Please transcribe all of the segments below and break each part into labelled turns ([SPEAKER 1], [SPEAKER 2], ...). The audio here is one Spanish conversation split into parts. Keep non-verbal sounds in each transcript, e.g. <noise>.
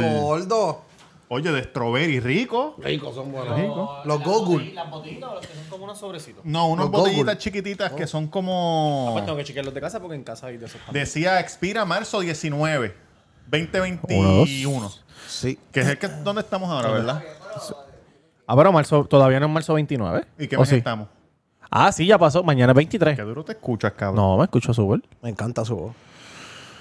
[SPEAKER 1] gordos.
[SPEAKER 2] Oye, de strawberry rico.
[SPEAKER 1] Ricos son buenos.
[SPEAKER 2] Rico.
[SPEAKER 1] Los
[SPEAKER 3] las
[SPEAKER 1] Gogul.
[SPEAKER 3] botellitas, Las botellitas, los que son como unos sobrecitos.
[SPEAKER 2] No, unas
[SPEAKER 1] Los Oh.
[SPEAKER 2] botellitas
[SPEAKER 1] Gogul.
[SPEAKER 2] chiquititas que son como.
[SPEAKER 3] Pues tengo que chequear los de casa porque en casa hay de esos también.
[SPEAKER 2] Decía expira marzo 19,
[SPEAKER 4] Uno,
[SPEAKER 2] 2021.
[SPEAKER 4] dos. Sí.
[SPEAKER 2] Que es el que, ¿dónde estamos ahora, verdad?
[SPEAKER 4] Ah, pero marzo, todavía no es marzo 29.
[SPEAKER 2] ¿Y qué
[SPEAKER 1] Oh,
[SPEAKER 4] ¿O
[SPEAKER 2] mes
[SPEAKER 4] sí?
[SPEAKER 2] estamos?
[SPEAKER 4] Ah, sí, ya pasó. Mañana es 23.
[SPEAKER 2] Qué duro te escuchas, cabrón.
[SPEAKER 4] No, me escucho súper.
[SPEAKER 1] Me encanta su voz.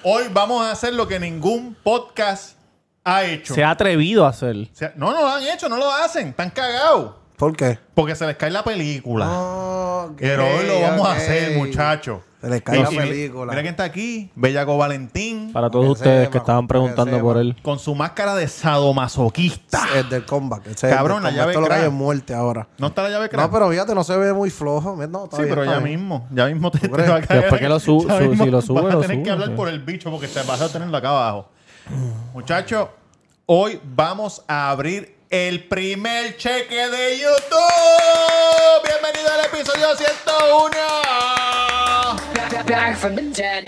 [SPEAKER 2] Hoy vamos a hacer lo que ningún podcast ha hecho.
[SPEAKER 4] Se ha atrevido a hacer.
[SPEAKER 2] O sea, no, no lo han hecho, no lo hacen. Están cagados.
[SPEAKER 1] ¿Por qué?
[SPEAKER 2] Porque se les cae la película.
[SPEAKER 1] Ah, Ok,
[SPEAKER 2] Pero hoy lo vamos
[SPEAKER 1] ok.
[SPEAKER 2] a hacer, muchachos.
[SPEAKER 1] Se les cae la
[SPEAKER 2] mi-
[SPEAKER 1] película.
[SPEAKER 2] Mira quién está aquí. Bellaco Valentín.
[SPEAKER 4] Para todos
[SPEAKER 1] que
[SPEAKER 4] ustedes
[SPEAKER 1] sepa,
[SPEAKER 4] que estaban
[SPEAKER 1] para que
[SPEAKER 4] preguntando
[SPEAKER 1] sepa.
[SPEAKER 4] por él.
[SPEAKER 2] Con su máscara de sadomasoquista.
[SPEAKER 1] El del comeback. Ese
[SPEAKER 2] Cabrona,
[SPEAKER 1] el del
[SPEAKER 2] ya
[SPEAKER 1] comeback.
[SPEAKER 2] ve
[SPEAKER 1] Esto lo que
[SPEAKER 2] crack.
[SPEAKER 1] hay es muerte ahora.
[SPEAKER 2] No está la llave crack?
[SPEAKER 1] No, pero fíjate, no se ve muy flojo. No, está
[SPEAKER 2] Sí,
[SPEAKER 1] bien,
[SPEAKER 2] pero
[SPEAKER 1] está
[SPEAKER 2] ya
[SPEAKER 1] bien.
[SPEAKER 2] mismo, ya mismo te, te
[SPEAKER 1] crees?
[SPEAKER 2] va a caer.
[SPEAKER 4] Después que lo su-
[SPEAKER 2] Ya
[SPEAKER 4] su-
[SPEAKER 2] mismo
[SPEAKER 4] si lo sube,
[SPEAKER 2] vas a
[SPEAKER 4] lo
[SPEAKER 2] tener que
[SPEAKER 4] sube,
[SPEAKER 2] hablar
[SPEAKER 4] sí.
[SPEAKER 2] por el bicho porque te vas a tenerlo acá abajo. Muchachos, hoy vamos a abrir el primer cheque de YouTube. Bienvenido al episodio 101.
[SPEAKER 5] Back from the dead.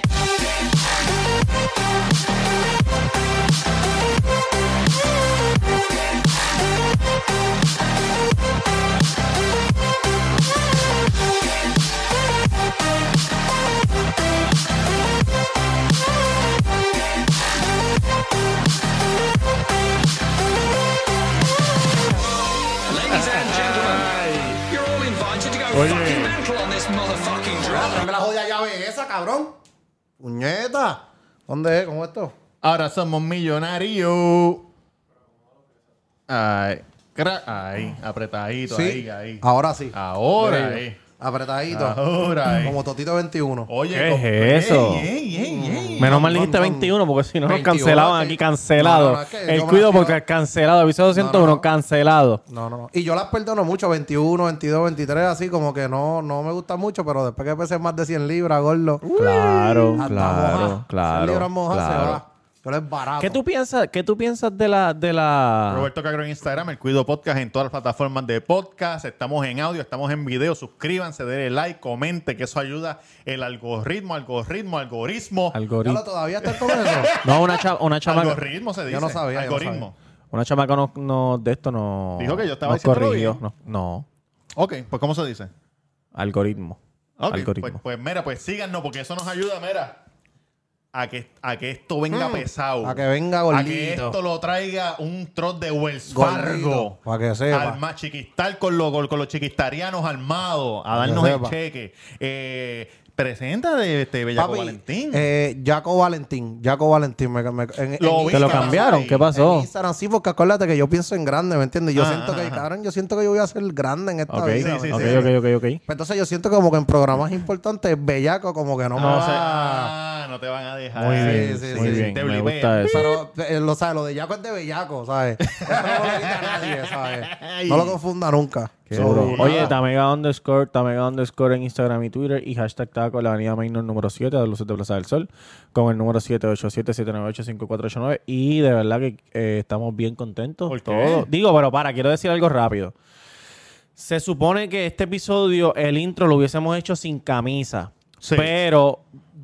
[SPEAKER 6] Ladies and gentlemen, you're all invited to go fucking mental on this motherfucking drop.
[SPEAKER 1] Dame la jodida llave esa, cabrón. Puñeta. ¿Dónde es? ¿Cómo es esto?
[SPEAKER 2] Ahora somos millonarios. Ay, cra- ay, apretadito, ahí, ahí.
[SPEAKER 1] Ahora sí.
[SPEAKER 4] Ah,
[SPEAKER 2] Ahora,
[SPEAKER 1] Ahí.
[SPEAKER 2] ahí.
[SPEAKER 1] Apretadito.
[SPEAKER 2] Ahora, eh. ahí.
[SPEAKER 1] Como Totito 21.
[SPEAKER 2] Oye,
[SPEAKER 4] ¿Qué
[SPEAKER 2] con-
[SPEAKER 4] es eso?
[SPEAKER 2] Ey, ey, ey, ey.
[SPEAKER 4] Menos mal
[SPEAKER 1] no,
[SPEAKER 4] dijiste
[SPEAKER 1] no,
[SPEAKER 4] 21 porque si no nos
[SPEAKER 1] 21,
[SPEAKER 4] cancelaban
[SPEAKER 1] que-
[SPEAKER 4] aquí cancelado.
[SPEAKER 1] No, no, no, es que
[SPEAKER 4] el
[SPEAKER 1] yo me
[SPEAKER 4] cuido
[SPEAKER 1] nací-
[SPEAKER 4] porque es cancelado. Episodio 101
[SPEAKER 1] no, no.
[SPEAKER 4] cancelado.
[SPEAKER 1] No, no, no. Y yo las perdono mucho, 21, 22, 23, así como que no, no me gusta mucho, pero después que pesen más de 100 libras, gordo.
[SPEAKER 4] Claro,
[SPEAKER 1] anda moja. 100 libras mojas se va. Pero es barato.
[SPEAKER 4] ¿Qué tú piensas, qué tú piensas de la de la
[SPEAKER 1] Mm.
[SPEAKER 2] Roberto Cagro en Instagram, el Cuido Podcast en todas las plataformas de podcast. Estamos en audio, estamos en video. Suscríbanse, denle like, comente, que eso ayuda el algoritmo, algoritmo, algoritmo.
[SPEAKER 1] Ya lo
[SPEAKER 4] algoritmo?
[SPEAKER 1] todavía está con
[SPEAKER 2] <laughs>
[SPEAKER 1] eso.
[SPEAKER 4] No, una chama, una chamaca,
[SPEAKER 2] algoritmo se dice.
[SPEAKER 1] no sabía, yo no
[SPEAKER 2] Algoritmo.
[SPEAKER 4] una chamaca no, no- de esto no
[SPEAKER 2] Dijo que yo estaba
[SPEAKER 4] nos
[SPEAKER 2] diciéndolo
[SPEAKER 4] corrigió.
[SPEAKER 2] bien.
[SPEAKER 4] No, no.
[SPEAKER 2] ok, pues ¿cómo se dice?
[SPEAKER 4] algoritmo.
[SPEAKER 2] Ok,
[SPEAKER 4] algoritmo.
[SPEAKER 2] Pues, pues mira, pues síganos, porque eso nos ayuda, mira, a que, a que esto venga pesado.
[SPEAKER 1] Hmm, a que venga
[SPEAKER 2] A que
[SPEAKER 1] gordito.
[SPEAKER 2] esto lo traiga un trot de Wells
[SPEAKER 1] Gordito,
[SPEAKER 2] Fargo.
[SPEAKER 1] pa' que sepa.
[SPEAKER 2] Al más chiquistar con, los con los chiquistarianos armados. A
[SPEAKER 1] que
[SPEAKER 2] darnos el
[SPEAKER 1] sepa.
[SPEAKER 2] cheque. Eh, presenta de este Bellaco
[SPEAKER 1] Papi,
[SPEAKER 2] Valentín.
[SPEAKER 1] Eh, Jaco Valentín. Jaco Valentín. Me, me- en,
[SPEAKER 2] Lo
[SPEAKER 1] en
[SPEAKER 2] vi, ¿qué
[SPEAKER 4] Te lo
[SPEAKER 2] pasó Ah,
[SPEAKER 4] cambiaron,
[SPEAKER 2] ahí?
[SPEAKER 4] ¿qué
[SPEAKER 1] En
[SPEAKER 4] pasó?
[SPEAKER 1] Instagram, sí, porque acuérdate que yo pienso en grande, ¿me entiendes? Yo
[SPEAKER 2] Ajá,
[SPEAKER 1] siento que,
[SPEAKER 2] ajá.
[SPEAKER 1] cabrón, yo siento que yo voy a ser grande en esta
[SPEAKER 4] Ok,
[SPEAKER 1] vida. ¿me
[SPEAKER 2] sí, sí,
[SPEAKER 4] ok,
[SPEAKER 2] sí.
[SPEAKER 4] ok, ok, ok.
[SPEAKER 1] Pues Entonces yo siento como que en programas importantes, bellaco como que no, me va.
[SPEAKER 2] ah, no te van a dejar.
[SPEAKER 4] Muy
[SPEAKER 1] Sí,
[SPEAKER 4] bien,
[SPEAKER 1] sí,
[SPEAKER 4] muy
[SPEAKER 1] sí,
[SPEAKER 4] bien.
[SPEAKER 2] Te
[SPEAKER 4] Me
[SPEAKER 2] blipean.
[SPEAKER 4] gusta eso.
[SPEAKER 1] Pero eh, lo, sabe, lo de Yaco es de bellaco, ¿sabes? Eso no lo quita
[SPEAKER 4] <laughs>
[SPEAKER 1] nadie, ¿sabes? No lo confunda nunca.
[SPEAKER 4] Seguro.
[SPEAKER 2] duro.
[SPEAKER 4] Oye,
[SPEAKER 2] Nada.
[SPEAKER 4] Tamega underscore, Tamega underscore en Instagram y Twitter y hashtag Taco en la avenida Mainor número 7 de Luces de Plaza del Sol con el número 787-798-5489 y de verdad que eh, estamos bien contentos.
[SPEAKER 2] ¿Por qué?
[SPEAKER 4] todos. Digo, pero para, quiero decir algo rápido. Se supone que este episodio, el intro, lo hubiésemos hecho sin camisa.
[SPEAKER 2] Sí.
[SPEAKER 4] Pero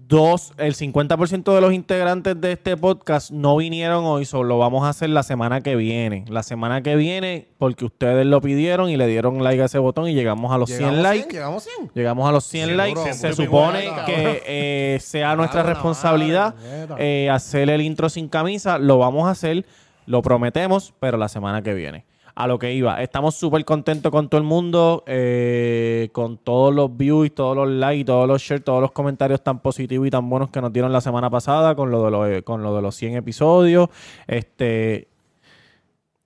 [SPEAKER 4] dos, el 50% de los integrantes de este podcast no vinieron hoy, solo lo vamos a hacer la semana que viene. La semana que viene, porque ustedes lo pidieron y le dieron like a ese botón y llegamos a los 100 likes.
[SPEAKER 1] Llegamos
[SPEAKER 4] <laughs>
[SPEAKER 1] 100.
[SPEAKER 4] Llegamos a los 100
[SPEAKER 1] Seguro,
[SPEAKER 4] likes. Se
[SPEAKER 2] muy
[SPEAKER 4] supone
[SPEAKER 2] buena, cabrón.
[SPEAKER 4] que eh, sea nuestra
[SPEAKER 1] Claro, la
[SPEAKER 4] responsabilidad
[SPEAKER 1] madre, mierda.
[SPEAKER 4] eh, hacer el intro sin camisa. Lo vamos a hacer, lo prometemos, pero la semana que viene. A lo que iba. Estamos súper contentos con todo el mundo, eh, con todos los views, todos los likes, todos los shares, todos los comentarios tan positivos y tan buenos que nos dieron la semana pasada con lo de los, eh, con lo de los 100 episodios. Este,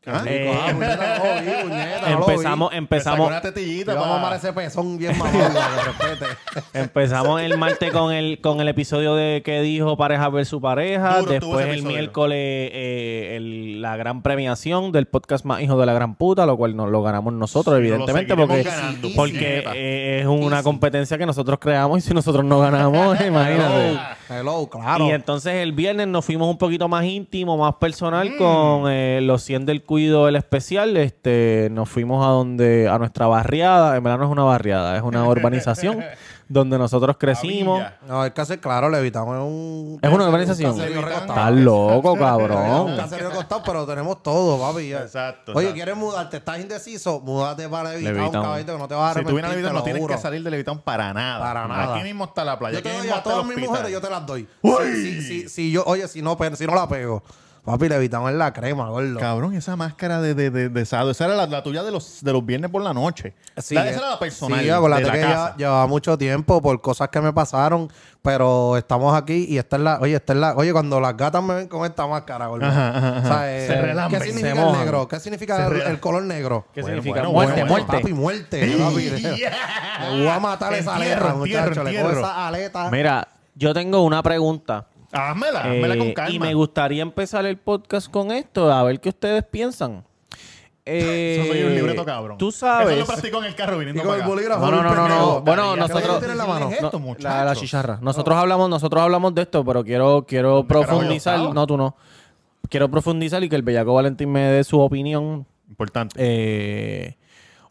[SPEAKER 2] Ah,
[SPEAKER 4] Eh,
[SPEAKER 1] Ah, puñeta, no lo vi, puñeta, no lo vi.
[SPEAKER 4] empezamos,
[SPEAKER 2] te sacó
[SPEAKER 4] empezamos,
[SPEAKER 2] una tetillita
[SPEAKER 1] Yo voy a
[SPEAKER 2] pa-
[SPEAKER 1] mamar ese pezón bien mamado, que respete.
[SPEAKER 4] <laughs> Empezamos el martes con el con el episodio de que dijo pareja versus pareja.
[SPEAKER 2] Duro estuvo
[SPEAKER 4] Después
[SPEAKER 2] ese
[SPEAKER 4] el
[SPEAKER 2] episodio.
[SPEAKER 4] miércoles eh, el- la gran premiación del podcast más hijo de la gran puta, lo cual no lo ganamos nosotros,
[SPEAKER 2] lo
[SPEAKER 4] evidentemente,
[SPEAKER 2] seguiremos
[SPEAKER 4] porque,
[SPEAKER 2] ganando,
[SPEAKER 4] porque
[SPEAKER 2] puñeta.
[SPEAKER 4] eh, es una competencia que nosotros creamos y si nosotros no ganamos, <laughs> imagínate.
[SPEAKER 1] Hello,
[SPEAKER 2] Ah,
[SPEAKER 1] claro.
[SPEAKER 4] Y entonces el viernes nos fuimos un poquito más íntimo, más personal
[SPEAKER 2] Mm.
[SPEAKER 4] con eh, los 100 del cuido, el especial.
[SPEAKER 2] <laughs>
[SPEAKER 4] Este, nos fuimos a donde a nuestra barriada. En verdad no es una barriada, es una urbanización donde nosotros crecimos.
[SPEAKER 2] Villa.
[SPEAKER 1] No, el caso es claro, Levitán es un.
[SPEAKER 4] Es una organización.
[SPEAKER 1] Un caserío recostado.
[SPEAKER 4] Estás loco, cabrón.
[SPEAKER 1] Un caserío recostado, pero tenemos todo, papi. ya.
[SPEAKER 2] Exacto,
[SPEAKER 1] Oye,
[SPEAKER 2] exacto.
[SPEAKER 1] ¿quieres mudarte? ¿Estás indeciso? Múdate para Levitán,
[SPEAKER 4] Levitán.
[SPEAKER 1] caballito, que no te vas a
[SPEAKER 2] Si tú
[SPEAKER 1] arrepentir.
[SPEAKER 2] vienes a Levitón,
[SPEAKER 1] te
[SPEAKER 2] no
[SPEAKER 1] lo
[SPEAKER 2] tienes
[SPEAKER 1] juro.
[SPEAKER 2] que salir de Levitón para nada.
[SPEAKER 1] Para nada.
[SPEAKER 2] Aquí mismo está la playa.
[SPEAKER 1] Yo te
[SPEAKER 2] Aquí
[SPEAKER 1] doy
[SPEAKER 2] mismo
[SPEAKER 1] a
[SPEAKER 2] está el
[SPEAKER 1] todas mis
[SPEAKER 2] hospital.
[SPEAKER 1] mujeres, yo te las doy. Si, si, si, si yo, oye, si no, pe- si no la pego. Papi, Levitán es la crema, gordo.
[SPEAKER 2] Cabrón, esa máscara de, de, de, de sábado, esa era la, la tuya de los, de los viernes por la noche.
[SPEAKER 1] Sí,
[SPEAKER 2] La-
[SPEAKER 1] eh,
[SPEAKER 2] esa era la personal.
[SPEAKER 1] Sí, acuérdate
[SPEAKER 2] de la
[SPEAKER 1] que ya-
[SPEAKER 2] casa.
[SPEAKER 1] llevaba mucho tiempo por cosas que me pasaron, pero estamos aquí y esta es la, oye, esta es la, oye, cuando las gatas me ven con esta máscara, gordo.
[SPEAKER 2] Ajá, ajá, ajá.
[SPEAKER 1] O sea, eh,
[SPEAKER 2] Se
[SPEAKER 1] ¿Qué
[SPEAKER 2] relambren,
[SPEAKER 1] significa
[SPEAKER 4] se
[SPEAKER 1] el
[SPEAKER 4] mojan.
[SPEAKER 1] negro? ¿Qué significa el, el color negro?
[SPEAKER 4] ¿Qué
[SPEAKER 2] Bueno,
[SPEAKER 4] significa?
[SPEAKER 2] bueno,
[SPEAKER 4] muerte,
[SPEAKER 2] bueno,
[SPEAKER 4] muerte.
[SPEAKER 1] Papi, muerte.
[SPEAKER 2] <laughs>
[SPEAKER 1] papi. <laughs> Le voy a matar esa
[SPEAKER 2] Entierro,
[SPEAKER 1] aleta, muchacho.
[SPEAKER 2] entierro,
[SPEAKER 1] Le cojo
[SPEAKER 2] entierro.
[SPEAKER 1] esa aleta.
[SPEAKER 4] Mira, yo tengo una pregunta.
[SPEAKER 2] Házmela, házmela con
[SPEAKER 4] Eh,
[SPEAKER 2] calma.
[SPEAKER 4] Y me gustaría empezar el podcast con esto, a ver qué ustedes piensan. Eh,
[SPEAKER 2] <laughs> Eso soy un libreto cabrón.
[SPEAKER 4] Tú sabes.
[SPEAKER 2] Eso lo practico en el carro viniendo
[SPEAKER 1] Y con el
[SPEAKER 2] para acá.
[SPEAKER 1] bolígrafo.
[SPEAKER 4] No, no, no, no, no. Bueno,
[SPEAKER 2] Carilla,
[SPEAKER 4] nosotros.
[SPEAKER 2] ¿qué
[SPEAKER 1] tiene la mano?
[SPEAKER 2] es esto,
[SPEAKER 4] No,
[SPEAKER 2] muchachos?
[SPEAKER 4] la, la chicharra. Nosotros hablamos, nosotros hablamos de esto, pero quiero, quiero profundizar.
[SPEAKER 2] estaba?
[SPEAKER 4] No, tú no. Quiero profundizar y que el bellaco Valentín me dé su opinión.
[SPEAKER 2] Importante.
[SPEAKER 4] Eh,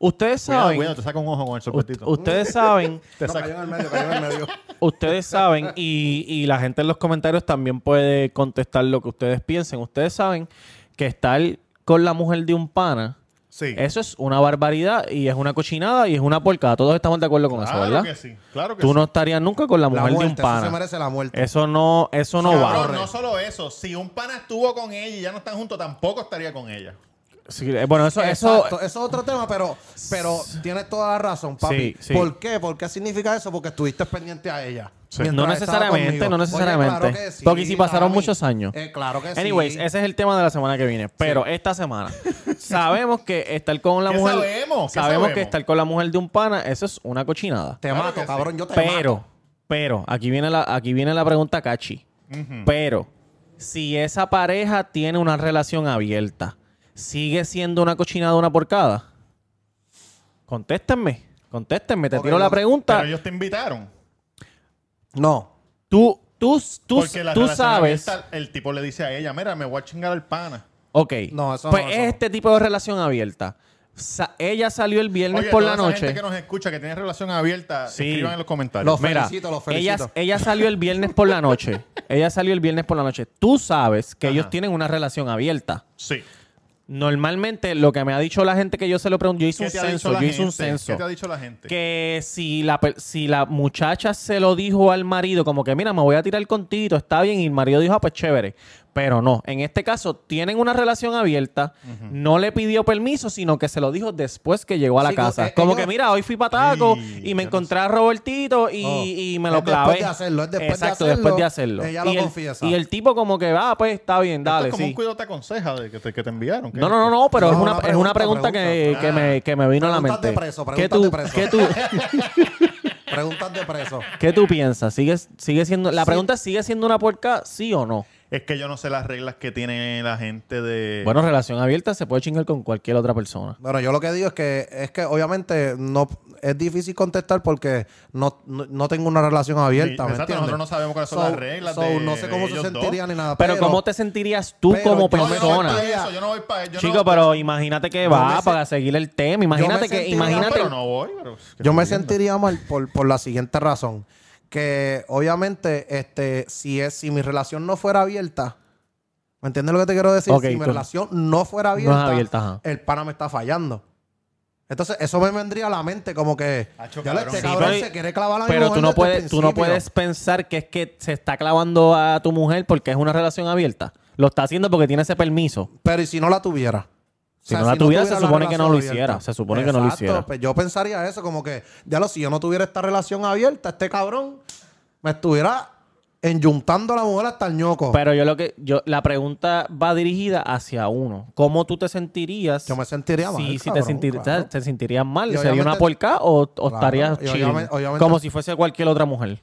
[SPEAKER 4] ustedes
[SPEAKER 2] Cuidado,
[SPEAKER 4] saben.
[SPEAKER 2] cuidado, te saca un ojo con el
[SPEAKER 4] ust-
[SPEAKER 2] sorbetito.
[SPEAKER 4] ustedes saben.
[SPEAKER 2] Te
[SPEAKER 1] No,
[SPEAKER 2] saca-
[SPEAKER 1] cayó en el medio, cayó en el
[SPEAKER 2] <laughs>
[SPEAKER 1] medio.
[SPEAKER 4] Ustedes saben, y, y la gente en los comentarios también puede contestar lo que ustedes piensen. Ustedes saben que estar con la mujer de un pana,
[SPEAKER 2] Sí.
[SPEAKER 4] eso es una barbaridad y es una cochinada y es una porcada. Todos estamos de acuerdo con eso,
[SPEAKER 2] Claro
[SPEAKER 4] ¿verdad?
[SPEAKER 2] que sí. Claro que
[SPEAKER 4] Tú
[SPEAKER 2] sí.
[SPEAKER 4] no estarías nunca con la
[SPEAKER 1] La
[SPEAKER 4] mujer de un
[SPEAKER 1] muerte, eso se
[SPEAKER 4] pana.
[SPEAKER 1] merece la muerte.
[SPEAKER 4] Eso no, eso no
[SPEAKER 2] Cabrón,
[SPEAKER 4] va.
[SPEAKER 2] no solo eso. Si un pana estuvo con ella y ya no están juntos, tampoco estaría con ella.
[SPEAKER 4] Sí, eh, bueno, eso, eso,
[SPEAKER 1] Exacto, eso es otro tema, pero, pero tienes toda la razón, papi.
[SPEAKER 4] Sí, sí.
[SPEAKER 1] ¿Por qué? ¿Por qué significa eso? Porque estuviste pendiente a ella. mientras
[SPEAKER 4] No
[SPEAKER 1] estaba
[SPEAKER 4] necesariamente,
[SPEAKER 1] conmigo.
[SPEAKER 4] no
[SPEAKER 1] Oye,
[SPEAKER 4] necesariamente.
[SPEAKER 1] claro que sí,
[SPEAKER 4] Porque si pasaron
[SPEAKER 1] papi.
[SPEAKER 4] muchos años.
[SPEAKER 1] Eh, claro que sí.
[SPEAKER 4] Anyways, ese es el tema de la semana que viene. Pero esta semana sabemos que estar con la
[SPEAKER 2] ¿Qué
[SPEAKER 4] mujer,
[SPEAKER 2] sabemos? ¿Qué
[SPEAKER 4] sabemos que
[SPEAKER 2] sabemos?
[SPEAKER 4] estar con la mujer de un pana, eso es una cochinada.
[SPEAKER 1] Te
[SPEAKER 2] Claro
[SPEAKER 1] mato,
[SPEAKER 2] que
[SPEAKER 1] cabrón, yo te mato.
[SPEAKER 4] Pero, pero, aquí viene la, aquí viene la pregunta cachi. Pero, si esa pareja tiene una relación abierta, ¿sigue siendo una cochinada una porcada? Contéstenme, contéstenme, te
[SPEAKER 1] Ok,
[SPEAKER 4] tiro la
[SPEAKER 1] ok.
[SPEAKER 4] pregunta.
[SPEAKER 2] Pero ellos te invitaron.
[SPEAKER 1] No.
[SPEAKER 4] Tú, tú, tú,
[SPEAKER 2] Porque la
[SPEAKER 4] tú
[SPEAKER 2] relación
[SPEAKER 4] sabes.
[SPEAKER 2] abierta, el tipo le dice a ella, mira, me voy a chingar al pana.
[SPEAKER 4] Ok.
[SPEAKER 1] No, eso
[SPEAKER 4] pues
[SPEAKER 1] no,
[SPEAKER 4] es
[SPEAKER 1] eso no.
[SPEAKER 4] este tipo de relación abierta. Sa- ella salió el viernes
[SPEAKER 2] Oye,
[SPEAKER 4] por
[SPEAKER 2] toda
[SPEAKER 4] la
[SPEAKER 2] esa
[SPEAKER 4] noche.
[SPEAKER 2] gente que nos escucha, que tiene relación abierta,
[SPEAKER 4] Sí.
[SPEAKER 2] escriban en los comentarios.
[SPEAKER 1] Los-
[SPEAKER 4] Mira,
[SPEAKER 1] felicito, los
[SPEAKER 4] ella,
[SPEAKER 1] felicito.
[SPEAKER 4] ella salió el viernes por la noche.
[SPEAKER 1] <laughs>
[SPEAKER 4] ella salió el viernes por la noche. Tú sabes que
[SPEAKER 2] Ajá.
[SPEAKER 4] ellos tienen una relación abierta.
[SPEAKER 2] Sí.
[SPEAKER 4] Normalmente, lo que me ha dicho la gente que yo se lo pregunto, yo hice
[SPEAKER 2] ¿Qué
[SPEAKER 4] un
[SPEAKER 2] te ha dicho
[SPEAKER 4] censo,
[SPEAKER 2] la
[SPEAKER 4] yo hice un
[SPEAKER 2] gente?
[SPEAKER 4] censo.
[SPEAKER 2] ¿Qué te ha dicho la gente?
[SPEAKER 4] Que si la, per- si la muchacha se lo dijo al marido, como que mira, me voy a tirar contigo, está bien, y el marido dijo, ah, pues chévere. Pero no, en este caso tienen una relación abierta, no le pidió permiso, sino que se lo dijo después que llegó a la
[SPEAKER 1] Sí, como-
[SPEAKER 4] casa.
[SPEAKER 1] eh,
[SPEAKER 4] como
[SPEAKER 1] ellos-
[SPEAKER 4] que mira, hoy fui pataco
[SPEAKER 2] Ay,
[SPEAKER 4] y me
[SPEAKER 2] yo no
[SPEAKER 4] encontré a Robertito y,
[SPEAKER 1] Oh.
[SPEAKER 4] y me
[SPEAKER 1] Es
[SPEAKER 4] lo
[SPEAKER 1] después
[SPEAKER 4] clavé.
[SPEAKER 1] de hacerlo, es después de
[SPEAKER 4] Exacto,
[SPEAKER 1] hacerlo,
[SPEAKER 4] después de hacerlo.
[SPEAKER 1] ella lo
[SPEAKER 4] y, el,
[SPEAKER 1] confiesa.
[SPEAKER 4] y el tipo como que va, pues está bien,
[SPEAKER 2] Esto
[SPEAKER 4] dale,
[SPEAKER 2] es como
[SPEAKER 4] sí.
[SPEAKER 2] un cuidado te aconseja de que te, que te enviaron. ¿qué
[SPEAKER 4] No,
[SPEAKER 2] es
[SPEAKER 4] no, no,
[SPEAKER 2] esto?
[SPEAKER 4] no, pero es,
[SPEAKER 1] No,
[SPEAKER 4] una,
[SPEAKER 1] una
[SPEAKER 4] es una
[SPEAKER 1] pregunta,
[SPEAKER 4] pregunta, que,
[SPEAKER 1] pregunta.
[SPEAKER 4] que me, que me vino a la
[SPEAKER 1] Pregúntate
[SPEAKER 4] mente.
[SPEAKER 1] preso,
[SPEAKER 4] ¿Qué
[SPEAKER 1] pregúntate
[SPEAKER 4] tú,
[SPEAKER 1] preso.
[SPEAKER 4] qué tú,
[SPEAKER 1] Preguntas de preso.
[SPEAKER 4] qué tú piensas? ¿Sigue, sigue siendo, la pregunta es, sigue siendo una puerca, sí o no?
[SPEAKER 2] Es que yo no sé las reglas que tiene la gente de...
[SPEAKER 4] Bueno, relación abierta se puede chingar con cualquier otra persona.
[SPEAKER 1] Bueno, yo lo que digo es que es que obviamente no es difícil contestar porque no, no, no tengo una relación abierta.
[SPEAKER 2] Sí,
[SPEAKER 1] ¿me
[SPEAKER 2] exacto,
[SPEAKER 1] entiendes?
[SPEAKER 2] nosotros no sabemos cuáles son
[SPEAKER 1] So-
[SPEAKER 2] las reglas
[SPEAKER 1] so,
[SPEAKER 2] de-
[SPEAKER 1] no sé
[SPEAKER 2] de
[SPEAKER 1] cómo se
[SPEAKER 2] ellos
[SPEAKER 1] sentiría
[SPEAKER 2] dos.
[SPEAKER 1] ni nada.
[SPEAKER 4] Pero, ¿cómo te sentirías tú
[SPEAKER 1] pero
[SPEAKER 4] como
[SPEAKER 1] yo-
[SPEAKER 2] No, yo no voy
[SPEAKER 4] persona?
[SPEAKER 2] pa' eso, yo no voy para eso.
[SPEAKER 4] Chico, pero imagínate que
[SPEAKER 1] yo
[SPEAKER 4] va
[SPEAKER 1] me se-
[SPEAKER 4] para seguir el tema. Imagínate que,
[SPEAKER 1] sentiría-
[SPEAKER 4] imagínate.
[SPEAKER 2] pero no voy. pero-
[SPEAKER 1] Yo me
[SPEAKER 2] Qué
[SPEAKER 1] sentiría mal por, por la siguiente razón. Que obviamente, este, si es, si mi relación no fuera abierta, ¿me entiendes lo que te quiero decir?
[SPEAKER 4] Ok,
[SPEAKER 1] si mi
[SPEAKER 4] tú-
[SPEAKER 1] relación no fuera
[SPEAKER 4] es
[SPEAKER 1] abierta,
[SPEAKER 4] abierta, ajá.
[SPEAKER 1] el pana me está fallando. Entonces, eso me vendría a la mente como que
[SPEAKER 2] Acho,
[SPEAKER 1] ya le- este
[SPEAKER 2] cabrón.
[SPEAKER 4] Sí,
[SPEAKER 1] cabrón
[SPEAKER 4] pero-
[SPEAKER 1] se quiere clavar a mi
[SPEAKER 4] Pero
[SPEAKER 1] mujer
[SPEAKER 4] tú no
[SPEAKER 1] desde el
[SPEAKER 4] puedes, tú no
[SPEAKER 1] principio.
[SPEAKER 4] puedes pensar que es que se está clavando a tu mujer porque es una relación abierta. Lo está haciendo porque tiene ese permiso.
[SPEAKER 1] Pero ¿y si no la tuviera?
[SPEAKER 4] Si no la tuviera, se
[SPEAKER 1] la
[SPEAKER 4] supone que no lo
[SPEAKER 1] relación
[SPEAKER 4] hiciera. Se supone que no lo hiciera.
[SPEAKER 1] pues yo pensaría eso, como que, ya lo, si yo no tuviera esta relación abierta, este cabrón me estuviera enyuntando a la mujer hasta el ñoco.
[SPEAKER 4] Pero yo lo que, yo, la pregunta va dirigida hacia uno. ¿Cómo tú te sentirías?
[SPEAKER 1] Yo me sentiría mal,
[SPEAKER 4] Si, si te,
[SPEAKER 1] cabrón,
[SPEAKER 4] sentir-
[SPEAKER 1] claro.
[SPEAKER 4] te sentirías mal,
[SPEAKER 1] Y
[SPEAKER 4] ¿sería una
[SPEAKER 1] obviamente-
[SPEAKER 4] porca o, o
[SPEAKER 1] Claro,
[SPEAKER 4] estarías
[SPEAKER 1] y
[SPEAKER 4] chill?
[SPEAKER 1] obviamente- obviamente-
[SPEAKER 4] Como si fuese cualquier otra mujer.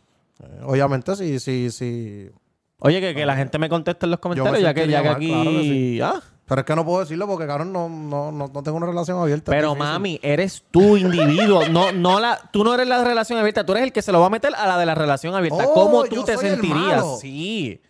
[SPEAKER 1] Obviamente, sí, sí, sí.
[SPEAKER 4] Oye, que, que la gente me conteste en los comentarios, ya que,
[SPEAKER 1] sentiría
[SPEAKER 4] ya que
[SPEAKER 1] mal,
[SPEAKER 4] aquí.
[SPEAKER 1] claro que
[SPEAKER 4] Ah.
[SPEAKER 1] Pero es que no puedo decirlo porque, cabrón, no, no, no, no tengo una relación abierta. es
[SPEAKER 4] Pero
[SPEAKER 1] difícil.
[SPEAKER 4] mami, eres tú individuo, no no la tú no eres la relación abierta, tú eres el que se lo va a meter a la de la relación abierta.
[SPEAKER 1] Oh,
[SPEAKER 4] ¿Cómo tú
[SPEAKER 1] yo
[SPEAKER 4] te
[SPEAKER 1] soy el
[SPEAKER 4] sentirías?
[SPEAKER 1] malo.
[SPEAKER 4] Sí.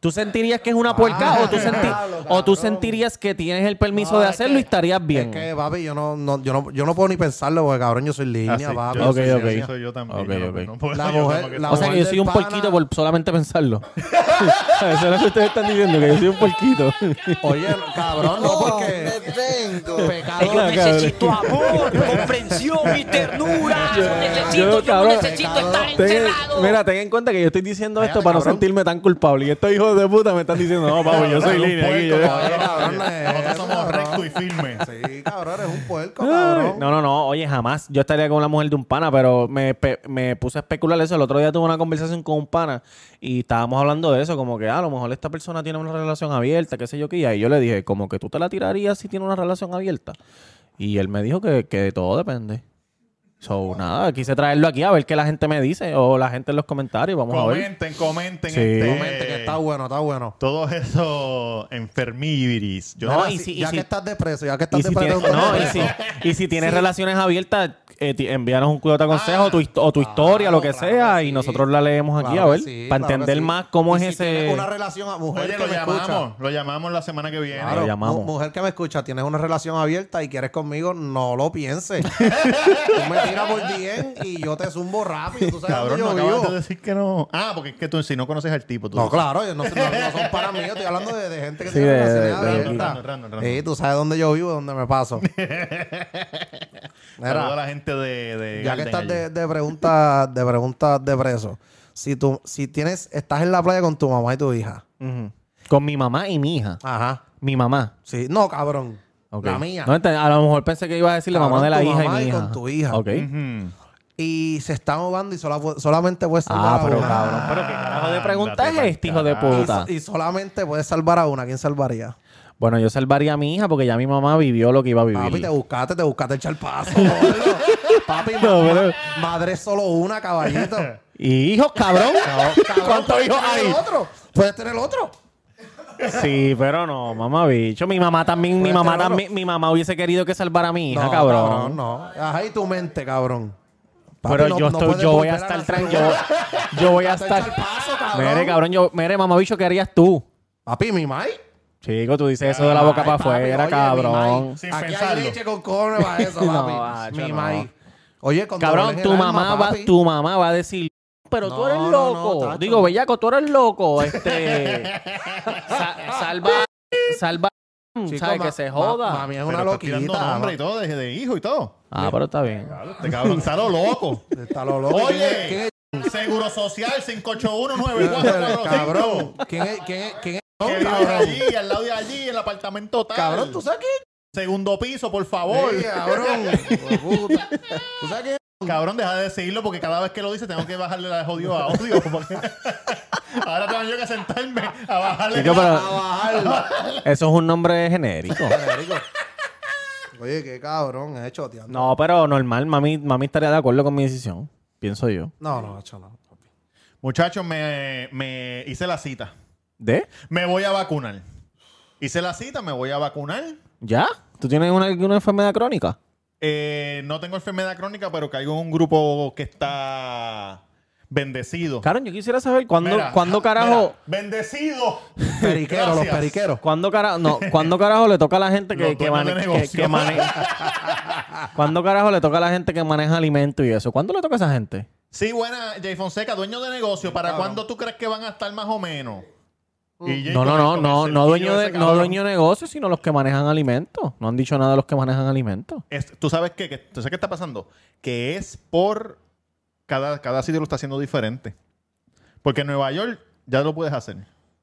[SPEAKER 4] ¿Tú sentirías que es una puerca o, tú senti-
[SPEAKER 1] diablo,
[SPEAKER 4] o tú
[SPEAKER 1] cabrón.
[SPEAKER 4] sentirías que tienes el permiso
[SPEAKER 1] No,
[SPEAKER 4] de
[SPEAKER 1] es
[SPEAKER 4] hacerlo
[SPEAKER 1] que-
[SPEAKER 4] y estarías bien?
[SPEAKER 1] Es que, papi, yo no, no- yo, no, yo no puedo ni pensarlo porque, cabrón, yo soy línea,
[SPEAKER 2] Así,
[SPEAKER 1] papi.
[SPEAKER 2] Ah, yo
[SPEAKER 4] Ok,
[SPEAKER 2] soy-
[SPEAKER 4] ok.
[SPEAKER 2] yo soy yo también.
[SPEAKER 4] Ok,
[SPEAKER 2] yo no-
[SPEAKER 4] ok.
[SPEAKER 2] no puedo-
[SPEAKER 1] La
[SPEAKER 2] yo
[SPEAKER 1] mujer-
[SPEAKER 2] tengo que-
[SPEAKER 1] la
[SPEAKER 4] o sea que yo soy un
[SPEAKER 1] Del pana.
[SPEAKER 4] porquito por solamente pensarlo. <laughs> Eso es lo que ustedes están diciendo, que yo soy un <laughs> porquito.
[SPEAKER 1] Oye, no, cabrón, no, porque...
[SPEAKER 7] Yo
[SPEAKER 4] Cabrón.
[SPEAKER 7] necesito amor, comprensión y ternura. <laughs> Yo necesito, yo,
[SPEAKER 4] cabrón,
[SPEAKER 7] no necesito estar
[SPEAKER 4] Ten-
[SPEAKER 7] encerrado.
[SPEAKER 4] mira, ten en cuenta que yo estoy diciendo esto
[SPEAKER 1] Cállate,
[SPEAKER 4] para no
[SPEAKER 1] cabrón.
[SPEAKER 4] sentirme tan culpable. Y estos hijos de puta me están diciendo, no, papi, yo soy
[SPEAKER 2] Cabrón,
[SPEAKER 4] línea.
[SPEAKER 2] un
[SPEAKER 4] aquí,
[SPEAKER 2] puerco,
[SPEAKER 4] yo-
[SPEAKER 2] cabrón. eh,
[SPEAKER 1] Cabrón, eh,
[SPEAKER 2] Nosotros somos
[SPEAKER 1] cabrón.
[SPEAKER 2] recto y firme.
[SPEAKER 1] Sí, cabrón, eres un puerco,
[SPEAKER 4] Ay,
[SPEAKER 1] cabrón.
[SPEAKER 4] No, no, no. Oye, jamás. Yo estaría con la mujer de un pana, pero me, pe- me puse a especular eso. El otro día tuve una conversación con un pana y estábamos hablando de eso, como que ah, a lo mejor esta persona tiene una relación abierta, qué sé yo qué. Y ahí yo le dije, como que tú te la tirarías si tiene una relación abierta. Y él me dijo que, que todo depende. So, nada, quise traerlo aquí a ver qué la gente me dice o la gente en los comentarios. Vamos a ver.
[SPEAKER 2] Comenten, comenten.
[SPEAKER 4] Sí.
[SPEAKER 2] este-
[SPEAKER 1] Comente que está bueno, está bueno.
[SPEAKER 2] Todos esos enfermiviris. Yo
[SPEAKER 4] No,
[SPEAKER 1] Mira,
[SPEAKER 4] y
[SPEAKER 1] si-
[SPEAKER 4] si- y
[SPEAKER 1] ya
[SPEAKER 4] si-
[SPEAKER 1] que estás de preso, ya que estás
[SPEAKER 4] Y
[SPEAKER 1] de
[SPEAKER 4] si, tienes,
[SPEAKER 1] preso...
[SPEAKER 4] no, y si, y si tienes relaciones abiertas, eh, ti- envíanos un cuidado de consejo o tu, hist- o tu historia, lo que
[SPEAKER 1] Ah, claro
[SPEAKER 4] sea,
[SPEAKER 1] que
[SPEAKER 4] y
[SPEAKER 1] sí.
[SPEAKER 4] nosotros la leemos aquí,
[SPEAKER 1] Claro
[SPEAKER 4] a
[SPEAKER 1] que
[SPEAKER 4] ver,
[SPEAKER 1] sí,
[SPEAKER 4] para
[SPEAKER 1] claro
[SPEAKER 4] entender
[SPEAKER 1] que sí.
[SPEAKER 4] más cómo
[SPEAKER 1] Y
[SPEAKER 4] es
[SPEAKER 1] si
[SPEAKER 4] ese...
[SPEAKER 1] tienes una relación a mujer
[SPEAKER 2] Oye,
[SPEAKER 1] que
[SPEAKER 2] lo
[SPEAKER 1] me
[SPEAKER 2] llamamos,
[SPEAKER 1] escucha.
[SPEAKER 2] lo llamamos la semana que viene.
[SPEAKER 4] Claro. Lo llamamos.
[SPEAKER 1] mu- mujer que me escucha, tienes una relación abierta y quieres conmigo, no lo
[SPEAKER 4] <laughs>
[SPEAKER 1] pienses. tú me tiras por DM y yo te zumbo rápido. Tú sabes
[SPEAKER 2] Cabrón, no
[SPEAKER 1] dónde yo
[SPEAKER 2] acabas
[SPEAKER 1] vivo.
[SPEAKER 2] de decir que no. Ah, porque es que tú si no conoces al tipo. Tú
[SPEAKER 1] No,
[SPEAKER 2] dices-
[SPEAKER 1] claro, yo no, no- no son para mí. Yo estoy hablando de, de gente que
[SPEAKER 4] Sí,
[SPEAKER 1] tiene
[SPEAKER 4] de- de-
[SPEAKER 1] relaciones
[SPEAKER 4] de-
[SPEAKER 1] abiertas.
[SPEAKER 2] random, random, random.
[SPEAKER 1] Sí, tú sabes dónde yo vivo, dónde me
[SPEAKER 2] <laughs>
[SPEAKER 1] paso.
[SPEAKER 2] Saluda a
[SPEAKER 1] Mira,
[SPEAKER 2] la gente de, de
[SPEAKER 1] ya que
[SPEAKER 2] Garden
[SPEAKER 1] estás
[SPEAKER 2] allí.
[SPEAKER 1] de, de preguntas de preguntas de preso, si tú si tienes estás en la playa con tu mamá y tu hija.
[SPEAKER 4] Ujú. Con mi mamá y mi hija.
[SPEAKER 1] Ajá.
[SPEAKER 4] Mi mamá.
[SPEAKER 1] Sí, no, cabrón.
[SPEAKER 4] Ok.
[SPEAKER 1] La mía.
[SPEAKER 4] No, ent- a lo mejor pensé que iba a decir la mamá
[SPEAKER 1] Cabrón,
[SPEAKER 4] de la
[SPEAKER 1] tu mamá
[SPEAKER 4] hija y mi
[SPEAKER 1] y
[SPEAKER 4] hija.
[SPEAKER 1] con tu hija.
[SPEAKER 4] Ok.
[SPEAKER 2] Ujú.
[SPEAKER 1] y se están ahogando y sola- solamente puedes salvar
[SPEAKER 4] Ah, pero
[SPEAKER 1] a una.
[SPEAKER 4] cabrón. Pero qué carajo de pregunta es
[SPEAKER 2] Ándate
[SPEAKER 4] este,
[SPEAKER 2] pa'l
[SPEAKER 4] hijo de
[SPEAKER 2] carajo.
[SPEAKER 4] puta.
[SPEAKER 1] Y, y solamente puedes salvar a una. ¿Quién salvaría?
[SPEAKER 4] Bueno, yo salvaría a mi hija porque ya mi mamá vivió lo que iba a vivir.
[SPEAKER 1] Papi, te buscaste, te buscaste echar
[SPEAKER 4] <laughs>
[SPEAKER 1] paso. boludo. Papi,
[SPEAKER 4] No,
[SPEAKER 1] ma-
[SPEAKER 4] pero-
[SPEAKER 1] madre es solo una,
[SPEAKER 4] <laughs>
[SPEAKER 1] caballito.
[SPEAKER 4] ¿Y hijos, cabrón?
[SPEAKER 1] Cabrón,
[SPEAKER 4] ¿Cuántos
[SPEAKER 1] puedes
[SPEAKER 4] hijos
[SPEAKER 1] tener
[SPEAKER 4] hay?
[SPEAKER 1] Otro. Puedes tener otro.
[SPEAKER 4] Sí, pero no, mamá bicho. Mi mamá también, mi
[SPEAKER 1] Puede
[SPEAKER 4] mamá
[SPEAKER 1] ser otro.
[SPEAKER 4] también, mi mamá hubiese querido que salvara a mi hija,
[SPEAKER 1] este no,
[SPEAKER 4] cabrón.
[SPEAKER 1] No, Ajá, y tu mente, cabrón. Papi,
[SPEAKER 4] Pero
[SPEAKER 1] no-
[SPEAKER 4] yo
[SPEAKER 1] no
[SPEAKER 4] estoy,
[SPEAKER 1] puedes
[SPEAKER 4] yo voy a
[SPEAKER 1] volver
[SPEAKER 4] estar
[SPEAKER 1] nacer
[SPEAKER 4] tranquilo.
[SPEAKER 1] una.
[SPEAKER 4] Yo, yo voy
[SPEAKER 1] <laughs>
[SPEAKER 4] a
[SPEAKER 1] Te echa el
[SPEAKER 4] estar.
[SPEAKER 1] paso, cabrón.
[SPEAKER 4] Mere, cabrón, yo, mere, mamá bicho, ¿qué harías tú?
[SPEAKER 1] Papi, mi mai.
[SPEAKER 4] Chico, tú dices eso de la boca para
[SPEAKER 1] Ay, papi,
[SPEAKER 4] afuera,
[SPEAKER 1] oye, mi
[SPEAKER 4] cabrón.
[SPEAKER 1] mai.
[SPEAKER 2] Sin
[SPEAKER 1] Aquí
[SPEAKER 2] pensarlo.
[SPEAKER 1] hay leche con cobre para
[SPEAKER 4] <laughs>
[SPEAKER 1] eso,
[SPEAKER 4] No,
[SPEAKER 1] papi.
[SPEAKER 4] macho,
[SPEAKER 1] mi
[SPEAKER 4] no.
[SPEAKER 1] mai. Oye, con dolor
[SPEAKER 4] Cabrón,
[SPEAKER 1] en
[SPEAKER 4] tu
[SPEAKER 1] el alma,
[SPEAKER 4] mamá va,
[SPEAKER 1] papi.
[SPEAKER 4] tu mamá va a decir, pero tú
[SPEAKER 1] No,
[SPEAKER 4] eres
[SPEAKER 1] no, no,
[SPEAKER 4] loco.
[SPEAKER 1] tacho.
[SPEAKER 4] Digo, bellaco, tú eres loco. Este,
[SPEAKER 1] <laughs>
[SPEAKER 4] sa- salva, salva,
[SPEAKER 1] Chico,
[SPEAKER 4] sabes
[SPEAKER 1] ma-
[SPEAKER 4] que se
[SPEAKER 1] ma-
[SPEAKER 4] joda.
[SPEAKER 1] mami es una
[SPEAKER 2] Pero estás tirando
[SPEAKER 1] loquita.
[SPEAKER 2] nombre
[SPEAKER 1] ma-
[SPEAKER 2] y todo, de, de hijo y todo.
[SPEAKER 4] ah, pero está bien.
[SPEAKER 2] Este cabrón está lo loco.
[SPEAKER 1] Está lo loco. ¿Quién es- quién
[SPEAKER 2] Oye,
[SPEAKER 1] es-
[SPEAKER 2] Seguro Social
[SPEAKER 1] cabrón,
[SPEAKER 2] 581
[SPEAKER 1] ¿quién es? ¿Quién es? ¿Quién es?
[SPEAKER 2] Que vive allí, al lado de allí, el apartamento tal.
[SPEAKER 1] Cabrón, ¿tú sabes qué?
[SPEAKER 2] Segundo piso, por favor.
[SPEAKER 1] Sí, cabrón. hijo de puta. ¿Tú sabes qué?
[SPEAKER 2] Cabrón, deja de decirlo porque cada vez que lo dice tengo que bajarle la jodido a audio. porque- <laughs> Ahora tengo yo que sentarme a bajarle.
[SPEAKER 4] Chico,
[SPEAKER 2] la-
[SPEAKER 4] pero eso es un nombre genérico.
[SPEAKER 1] Genérico. Oye, qué cabrón, he hecho, tío.
[SPEAKER 4] No, pero normal, mami, mami estaría de acuerdo con mi decisión, pienso yo.
[SPEAKER 1] no, no, hecho, no. papi.
[SPEAKER 2] Muchachos, me, me hice la cita.
[SPEAKER 4] ¿De?
[SPEAKER 2] Me voy a vacunar. Hice la cita, me voy a vacunar.
[SPEAKER 4] ¿Ya? ¿Tú tienes una, una enfermedad crónica?
[SPEAKER 2] Eh, no tengo enfermedad crónica, pero caigo en un grupo que está bendecido.
[SPEAKER 4] Cabrón, yo quisiera saber cuándo,
[SPEAKER 2] Mira,
[SPEAKER 4] cuándo carajo,
[SPEAKER 2] mira, bendecido.
[SPEAKER 1] Periquero, los <laughs>
[SPEAKER 2] Gracias.
[SPEAKER 1] periqueros.
[SPEAKER 4] cuándo carajo, no, cuándo carajo le toca a la gente que,
[SPEAKER 2] Los
[SPEAKER 4] que,
[SPEAKER 2] dueños de
[SPEAKER 4] mane- que,
[SPEAKER 2] negocio.
[SPEAKER 4] que maneja, cuándo carajo le toca a la gente que maneja alimentos y eso, ¿cuándo le toca a esa gente?
[SPEAKER 2] Sí, buena, Jay Fonseca, dueño de negocio. ¿Para cuándo tú crees que van a estar más o menos? Y Jay
[SPEAKER 4] No, no,
[SPEAKER 2] con-
[SPEAKER 4] no,
[SPEAKER 2] con
[SPEAKER 4] no,
[SPEAKER 2] el
[SPEAKER 4] no dueño
[SPEAKER 2] cerquillo
[SPEAKER 4] de,
[SPEAKER 2] ese,
[SPEAKER 4] no
[SPEAKER 2] cabrón.
[SPEAKER 4] dueño de negocios, sino los que manejan alimentos. No han dicho nada los que manejan alimentos.
[SPEAKER 2] Es- ¿Tú sabes qué? Que- ¿Tú sabes qué está pasando? Que es por... Cada, cada sitio lo está haciendo diferente. Porque en Nueva York ya lo puedes hacer.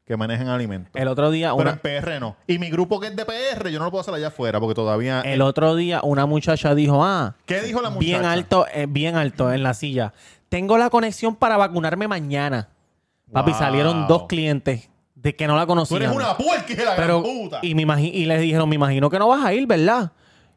[SPEAKER 2] Que manejen alimentos.
[SPEAKER 4] El otro día,
[SPEAKER 2] Pero
[SPEAKER 4] Eh, una,
[SPEAKER 2] en PR no. Y mi grupo que es de PR, yo no lo puedo hacer allá afuera porque todavía...
[SPEAKER 4] el otro día una muchacha dijo, ah,
[SPEAKER 2] ¿Qué dijo la muchacha?
[SPEAKER 4] Bien alto, eh, bien alto en la silla. Tengo la conexión para vacunarme mañana. Papi,
[SPEAKER 2] Wow.
[SPEAKER 4] salieron dos clientes de que no la
[SPEAKER 2] Tú
[SPEAKER 4] conocían.
[SPEAKER 2] eres una puerca, hija de la
[SPEAKER 4] Pero,
[SPEAKER 2] gran puta.
[SPEAKER 4] y, me imagi- y les dijeron, me imagino que no vas a ir, ¿verdad?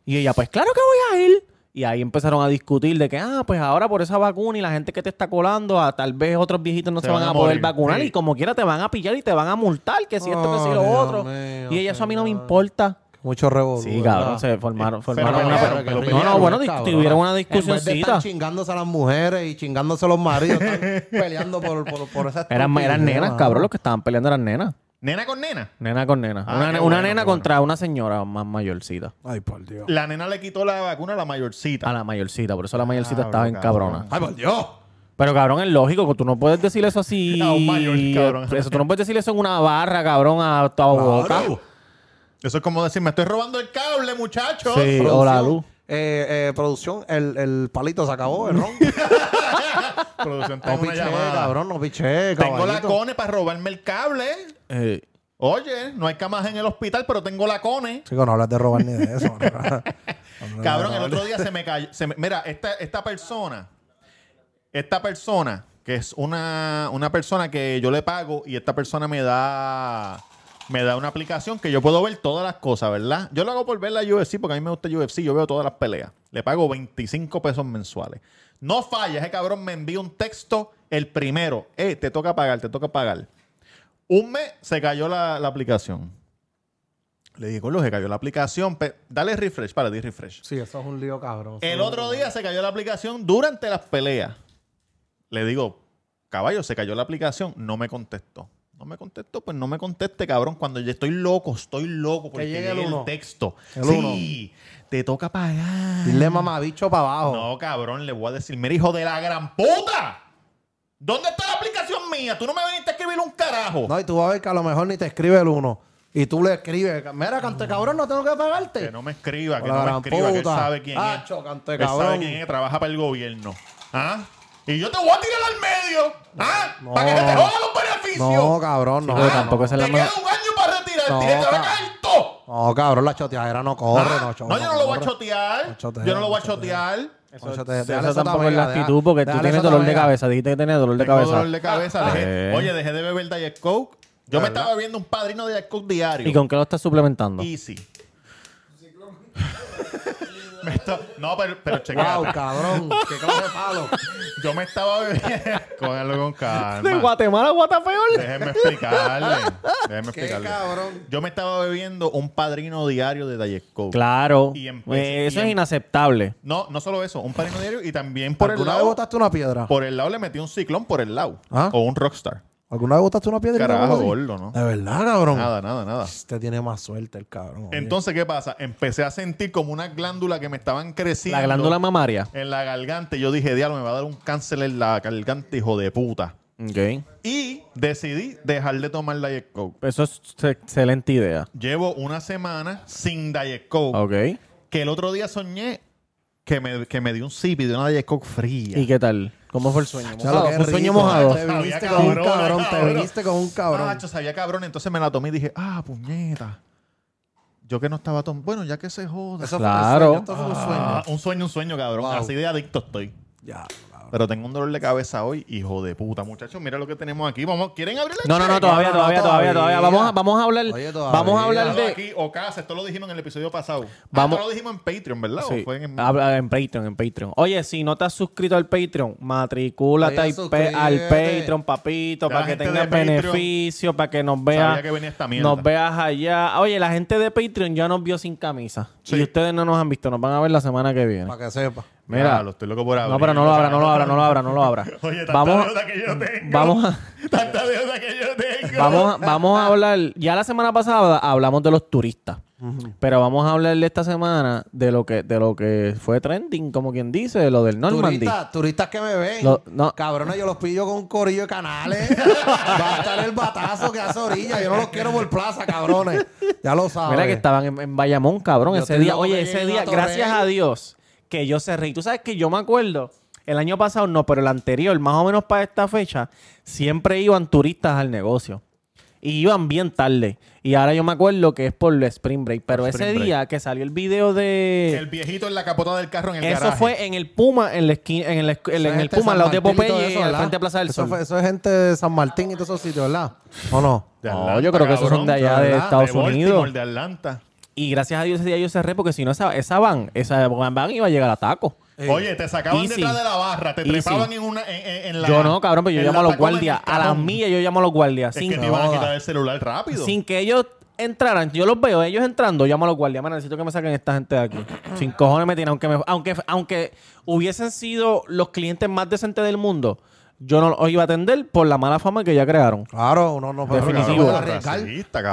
[SPEAKER 4] Y ella, pues claro que voy a ir. Y ahí empezaron a discutir de que, ah, pues ahora por esa vacuna y la gente que te está colando, a, tal vez otros viejitos no se, van, a, poder
[SPEAKER 2] morir.
[SPEAKER 4] vacunar
[SPEAKER 2] Sí.
[SPEAKER 4] y como quiera te van a pillar y te van a multar, que si esto, que si
[SPEAKER 1] Ay,
[SPEAKER 4] lo
[SPEAKER 1] Dios
[SPEAKER 4] otro.
[SPEAKER 1] mío,
[SPEAKER 4] y ella, eso a mí no me
[SPEAKER 1] señor.
[SPEAKER 4] importa.
[SPEAKER 1] Mucho revolú.
[SPEAKER 4] Sí,
[SPEAKER 1] ¿verdad?
[SPEAKER 4] cabrón, se formaron, formaron
[SPEAKER 2] pero,
[SPEAKER 4] una...
[SPEAKER 2] pero, pero,
[SPEAKER 4] no, no,
[SPEAKER 2] pero,
[SPEAKER 4] bueno,
[SPEAKER 1] cabrón.
[SPEAKER 4] tuvieron una
[SPEAKER 1] En vez de estar
[SPEAKER 4] discusióncita.
[SPEAKER 1] chingándose a las mujeres y chingándose a los maridos, <laughs> están peleando por, por, por esa
[SPEAKER 4] Eran,
[SPEAKER 1] estupidez,
[SPEAKER 4] eran nenas,
[SPEAKER 1] mano.
[SPEAKER 4] cabrón, los que estaban peleando eran nenas.
[SPEAKER 2] Nena con nena.
[SPEAKER 4] Nena con nena.
[SPEAKER 2] Ah,
[SPEAKER 4] una
[SPEAKER 2] qué
[SPEAKER 4] una
[SPEAKER 2] bueno,
[SPEAKER 4] nena
[SPEAKER 2] qué bueno.
[SPEAKER 4] contra una señora más mayorcita.
[SPEAKER 1] Ay, por Dios.
[SPEAKER 2] La nena le quitó la vacuna a la mayorcita.
[SPEAKER 4] A la mayorcita, por eso la mayorcita
[SPEAKER 2] Ah,
[SPEAKER 4] estaba
[SPEAKER 2] bro,
[SPEAKER 4] en
[SPEAKER 2] cabrón.
[SPEAKER 4] cabrona.
[SPEAKER 1] Ay, por Dios.
[SPEAKER 4] Pero cabrón, es lógico, que tú no puedes decir eso así.
[SPEAKER 2] <laughs>
[SPEAKER 4] Eh,
[SPEAKER 2] A un mayor, cabrón.
[SPEAKER 4] Eso, tú no puedes decir eso en una barra, cabrón, a tu boca.
[SPEAKER 2] Eso es como decir, me estoy robando el cable, muchachos.
[SPEAKER 4] Sí,
[SPEAKER 1] Producción,
[SPEAKER 4] o la luz.
[SPEAKER 1] Eh, eh, producción, el, el palito se acabó, el <laughs> ron.
[SPEAKER 4] Oh,
[SPEAKER 2] Producción, tengo
[SPEAKER 1] No
[SPEAKER 2] una
[SPEAKER 1] piché,
[SPEAKER 2] llamada.
[SPEAKER 1] cabrón, no piché,
[SPEAKER 2] Tengo la
[SPEAKER 1] caballito.
[SPEAKER 2] cone para robarme el cable.
[SPEAKER 4] Eh,
[SPEAKER 2] Oye, no hay camas en el hospital, pero tengo la cone.
[SPEAKER 1] Chico, no hablas de robar ni de eso. <laughs> mano.
[SPEAKER 2] Cabrón, el otro día se me cayó. se me- mira, esta, esta persona, esta persona, que es una, una persona que yo le pago y esta persona me da me da una aplicación que yo puedo ver todas las cosas, ¿verdad? Yo lo hago por ver la UFC porque a mí me gusta UFC, yo veo todas las peleas. Le pago 25 pesos mensuales. No falla, ese cabrón me envía un texto el primero. Eh, te toca pagar, te toca pagar. Un mes se cayó la, la aplicación. Le dije, lo se cayó la aplicación. pe- dale refresh, para di refresh.
[SPEAKER 1] Sí, eso es un lío, cabrón.
[SPEAKER 2] El otro día se cayó la aplicación durante las peleas. Le digo, caballo, se cayó la aplicación, no me contestó. No me contestó, pues no me conteste, cabrón. Cuando yo estoy loco, estoy loco porque
[SPEAKER 1] llegue el
[SPEAKER 2] llegue el,
[SPEAKER 1] uno.
[SPEAKER 2] texto.
[SPEAKER 1] El
[SPEAKER 2] sí, te toca pagar.
[SPEAKER 1] Dile mamabicho para abajo.
[SPEAKER 2] No, cabrón, le voy a decir, mira, hijo de la gran puta. ¿Dónde está la aplicación mía? Tú no me viniste a escribir un carajo.
[SPEAKER 1] No, y tú vas a ver que a lo mejor ni te escribe el uno. Y tú le escribes, mira, cante cabrón, no tengo que pagarte.
[SPEAKER 2] Que no me escriba, que
[SPEAKER 1] Hola,
[SPEAKER 2] no me
[SPEAKER 1] gran
[SPEAKER 2] escriba, que él
[SPEAKER 1] puta.
[SPEAKER 2] sabe quién
[SPEAKER 1] Ah,
[SPEAKER 2] es.
[SPEAKER 1] chocante,
[SPEAKER 2] él sabe
[SPEAKER 1] cabrón.
[SPEAKER 2] quién es, trabaja para el gobierno. ¿Ah? Y yo te voy a tirar al medio. ¿Ah?
[SPEAKER 1] No.
[SPEAKER 2] Para que se te jodan los beneficios. ¿Ah?
[SPEAKER 1] No, cabrón, no.
[SPEAKER 4] pero
[SPEAKER 1] no,
[SPEAKER 4] tampoco esa
[SPEAKER 2] te
[SPEAKER 4] es la
[SPEAKER 2] queda
[SPEAKER 4] mejor-
[SPEAKER 2] un año para retirarte
[SPEAKER 1] No,
[SPEAKER 2] y te va a
[SPEAKER 1] ca-
[SPEAKER 2] caer todo.
[SPEAKER 1] No, cabrón, la choteadera no corre,
[SPEAKER 2] ¿Ah?
[SPEAKER 1] no,
[SPEAKER 2] No,
[SPEAKER 1] chavo,
[SPEAKER 2] yo no lo voy a
[SPEAKER 1] corre.
[SPEAKER 2] chotear.
[SPEAKER 1] No chotea,
[SPEAKER 2] yo no lo voy a
[SPEAKER 1] no chotea.
[SPEAKER 2] chotear.
[SPEAKER 1] Eso,
[SPEAKER 4] Eso tampoco es la actitud porque tú tienes dolor de cabeza. Dijiste que tenías dolor de
[SPEAKER 2] Tengo
[SPEAKER 4] cabeza.
[SPEAKER 2] dolor de cabeza. dejé-
[SPEAKER 4] Eh.
[SPEAKER 2] Oye, dejé de beber Diet Coke. Yo me estaba bebiendo un padrino de Diet Coke diario.
[SPEAKER 4] ¿Y con qué lo estás suplementando?
[SPEAKER 2] Easy. <laughs> Me está- No, pero, pero checa.
[SPEAKER 1] Wow, cabrón, qué clase de palo.
[SPEAKER 2] Yo me estaba bebiendo. Cógelo con calma.
[SPEAKER 4] De Guatemala a Guatapeor.
[SPEAKER 2] Déjenme explicarle. Déjenme
[SPEAKER 1] Qué
[SPEAKER 2] explicarle.
[SPEAKER 1] cabrón.
[SPEAKER 2] Yo me estaba bebiendo un padrino diario de Diet Coke.
[SPEAKER 4] Claro.
[SPEAKER 2] Y en-
[SPEAKER 4] Eh, eso
[SPEAKER 2] y
[SPEAKER 4] es
[SPEAKER 2] en-
[SPEAKER 4] inaceptable.
[SPEAKER 2] No, no solo eso, un padrino diario y también <laughs> por el
[SPEAKER 1] ¿Alguna vez
[SPEAKER 2] lado.
[SPEAKER 1] botaste una piedra?
[SPEAKER 2] Por el lado le metí un ciclón por el lado.
[SPEAKER 1] Ah.
[SPEAKER 2] O un rockstar.
[SPEAKER 1] ¿Alguna vez botaste una piedra? y
[SPEAKER 2] Carajo,
[SPEAKER 1] algo así?
[SPEAKER 2] gordo, ¿no?
[SPEAKER 1] De verdad, cabrón.
[SPEAKER 2] Nada, nada, nada.
[SPEAKER 1] Usted tiene más suerte, el cabrón. oye.
[SPEAKER 2] Entonces, ¿qué pasa? Empecé a sentir como una glándula que me estaban creciendo.
[SPEAKER 4] La glándula mamaria.
[SPEAKER 2] En la garganta. Y yo dije, diablo, me va a dar un cáncer en la garganta, hijo de puta.
[SPEAKER 4] Ok.
[SPEAKER 2] Y decidí dejar de tomar Diet Coke.
[SPEAKER 4] Eso es excelente idea.
[SPEAKER 2] Llevo una semana sin Diet Coke.
[SPEAKER 4] Ok.
[SPEAKER 2] Que el otro día soñé que me, que me dio un sipi de una Diet Coke fría.
[SPEAKER 4] ¿Y qué tal? ¿Cómo fue el sueño?
[SPEAKER 1] Ya lo
[SPEAKER 4] ¿Mojado?
[SPEAKER 1] que
[SPEAKER 4] ¿Fue un sueño
[SPEAKER 1] rico.
[SPEAKER 4] mojado?
[SPEAKER 1] Te
[SPEAKER 2] Sabía
[SPEAKER 1] viniste con un
[SPEAKER 2] cabrón,
[SPEAKER 1] cabrón, te
[SPEAKER 2] cabrón.
[SPEAKER 1] viniste con un cabrón.
[SPEAKER 2] Ah, yo sabía cabrón. Entonces me la tomé y dije, ah, puñeta. Yo que no estaba tomando. Bueno, ya que se joda.
[SPEAKER 1] Eso fue un
[SPEAKER 4] Claro.
[SPEAKER 1] sueño, esto fue un
[SPEAKER 2] Ah,
[SPEAKER 1] sueño.
[SPEAKER 2] un sueño, un sueño, cabrón.
[SPEAKER 1] Wow.
[SPEAKER 2] Así de adicto estoy.
[SPEAKER 1] Ya, cabrón.
[SPEAKER 2] Pero tengo un dolor de cabeza hoy, hijo de puta, muchachos. Mira lo que tenemos aquí. Vamos, ¿quieren abrir la
[SPEAKER 4] No, no, no, todavía,
[SPEAKER 1] No, no,
[SPEAKER 4] todavía, todavía,
[SPEAKER 1] todavía.
[SPEAKER 4] todavía. Vamos a, vamos a hablar.
[SPEAKER 1] Oye, todavía.
[SPEAKER 4] Vamos a hablar
[SPEAKER 2] Claro,
[SPEAKER 4] de.
[SPEAKER 2] aquí, Ocasa, esto lo dijimos en el episodio pasado. Vamos.
[SPEAKER 4] Vamos-
[SPEAKER 2] Esto lo dijimos en Patreon, ¿verdad? ¿O
[SPEAKER 4] Sí, Ah,
[SPEAKER 2] fue en-
[SPEAKER 4] habla en Patreon, en Patreon. Oye, si no te has suscrito al Patreon, matricúlate
[SPEAKER 1] Oye,
[SPEAKER 4] al,
[SPEAKER 1] suscríbete.
[SPEAKER 4] pa- al Patreon, papito,
[SPEAKER 2] La
[SPEAKER 4] para que
[SPEAKER 2] gente de
[SPEAKER 4] tengas
[SPEAKER 2] Patreon
[SPEAKER 4] beneficio, para que nos
[SPEAKER 2] Sabía
[SPEAKER 4] veas.
[SPEAKER 2] que venía esta mierda.
[SPEAKER 4] Nos veas allá. Oye, la gente de Patreon ya nos vio sin camisa.
[SPEAKER 2] Sí.
[SPEAKER 4] Y ustedes no nos han visto, nos van a ver la semana que viene.
[SPEAKER 1] Para que sepa.
[SPEAKER 4] Mira,
[SPEAKER 2] Ah, lo estoy loco por abrir.
[SPEAKER 4] no, pero no lo abra, no lo abra, no lo abra, no lo abra.
[SPEAKER 2] <laughs> Oye, tanta
[SPEAKER 4] vamos,
[SPEAKER 2] deuda que yo tengo.
[SPEAKER 4] vamos a.
[SPEAKER 2] Tanta deuda que yo tengo.
[SPEAKER 4] Vamos, a- vamos a hablar. Ya la semana pasada hablamos de los turistas. Pero vamos a hablarle esta semana de lo que de lo que fue trending, como quien dice, de lo del Normandy.
[SPEAKER 1] Turistas, turistas que me ven.
[SPEAKER 4] Lo- no.
[SPEAKER 1] Cabrones, yo los pillo con un corillo de
[SPEAKER 4] <laughs>
[SPEAKER 1] canales. Va a estar el batazo que hace orilla. Yo no los quiero por plaza, cabrones. Ya lo saben.
[SPEAKER 4] Mira que estaban en, en Bayamón, cabrón,
[SPEAKER 1] Yo
[SPEAKER 4] ese
[SPEAKER 1] estoy
[SPEAKER 4] día.
[SPEAKER 1] loco
[SPEAKER 4] Oye,
[SPEAKER 1] que
[SPEAKER 4] ese
[SPEAKER 1] lleguen
[SPEAKER 4] día,
[SPEAKER 1] a Torrey.
[SPEAKER 4] gracias a Dios, que yo cerré. Y Tú sabes que yo me acuerdo, el año pasado no, pero el anterior, más o menos para esta fecha, siempre iban turistas al negocio. Y iban bien tarde. Y ahora yo me acuerdo que es por el Spring Break. Pero
[SPEAKER 2] Spring
[SPEAKER 4] ese
[SPEAKER 2] Break.
[SPEAKER 4] día que salió el video de...
[SPEAKER 2] El viejito en la capota del carro en el
[SPEAKER 4] Eso
[SPEAKER 2] garaje.
[SPEAKER 4] fue en el Puma, en la esquina, en el, escu- en
[SPEAKER 1] Esa
[SPEAKER 4] el
[SPEAKER 1] gente
[SPEAKER 4] Puma, al
[SPEAKER 1] este San
[SPEAKER 4] lado de
[SPEAKER 1] Martín y todo
[SPEAKER 4] Popeye,
[SPEAKER 1] eso,
[SPEAKER 4] al
[SPEAKER 1] ¿verdad?
[SPEAKER 4] frente de Plaza del
[SPEAKER 1] Eso
[SPEAKER 4] Sol.
[SPEAKER 1] fue- eso es gente de San Martín y todos esos sitios, ¿verdad? ¿O no?
[SPEAKER 2] De
[SPEAKER 4] No,
[SPEAKER 2] Atlanta,
[SPEAKER 4] yo creo que esos son de allá de
[SPEAKER 2] ¿verdad?
[SPEAKER 4] Estados
[SPEAKER 2] Baltimore,
[SPEAKER 4] Unidos.
[SPEAKER 2] de Atlanta.
[SPEAKER 4] Y gracias a Dios ese día yo cerré porque si no esa, esa van, esa van, van iba a llegar a taco.
[SPEAKER 2] Oye, te sacaban
[SPEAKER 4] Easy.
[SPEAKER 2] detrás de la barra, te
[SPEAKER 4] Easy.
[SPEAKER 2] trepaban en una en, en- en la
[SPEAKER 4] yo no, cabrón, pero yo
[SPEAKER 2] en
[SPEAKER 4] llamo a
[SPEAKER 2] la
[SPEAKER 4] los
[SPEAKER 2] tacoma del
[SPEAKER 4] guardias. A las
[SPEAKER 2] cajón.
[SPEAKER 4] millas yo llamo a los guardias.
[SPEAKER 2] Es
[SPEAKER 4] sin,
[SPEAKER 2] que te iban a
[SPEAKER 1] joda.
[SPEAKER 2] quitar el celular rápido.
[SPEAKER 4] sin que ellos entraran, yo los veo, ellos entrando, llamo a los guardias, "Mano, necesito que me saquen esta gente de aquí. Sin cojones me tienen, aunque, me- aunque, aunque hubiesen sido los clientes más decentes del mundo, yo no los iba a atender por la mala fama que ya crearon.
[SPEAKER 1] Claro, uno no puede
[SPEAKER 4] Definitivo.
[SPEAKER 1] no puede arriesgar.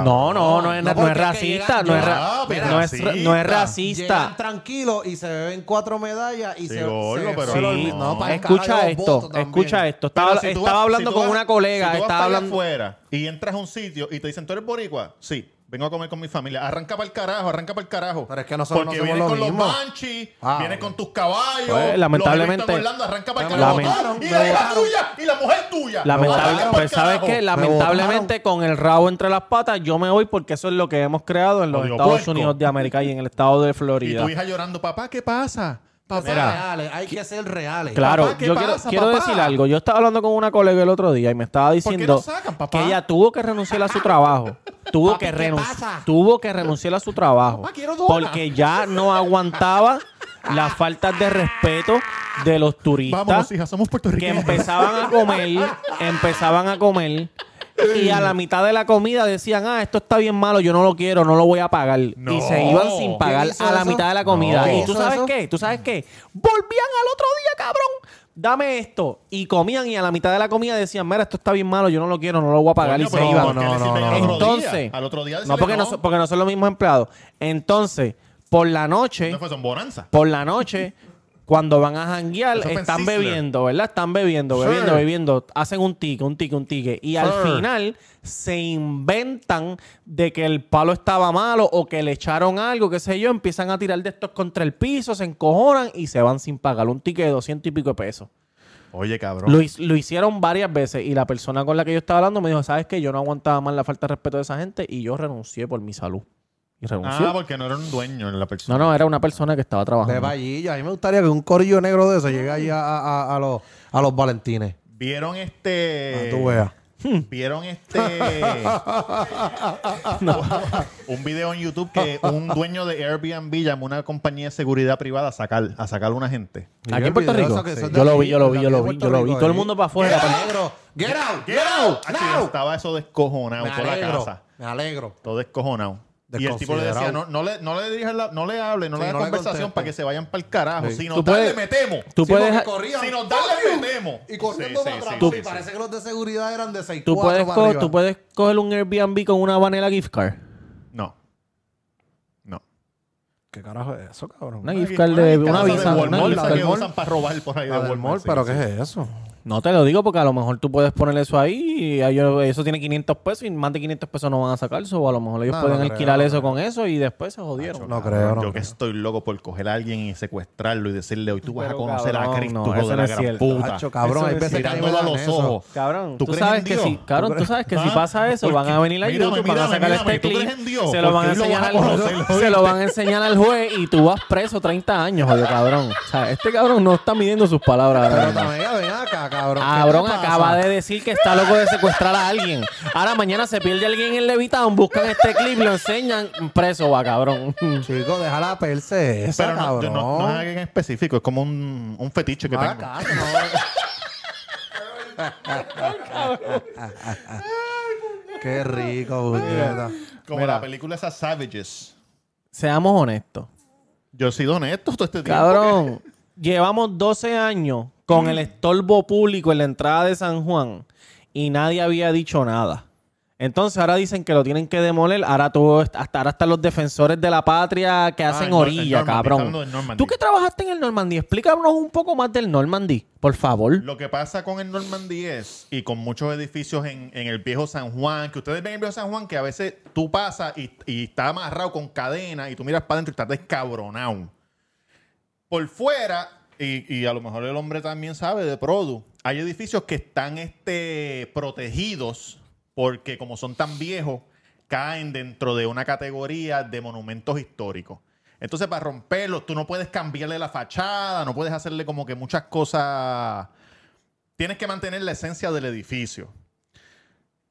[SPEAKER 4] No, no, no
[SPEAKER 1] No,
[SPEAKER 4] es, no es
[SPEAKER 1] porque es que
[SPEAKER 4] racista,
[SPEAKER 1] llegan-
[SPEAKER 4] no es, ra-
[SPEAKER 2] Ah, pero
[SPEAKER 4] no es, ra- no es
[SPEAKER 2] racista.
[SPEAKER 1] Llegan
[SPEAKER 4] racista.
[SPEAKER 1] tranquilos y se beben cuatro medallas y
[SPEAKER 2] Sí,
[SPEAKER 1] se,
[SPEAKER 2] gordo,
[SPEAKER 1] se
[SPEAKER 2] pero
[SPEAKER 1] fueron-
[SPEAKER 2] Sí, no,
[SPEAKER 1] para el
[SPEAKER 4] escucha
[SPEAKER 1] carajo,
[SPEAKER 4] esto,
[SPEAKER 1] voto también.
[SPEAKER 4] escucha esto. Estaba,
[SPEAKER 2] Pero si tú
[SPEAKER 4] estaba
[SPEAKER 2] vas-
[SPEAKER 4] hablando
[SPEAKER 2] si tú
[SPEAKER 4] con
[SPEAKER 2] vas-
[SPEAKER 4] una colega,
[SPEAKER 2] si tú vas
[SPEAKER 4] estaba
[SPEAKER 2] para allá
[SPEAKER 4] hablando...
[SPEAKER 2] afuera y entras a un sitio y te dicen, tú eres boricua. Sí, vengo a comer con mi familia. Arranca para el carajo, arranca para el carajo.
[SPEAKER 1] Pero es que nosotros
[SPEAKER 2] Porque
[SPEAKER 1] no somos
[SPEAKER 2] vienes
[SPEAKER 1] lo
[SPEAKER 2] con
[SPEAKER 1] mismo.
[SPEAKER 2] los banchis,
[SPEAKER 1] Ah,
[SPEAKER 2] vienes
[SPEAKER 1] ok.
[SPEAKER 2] con tus caballos.
[SPEAKER 4] Pues,
[SPEAKER 2] los he
[SPEAKER 4] lamentablemente-
[SPEAKER 2] visto en Orlando, arranca para el
[SPEAKER 1] Me
[SPEAKER 2] carajo.
[SPEAKER 1] votaron,
[SPEAKER 2] y
[SPEAKER 1] me
[SPEAKER 2] la hija
[SPEAKER 1] votaron.
[SPEAKER 2] tuya y la mujer tuya.
[SPEAKER 4] Lamentable,
[SPEAKER 2] Arranca pa'l
[SPEAKER 4] pues sabes
[SPEAKER 2] carajo.
[SPEAKER 4] que lamentablemente con el rabo entre las patas yo me voy porque eso es lo que hemos creado en los
[SPEAKER 2] Odio
[SPEAKER 4] Estados
[SPEAKER 2] puerco.
[SPEAKER 4] Unidos de América y en el estado de
[SPEAKER 2] Y
[SPEAKER 4] Florida.
[SPEAKER 2] tu hija llorando, papá, ¿qué pasa? Papá,
[SPEAKER 1] Ser reales, hay que ser reales.
[SPEAKER 4] Claro,
[SPEAKER 2] Papá, ¿qué
[SPEAKER 4] yo
[SPEAKER 2] pasa,
[SPEAKER 4] quiero, quiero
[SPEAKER 2] papá?
[SPEAKER 4] decir algo. Yo estaba hablando con una colega el otro día y me estaba
[SPEAKER 2] qué
[SPEAKER 4] diciendo
[SPEAKER 2] no sacan, papá?
[SPEAKER 4] que ella tuvo que renunciar a
[SPEAKER 2] <laughs>
[SPEAKER 4] su trabajo. Tuvo
[SPEAKER 1] Papi,
[SPEAKER 4] que
[SPEAKER 1] ¿qué
[SPEAKER 4] renun-
[SPEAKER 1] pasa?
[SPEAKER 4] tuvo que renunciar a su trabajo
[SPEAKER 2] Papá, quiero dona.
[SPEAKER 4] porque ya no aguantaba las faltas de respeto de los turistas.
[SPEAKER 2] vámonos, hija, somos
[SPEAKER 4] que
[SPEAKER 2] puertorriqueños.
[SPEAKER 4] empezaban a comer, empezaban a comer y a la mitad de la comida decían, ah, esto está bien malo, yo no lo quiero, no lo voy a pagar.
[SPEAKER 2] No.
[SPEAKER 4] Y se iban sin pagar
[SPEAKER 1] ¿Quién hizo
[SPEAKER 4] a la
[SPEAKER 1] eso?
[SPEAKER 4] mitad de la comida.
[SPEAKER 1] No.
[SPEAKER 4] ¿Y
[SPEAKER 1] ¿Quién
[SPEAKER 4] tú
[SPEAKER 1] hizo
[SPEAKER 4] sabes
[SPEAKER 1] eso?
[SPEAKER 4] qué? ¿Tú sabes qué? Volvían al otro día, cabrón. Dame esto. Y comían y a la mitad de la comida decían, mira, esto está bien malo, yo no lo quiero, no lo voy a pagar.
[SPEAKER 2] Coño,
[SPEAKER 4] y se
[SPEAKER 2] pero
[SPEAKER 4] iban.
[SPEAKER 2] ¿por qué
[SPEAKER 1] No,
[SPEAKER 2] decirle
[SPEAKER 1] no,
[SPEAKER 2] al
[SPEAKER 1] no.
[SPEAKER 2] otro día?
[SPEAKER 4] Entonces,
[SPEAKER 2] Al otro día
[SPEAKER 4] no,
[SPEAKER 2] decirle
[SPEAKER 4] porque no, son- porque no son los mismos empleados. Entonces, por la noche
[SPEAKER 2] No fue son bonanza.
[SPEAKER 4] por la noche, cuando van a janguear,
[SPEAKER 2] Eso fue en
[SPEAKER 4] están
[SPEAKER 2] Sizzler.
[SPEAKER 4] bebiendo, ¿verdad? Están bebiendo,
[SPEAKER 2] Sure.
[SPEAKER 4] bebiendo, bebiendo. Hacen un tique, un tique, un tique. Y al
[SPEAKER 2] Sure.
[SPEAKER 4] final se inventan de que el palo estaba malo o que le echaron algo, qué sé yo. Empiezan a tirar de estos contra el piso, se encojonan y se van sin pagar un tique de 200 y pico de pesos.
[SPEAKER 2] Oye, cabrón.
[SPEAKER 4] Lo, hi- lo hicieron varias veces y la persona con la que yo estaba hablando me dijo, ¿sabes qué? Yo no aguantaba más la falta de respeto de esa gente y yo renuncié por mi salud. Y renunció.
[SPEAKER 2] Ah, porque no era un dueño en la persona.
[SPEAKER 4] no, no, era una persona que estaba trabajando.
[SPEAKER 1] Beba allí, yo- a mí me gustaría que un corillo negro de eso llegue allí a, a- a- a los, a los Valentines.
[SPEAKER 2] Vieron este.
[SPEAKER 1] Ah, tú veas.
[SPEAKER 2] Vieron
[SPEAKER 1] <laughs>
[SPEAKER 2] este. un video en YouTube que un dueño de Airbnb llamó a una compañía de seguridad privada a sacar a, sacar a una gente.
[SPEAKER 1] Mira
[SPEAKER 4] Aquí
[SPEAKER 1] el
[SPEAKER 4] en Puerto
[SPEAKER 1] video,
[SPEAKER 4] Rico.
[SPEAKER 1] eso que son de
[SPEAKER 4] Yo lo vi,
[SPEAKER 1] aquí,
[SPEAKER 4] yo lo vi,
[SPEAKER 1] de
[SPEAKER 4] yo
[SPEAKER 1] aquí
[SPEAKER 4] lo
[SPEAKER 1] de
[SPEAKER 4] vi, yo
[SPEAKER 1] Puerto
[SPEAKER 4] lo vi.
[SPEAKER 1] Rico,
[SPEAKER 4] Todo el
[SPEAKER 1] ¿eh?
[SPEAKER 4] mundo para afuera. para-
[SPEAKER 1] negro. Get out, get out,
[SPEAKER 2] Aquí
[SPEAKER 1] now.
[SPEAKER 2] estaba eso descojonado,
[SPEAKER 1] Me
[SPEAKER 2] toda la
[SPEAKER 1] alegro,
[SPEAKER 2] casa.
[SPEAKER 1] me alegro.
[SPEAKER 2] Todo descojonado. Y el tipo le decía, no, no le, no le dirijas la- no le hable, no
[SPEAKER 1] Sí,
[SPEAKER 2] le hagas
[SPEAKER 1] no le
[SPEAKER 2] conversación
[SPEAKER 1] conteste.
[SPEAKER 2] para que se vayan para el carajo.
[SPEAKER 1] Sí.
[SPEAKER 2] Si
[SPEAKER 4] Tú
[SPEAKER 2] nos dan, le
[SPEAKER 4] puedes-
[SPEAKER 2] metemos.
[SPEAKER 4] Tú
[SPEAKER 1] Sí,
[SPEAKER 4] puedes,
[SPEAKER 1] porque corrían,
[SPEAKER 2] Si nos dan,
[SPEAKER 1] ¡fuck
[SPEAKER 2] le
[SPEAKER 1] you!
[SPEAKER 2] metemos.
[SPEAKER 1] Y corriendo
[SPEAKER 2] Sí,
[SPEAKER 1] para
[SPEAKER 2] sí,
[SPEAKER 1] atrás,
[SPEAKER 2] sí,
[SPEAKER 1] papi,
[SPEAKER 2] sí, sí.
[SPEAKER 1] parece que los de seguridad eran de 6
[SPEAKER 4] tú, puedes
[SPEAKER 1] para
[SPEAKER 4] co-
[SPEAKER 1] arriba.
[SPEAKER 4] tú puedes coger un Airbnb con una Vanilla gift card.
[SPEAKER 2] No. No.
[SPEAKER 1] ¿Qué carajo es eso, cabrón?
[SPEAKER 4] Una gift card de una
[SPEAKER 1] casa de
[SPEAKER 4] visa.
[SPEAKER 1] Walmart,
[SPEAKER 4] una gift
[SPEAKER 1] la
[SPEAKER 2] La
[SPEAKER 1] del
[SPEAKER 2] que
[SPEAKER 4] card.
[SPEAKER 1] Walmart.
[SPEAKER 2] usan para robar por ahí Eh, de
[SPEAKER 1] La del mall,
[SPEAKER 2] Walmart. sí,
[SPEAKER 1] pero
[SPEAKER 2] sí,
[SPEAKER 1] ¿qué
[SPEAKER 2] sí.
[SPEAKER 1] es eso?
[SPEAKER 4] No te lo digo porque a lo mejor tú puedes poner eso ahí y a ellos- eso tiene 500 pesos y más de 500 pesos no van a sacar eso. O a lo mejor ellos
[SPEAKER 1] No,
[SPEAKER 4] pueden
[SPEAKER 1] no creo,
[SPEAKER 4] alquilar
[SPEAKER 1] no
[SPEAKER 4] eso con eso y después se jodieron.
[SPEAKER 1] No creo, no
[SPEAKER 2] yo que
[SPEAKER 1] creo.
[SPEAKER 2] estoy loco por coger a alguien y secuestrarlo y decirle, hoy tú vas
[SPEAKER 4] Pero,
[SPEAKER 2] a conocer
[SPEAKER 4] cabrón,
[SPEAKER 2] a Cristo,
[SPEAKER 4] no,
[SPEAKER 2] hijo
[SPEAKER 4] eso
[SPEAKER 2] de
[SPEAKER 4] no
[SPEAKER 2] la
[SPEAKER 4] es
[SPEAKER 2] gran
[SPEAKER 4] cierto.
[SPEAKER 2] puta.
[SPEAKER 1] Tacho, cabrón,
[SPEAKER 4] Eso
[SPEAKER 1] hay
[SPEAKER 4] es
[SPEAKER 1] veces que a mí me
[SPEAKER 2] Mirándolo a
[SPEAKER 1] dan
[SPEAKER 2] los
[SPEAKER 1] eso.
[SPEAKER 2] ojos.
[SPEAKER 4] Cabrón,
[SPEAKER 2] ¿Tú
[SPEAKER 4] tú,
[SPEAKER 2] crees
[SPEAKER 4] sabes
[SPEAKER 2] en
[SPEAKER 4] que
[SPEAKER 2] Dios?
[SPEAKER 4] si, cabrón,
[SPEAKER 1] ¿Tú
[SPEAKER 4] tú sabes que si
[SPEAKER 2] ¿Ah?
[SPEAKER 4] pasa eso, van a venir a
[SPEAKER 2] Mírame,
[SPEAKER 4] YouTube, van a
[SPEAKER 2] mírame,
[SPEAKER 4] sacar
[SPEAKER 2] mírame,
[SPEAKER 4] este
[SPEAKER 2] ¿tú crees
[SPEAKER 4] clip,
[SPEAKER 2] en Dios?
[SPEAKER 4] se lo
[SPEAKER 2] ¿Por
[SPEAKER 4] van a
[SPEAKER 2] qué lo
[SPEAKER 4] enseñar
[SPEAKER 2] vas a
[SPEAKER 4] al
[SPEAKER 2] conocer,
[SPEAKER 4] se lo van a enseñar al juez y tú vas preso 30 años, jodido cabrón. O sea, este cabrón no está midiendo sus palabras. ahora
[SPEAKER 1] Pero
[SPEAKER 4] mismo.
[SPEAKER 1] también, ven acá, cabrón. ¿qué
[SPEAKER 4] Cabrón
[SPEAKER 1] te pasa?
[SPEAKER 4] acaba de decir que está loco de secuestrar a alguien. Ahora mañana se pierde alguien en Levitown, buscan este clip, lo enseñan, preso va, cabrón. <laughs>
[SPEAKER 1] Chico, deja la perse esa,
[SPEAKER 2] Pero no,
[SPEAKER 1] cabrón.
[SPEAKER 2] yo no, no es alguien en específico, es como un, un fetiche que
[SPEAKER 1] Ah,
[SPEAKER 2] tengo.
[SPEAKER 1] claro, no.
[SPEAKER 2] <laughs>
[SPEAKER 1] Qué rico, puñeta.
[SPEAKER 2] Como la película esa Savages.
[SPEAKER 4] Seamos honestos.
[SPEAKER 2] Yo he sido honesto todo este tiempo.
[SPEAKER 4] Cabrón, llevamos 12 años con el estorbo público en la entrada de San Juan y nadie había dicho nada. Entonces ahora dicen que lo tienen que demoler. Ahora todo, est- hasta ahora están los defensores de la patria que hacen
[SPEAKER 2] el Nor- el
[SPEAKER 4] orilla,
[SPEAKER 2] Normandy,
[SPEAKER 4] cabrón.
[SPEAKER 2] hablando del Normandy.
[SPEAKER 4] Tú que trabajaste en el Normandy, explícanos un poco más del Normandy, por favor.
[SPEAKER 2] Lo que pasa con el Normandí es, y con muchos edificios en, en el viejo San Juan, que ustedes ven el viejo San Juan, que a veces tú pasas y, y está amarrado con cadena y tú miras para adentro y estás descabronado. Por fuera, y, y a lo mejor el hombre también sabe de Produ, hay edificios que están este, protegidos porque como son tan viejos, caen dentro de una categoría de monumentos históricos. Entonces, para romperlos, tú no puedes cambiarle la fachada, no puedes hacerle como que muchas cosas tienes que mantener la esencia del edificio.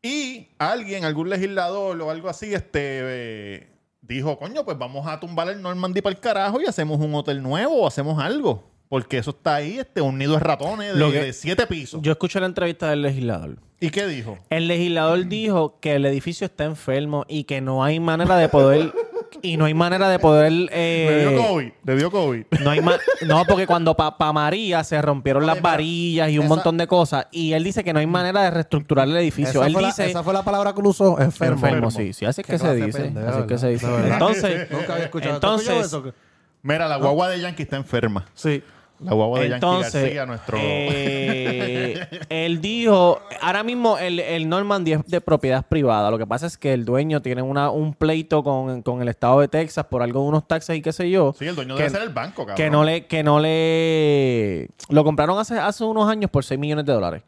[SPEAKER 2] Y alguien, algún legislador o algo así, este eh, dijo, coño, pues vamos a tumbar el Normandy para el carajo y hacemos un hotel nuevo o hacemos algo. Porque eso está ahí, este, un nido de ratones de,
[SPEAKER 4] Lo que-
[SPEAKER 2] de siete pisos.
[SPEAKER 4] Yo escuché la entrevista del legislador.
[SPEAKER 2] ¿Y qué dijo?
[SPEAKER 4] El
[SPEAKER 1] Mm.
[SPEAKER 4] legislador dijo que el edificio está enfermo y que no hay manera de poder. y no hay manera de poder.
[SPEAKER 2] Le
[SPEAKER 4] eh,
[SPEAKER 2] dio COVID, le dio COVID.
[SPEAKER 4] no hay ma- No, porque cuando Papá María se rompieron las varillas y
[SPEAKER 1] esa-
[SPEAKER 4] un
[SPEAKER 1] Mm.
[SPEAKER 4] montón de cosas. Y él dice que no hay manera de reestructurar el edificio.
[SPEAKER 1] esa,
[SPEAKER 4] él
[SPEAKER 1] fue
[SPEAKER 4] dice.
[SPEAKER 1] la, esa fue la palabra que lo usó, enfermo.
[SPEAKER 4] enfermo, sí. Sí, así es
[SPEAKER 1] Qué
[SPEAKER 4] que se
[SPEAKER 1] clase de
[SPEAKER 4] dice.
[SPEAKER 1] pendejo,
[SPEAKER 4] así es que
[SPEAKER 1] ¿verdad?
[SPEAKER 4] se dice.
[SPEAKER 1] De verdad.
[SPEAKER 4] Entonces.
[SPEAKER 1] Nunca había escuchado. ¿Tú has
[SPEAKER 4] Entonces.
[SPEAKER 1] escuchado eso?
[SPEAKER 2] Mira, la guagua de Yankee está enferma.
[SPEAKER 1] Sí.
[SPEAKER 2] La guagua de
[SPEAKER 4] Entonces,
[SPEAKER 2] Yankee García, nuestro...
[SPEAKER 4] eh, <laughs> él dijo, ahora mismo el, el Normandy es de propiedad privada. Lo que pasa es que el dueño tiene una, un pleito con, con el estado de Texas por algo de unos taxes y qué sé yo.
[SPEAKER 2] <laughs> Sí, el dueño
[SPEAKER 4] que-
[SPEAKER 2] debe ser el banco, cabrón.
[SPEAKER 4] Que no le, que no le. Lo compraron hace, hace unos años por 6 millones de dólares.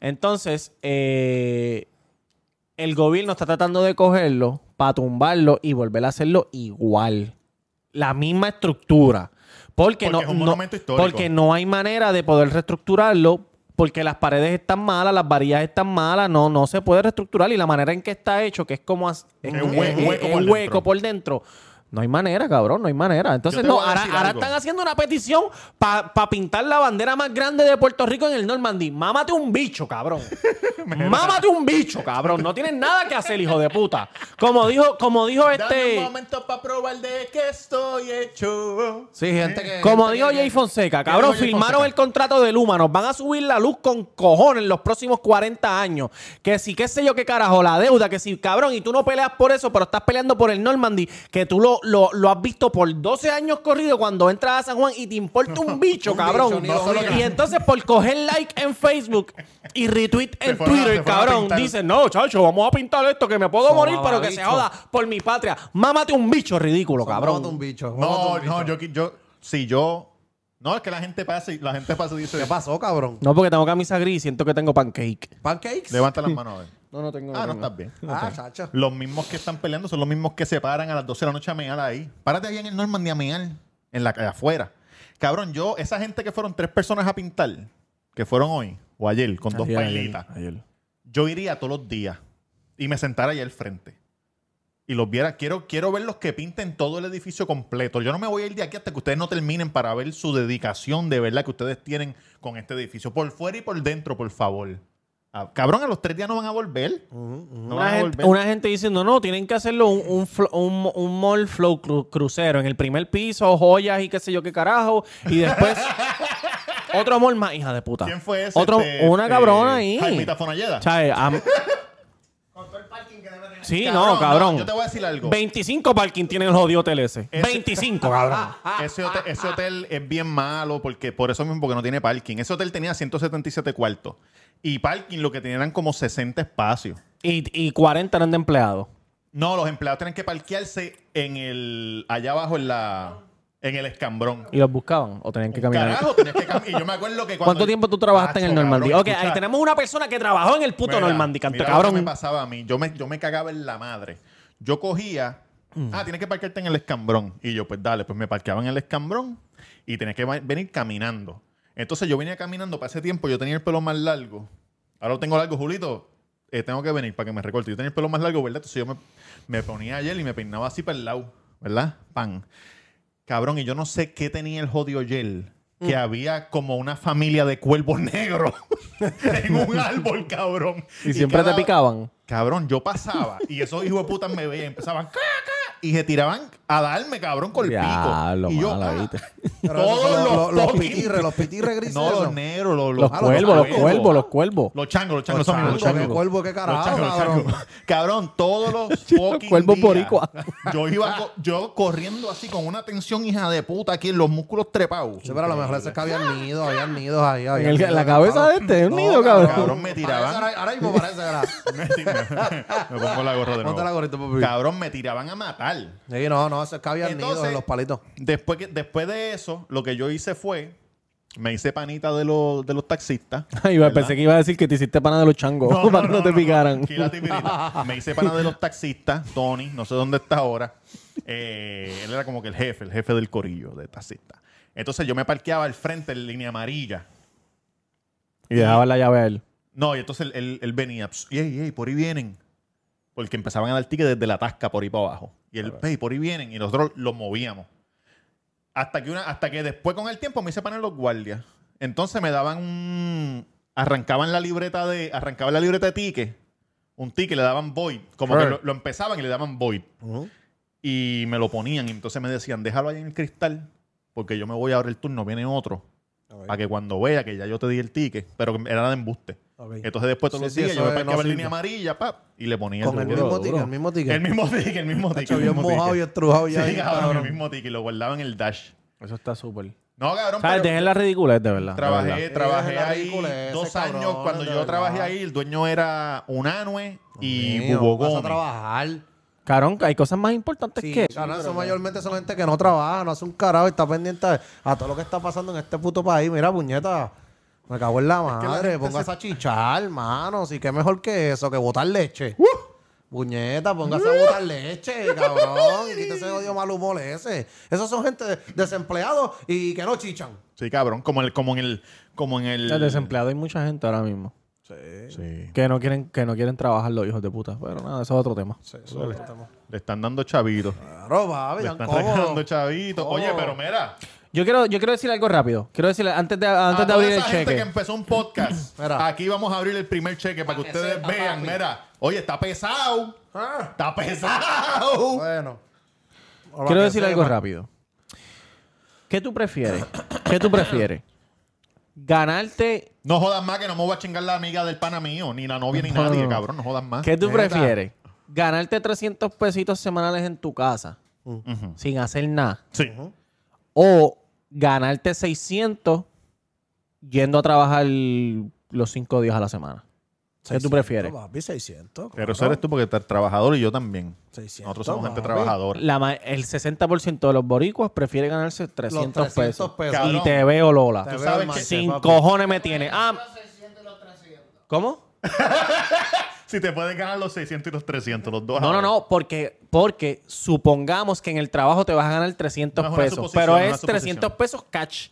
[SPEAKER 4] Entonces, eh, el gobierno está tratando de cogerlo para tumbarlo y volver a hacerlo igual. La misma estructura. Porque,
[SPEAKER 2] Porque
[SPEAKER 4] no,
[SPEAKER 2] es un
[SPEAKER 4] no-
[SPEAKER 2] monumento histórico.
[SPEAKER 4] Porque no hay manera de poder reestructurarlo. Porque las paredes están malas, las varillas están malas, no, no se puede reestructurar. Y la manera en que está hecho, que es como as-
[SPEAKER 2] Es
[SPEAKER 4] eh,
[SPEAKER 2] un hue-
[SPEAKER 4] eh,
[SPEAKER 2] hueco
[SPEAKER 4] eh,
[SPEAKER 2] por
[SPEAKER 4] un
[SPEAKER 2] dentro.
[SPEAKER 4] hueco por dentro. No hay manera, cabrón, no hay manera. Entonces,
[SPEAKER 2] te
[SPEAKER 4] no,
[SPEAKER 2] voy a
[SPEAKER 4] ahora,
[SPEAKER 2] decir
[SPEAKER 4] ahora
[SPEAKER 2] algo.
[SPEAKER 4] están haciendo una petición para pintar la bandera más grande de Puerto Rico en el Normandy. Mámate un bicho, cabrón. Mámate un bicho, cabrón. No tienes nada que hacer, hijo de puta. Como dijo, como dijo este.
[SPEAKER 2] momento para probar de que estoy hecho.
[SPEAKER 1] Sí, gente que.
[SPEAKER 4] Como
[SPEAKER 1] gente
[SPEAKER 4] dijo
[SPEAKER 1] que-
[SPEAKER 4] Jay Fonseca, cabrón,
[SPEAKER 2] dijo Jay
[SPEAKER 4] firmaron
[SPEAKER 2] Fonseca?
[SPEAKER 4] el contrato de Luma. Nos van a subir la luz con cojones en los próximos 40 años. Que si, qué sé yo, qué carajo, la deuda, que si, cabrón, y tú no peleas por eso, pero estás peleando por el Normandy, que tú lo, lo, lo has visto por 12 años corrido cuando entras a San Juan y te importa un bicho,
[SPEAKER 1] Un bicho,
[SPEAKER 4] cabrón.
[SPEAKER 1] ni dos horas.
[SPEAKER 4] y entonces por coger like en Facebook y retweet en
[SPEAKER 2] fueron a- se fueron
[SPEAKER 4] Twitter,
[SPEAKER 2] a
[SPEAKER 4] cabrón,
[SPEAKER 2] pintar.
[SPEAKER 4] dicen, no, chacho, vamos a pintar esto, que me puedo
[SPEAKER 1] Son
[SPEAKER 4] morir, pero que se
[SPEAKER 1] mamabichos.
[SPEAKER 4] joda por mi patria. Mámate un bicho ridículo,
[SPEAKER 1] Son,
[SPEAKER 4] cabrón.
[SPEAKER 1] mámate un bicho. mámate
[SPEAKER 2] No,
[SPEAKER 1] un bicho.
[SPEAKER 2] no, yo, yo, si yo, no, es que la gente pasa y la gente pasa y dice,
[SPEAKER 1] ¿Qué pasó, cabrón?
[SPEAKER 4] No, porque tengo camisa gris y siento que tengo pancake.
[SPEAKER 1] ¿Pancakes?
[SPEAKER 2] levanta las manos a ver.
[SPEAKER 4] No, no tengo.
[SPEAKER 2] Ah, no, estás bien.
[SPEAKER 1] Ah, chacho.
[SPEAKER 2] Los mismos que están peleando son los mismos que se paran a las 12 de la noche a mear ahí. Párate ahí en el Normandy a mear, en la afuera. Cabrón, yo, esa gente que fueron tres personas a pintar, que fueron hoy o ayer, con dos pailitas, yo iría todos los días y me sentara ahí al frente. Y los viera, quiero, quiero ver los que pinten todo el edificio completo. Yo no me voy a ir de aquí hasta que ustedes no terminen para ver su dedicación de verdad que ustedes tienen con este edificio. Por fuera y por dentro, por favor. Ah, cabrón, a los tres días no van a volver. No van
[SPEAKER 4] Una
[SPEAKER 2] a
[SPEAKER 4] gente,
[SPEAKER 2] volver.
[SPEAKER 4] una gente diciendo, no, tienen que hacerlo un, un, flo- un- un mall flow cru- crucero. En el primer piso, joyas y qué sé yo qué carajo.
[SPEAKER 2] <laughs>
[SPEAKER 4] Y después otro mall más, hija de puta.
[SPEAKER 2] ¿Quién fue ese?
[SPEAKER 4] Otro,
[SPEAKER 2] Este,
[SPEAKER 4] una
[SPEAKER 2] este,
[SPEAKER 4] cabrona ahí.
[SPEAKER 2] Jaimita Fonalleda.
[SPEAKER 4] Chae, am- Sí, no,
[SPEAKER 2] no,
[SPEAKER 4] cabrón.
[SPEAKER 2] yo te voy a decir algo.
[SPEAKER 4] 25 parking tiene el jodido TLS. 25, cabrón.
[SPEAKER 2] Ese hotel, ese hotel es bien malo porque por eso mismo porque no tiene parking. Ese hotel tenía 177 cuartos y parking lo que tenían eran como 60 espacios.
[SPEAKER 4] Y, y 40 eran de empleados.
[SPEAKER 2] No, los empleados tienen que parquearse en el allá abajo en la en el escambrón.
[SPEAKER 4] Y los buscaban o tenían que caminar.
[SPEAKER 2] Carajo, tenías que caminar. Y yo me acuerdo
[SPEAKER 4] <laughs>
[SPEAKER 2] que cuando
[SPEAKER 4] ¿Cuánto tiempo tú trabajaste en el
[SPEAKER 2] Acho,
[SPEAKER 4] Normandy?
[SPEAKER 2] cabrón,
[SPEAKER 4] ok, ahí
[SPEAKER 2] escucha.
[SPEAKER 4] tenemos una persona que trabajó en el puto
[SPEAKER 2] Mira,
[SPEAKER 4] Normandy, canto
[SPEAKER 2] mira lo que me
[SPEAKER 4] cabrón.
[SPEAKER 2] pasaba a mí. Yo me, yo me cagaba en la madre. Yo cogía.
[SPEAKER 4] Mm.
[SPEAKER 2] Ah, tienes que parquearte en el escambrón. Y yo, pues dale, pues me parqueaba en el escambrón y tenía que va- venir caminando. Entonces yo venía caminando para ese tiempo, yo tenía el pelo más largo. Ahora lo tengo largo, Julito. Eh, tengo que venir para que me recorte. Yo tenía el pelo más largo, ¿verdad? Entonces yo me, me ponía ayer y me peinaba así para el lado, ¿verdad? Pan. Cabrón, y yo no sé qué tenía el jodido gel.
[SPEAKER 1] Mm.
[SPEAKER 2] Que había como una familia de cuervos <laughs> negros en un árbol, cabrón.
[SPEAKER 4] Y siempre
[SPEAKER 2] cada-
[SPEAKER 4] te picaban.
[SPEAKER 2] Cabrón, yo pasaba y esos hijos de putas me veían, empezaban "Ca, ca", y se tiraban a darme, cabrón, con el
[SPEAKER 4] Diablo,
[SPEAKER 2] pico. Y yo,
[SPEAKER 4] mala,
[SPEAKER 2] "Ah".
[SPEAKER 4] ¿viste?
[SPEAKER 1] Pero
[SPEAKER 2] todos
[SPEAKER 1] eso,
[SPEAKER 2] los,
[SPEAKER 1] los
[SPEAKER 2] fucking-
[SPEAKER 1] pitirres, los pitirres grises.
[SPEAKER 2] No,
[SPEAKER 1] esos.
[SPEAKER 2] los negros, los,
[SPEAKER 4] Los
[SPEAKER 1] Ah,
[SPEAKER 4] cuervos, los
[SPEAKER 1] cuervos.
[SPEAKER 4] cuervos, los cuervos.
[SPEAKER 2] Los changos, los changos,
[SPEAKER 1] Los
[SPEAKER 2] son míos, los
[SPEAKER 1] changos,
[SPEAKER 2] changos.
[SPEAKER 1] qué cuervo, qué carajo,
[SPEAKER 2] Los changos, los
[SPEAKER 1] cabrón.
[SPEAKER 2] changos. Cabrón, todos los
[SPEAKER 1] <laughs>
[SPEAKER 2] fucking
[SPEAKER 4] cuervos
[SPEAKER 2] días,
[SPEAKER 4] boricua.
[SPEAKER 2] Yo iba co- yo corriendo así con una tensión hija de puta aquí en los músculos trepados.
[SPEAKER 1] Sí, pero a lo
[SPEAKER 2] <laughs>
[SPEAKER 1] mejor eso es que habían nidos, habían nidos ahí. habían
[SPEAKER 4] En el- en
[SPEAKER 1] nidos,
[SPEAKER 4] la cabeza
[SPEAKER 1] cabrón.
[SPEAKER 4] de este, un nido, cabrón.
[SPEAKER 2] Cabrón, me tiraban.
[SPEAKER 1] Parece Ahora, ahora mismo parece, <laughs> ¿verdad?
[SPEAKER 2] me pongo la gorra de nuevo.
[SPEAKER 1] Ponte la gorrita, papi.
[SPEAKER 2] Cabrón, me tiraban a matar.
[SPEAKER 1] Sí, no, no, eso es que habían nidos
[SPEAKER 2] Entonces-
[SPEAKER 1] en los palitos.
[SPEAKER 2] Después, que- después de eso, lo que yo hice fue, me hice panita de, los de los
[SPEAKER 1] <laughs>
[SPEAKER 2] taxistas.
[SPEAKER 4] <laughs> Ay, iba-
[SPEAKER 2] ¿verdad?
[SPEAKER 4] pensé que iba a decir que te hiciste pana de los changos
[SPEAKER 2] No, no,
[SPEAKER 4] <laughs> para que
[SPEAKER 2] no,
[SPEAKER 4] no, te
[SPEAKER 2] no,
[SPEAKER 4] picaran.
[SPEAKER 2] aquí la timidita. Me hice pana de los taxistas, Tony, no sé dónde está ahora. Eh, él era como que el jefe, el jefe del corillo de taxistas. Entonces yo me parqueaba al frente en línea amarilla.
[SPEAKER 4] Y dejaba la llave a él.
[SPEAKER 2] No, y entonces él, él- él venía, "Ps, y ey, ey, por ahí vienen. Porque empezaban a dar ticket desde la tasca por ahí para abajo. Y él, "Ey, por ahí vienen. Y nosotros los movíamos. Hasta que, una, hasta que después con el tiempo me hice pana de los guardias. Entonces me daban un... Arrancaban la libreta de... Arrancaban la libreta de ticket. Un ticket, le daban void. Como que
[SPEAKER 1] Right.
[SPEAKER 2] lo, lo empezaban y le daban void.
[SPEAKER 1] Ujú.
[SPEAKER 2] Y me lo ponían. Y entonces me decían, déjalo ahí en el cristal. Porque yo me voy a abrir el turno. Viene otro.
[SPEAKER 1] Ok.
[SPEAKER 2] Para que cuando vea que ya yo te di el ticket. Pero que era de embuste.
[SPEAKER 1] Ok.
[SPEAKER 2] Entonces después todos
[SPEAKER 1] Sí,
[SPEAKER 2] los
[SPEAKER 1] sí,
[SPEAKER 2] días
[SPEAKER 1] eso
[SPEAKER 2] yo me
[SPEAKER 1] es- no
[SPEAKER 2] parqueaba en línea
[SPEAKER 1] sirve.
[SPEAKER 2] amarilla. pap, y le ponía
[SPEAKER 1] Con el
[SPEAKER 2] ticket.
[SPEAKER 1] mismo
[SPEAKER 4] duro.
[SPEAKER 1] ticket, el mismo ticket.
[SPEAKER 2] El mismo ticket, el mismo ticket.
[SPEAKER 1] Tacho,
[SPEAKER 2] el
[SPEAKER 1] bien
[SPEAKER 2] mismo
[SPEAKER 1] mojado y
[SPEAKER 2] ticket.
[SPEAKER 1] estrujado ya.
[SPEAKER 2] Sí,
[SPEAKER 1] ahí,
[SPEAKER 2] cabrón,
[SPEAKER 1] cabrón.
[SPEAKER 2] el mismo ticket. Lo guardaba en el dash.
[SPEAKER 4] Eso está súper.
[SPEAKER 2] No, cabrón,
[SPEAKER 4] ¿Sabes?
[SPEAKER 2] pero
[SPEAKER 4] Dejen la ridiculez, de verdad. de
[SPEAKER 2] trabajé,
[SPEAKER 4] verdad.
[SPEAKER 2] trabajé
[SPEAKER 1] Dejen la
[SPEAKER 2] ahí
[SPEAKER 1] ridiculez,
[SPEAKER 2] dos
[SPEAKER 1] ese
[SPEAKER 2] años.
[SPEAKER 1] cabrón,
[SPEAKER 2] Cuando
[SPEAKER 1] de
[SPEAKER 2] yo
[SPEAKER 1] verdad.
[SPEAKER 2] trabajé ahí, el dueño era Unanue y
[SPEAKER 1] Mío,
[SPEAKER 2] Bubo
[SPEAKER 1] Vas a
[SPEAKER 2] Gómez.
[SPEAKER 1] trabajar.
[SPEAKER 4] Cabrón, hay cosas más importantes
[SPEAKER 1] Sí,
[SPEAKER 4] que.
[SPEAKER 1] cabrón, eso mayormente son gente que no trabaja, no hace un carajo y está pendiente a todo lo que está pasando en este puto país. Mira, puñeta. Me cago en la
[SPEAKER 2] que la
[SPEAKER 1] madre.
[SPEAKER 2] gente
[SPEAKER 1] póngase
[SPEAKER 2] se-
[SPEAKER 1] a chichar, mano. Sí, que mejor que eso, que botar leche. Puñeta, póngase a botar leche, cabrón. Y quítese el odio mal humor ese. Esos son gente de- desempleados y que no chichan.
[SPEAKER 2] Sí, cabrón, como, el, como en el... Como en el...
[SPEAKER 4] El desempleado hay mucha gente ahora mismo.
[SPEAKER 2] Sí.
[SPEAKER 4] Que no quieren, que no quieren trabajar los hijos de puta. Pero nada, eso es otro tema.
[SPEAKER 2] Le están dando chavitos.
[SPEAKER 1] Claro, papi,
[SPEAKER 2] Le
[SPEAKER 1] Ah, tan
[SPEAKER 2] están
[SPEAKER 1] cómodo.
[SPEAKER 2] regalando chavitos. Oye, pero mira.
[SPEAKER 4] Yo quiero, yo quiero decir algo rápido. Quiero decir, antes de, antes
[SPEAKER 2] a
[SPEAKER 4] de
[SPEAKER 2] toda
[SPEAKER 4] abrir el
[SPEAKER 2] esa gente que
[SPEAKER 4] cheque.
[SPEAKER 2] empezó un podcast,
[SPEAKER 1] Mira.
[SPEAKER 2] aquí vamos a abrir el primer cheque para que
[SPEAKER 3] Pa' que
[SPEAKER 2] ustedes
[SPEAKER 3] sepa,
[SPEAKER 2] vean.
[SPEAKER 3] papi.
[SPEAKER 2] Mira, oye, está pesado.
[SPEAKER 1] Ah,
[SPEAKER 2] Está pesado.
[SPEAKER 1] bueno. Ahora
[SPEAKER 4] Quiero
[SPEAKER 1] que
[SPEAKER 4] decir algo
[SPEAKER 1] sepa.
[SPEAKER 4] rápido. <coughs> ¿Qué tú <coughs> prefieres? ¿Qué tú prefieres? ¿Ganarte?
[SPEAKER 2] No jodas más que no me voy a chingar la amiga del pana mío, ni la novia, ni
[SPEAKER 4] No,
[SPEAKER 2] nadie,
[SPEAKER 4] no.
[SPEAKER 2] cabrón. No jodas más.
[SPEAKER 4] ¿Qué tú
[SPEAKER 1] neta.
[SPEAKER 4] prefieres? ¿Ganarte 300 pesitos semanales en tu casa
[SPEAKER 2] Ujú.
[SPEAKER 4] sin hacer nada?
[SPEAKER 2] Sí.
[SPEAKER 4] ¿O ganarte 600 yendo a trabajar los 5 días a la semana? ¿Qué tú
[SPEAKER 1] 600,
[SPEAKER 4] prefieres?
[SPEAKER 1] Papi, 600.
[SPEAKER 2] Pero eso
[SPEAKER 1] claro.
[SPEAKER 2] eres tú porque estás trabajador y yo también.
[SPEAKER 1] 600,
[SPEAKER 2] Nosotros somos gente
[SPEAKER 1] papi.
[SPEAKER 2] trabajadora.
[SPEAKER 4] La ma- el 60% de los boricuas prefiere ganarse 300,
[SPEAKER 1] 300
[SPEAKER 4] pesos.
[SPEAKER 1] pesos.
[SPEAKER 2] Cabrón.
[SPEAKER 4] Y te veo, Lola.
[SPEAKER 1] Te
[SPEAKER 2] Tú
[SPEAKER 1] veo
[SPEAKER 2] sabes
[SPEAKER 1] el
[SPEAKER 2] que-
[SPEAKER 1] mate,
[SPEAKER 4] Sin
[SPEAKER 1] papi.
[SPEAKER 4] cojones me tiene. Ah, ¿Cómo?
[SPEAKER 2] Si te puedes ganar los 600 y los 300, los dos.
[SPEAKER 4] No, no,
[SPEAKER 2] ahora.
[SPEAKER 4] no, porque, porque supongamos que en el trabajo te vas a ganar 300
[SPEAKER 2] No, es una
[SPEAKER 4] pesos,
[SPEAKER 2] suposición,
[SPEAKER 4] pero
[SPEAKER 2] es una
[SPEAKER 4] es 300
[SPEAKER 2] suposición.
[SPEAKER 4] pesos cash.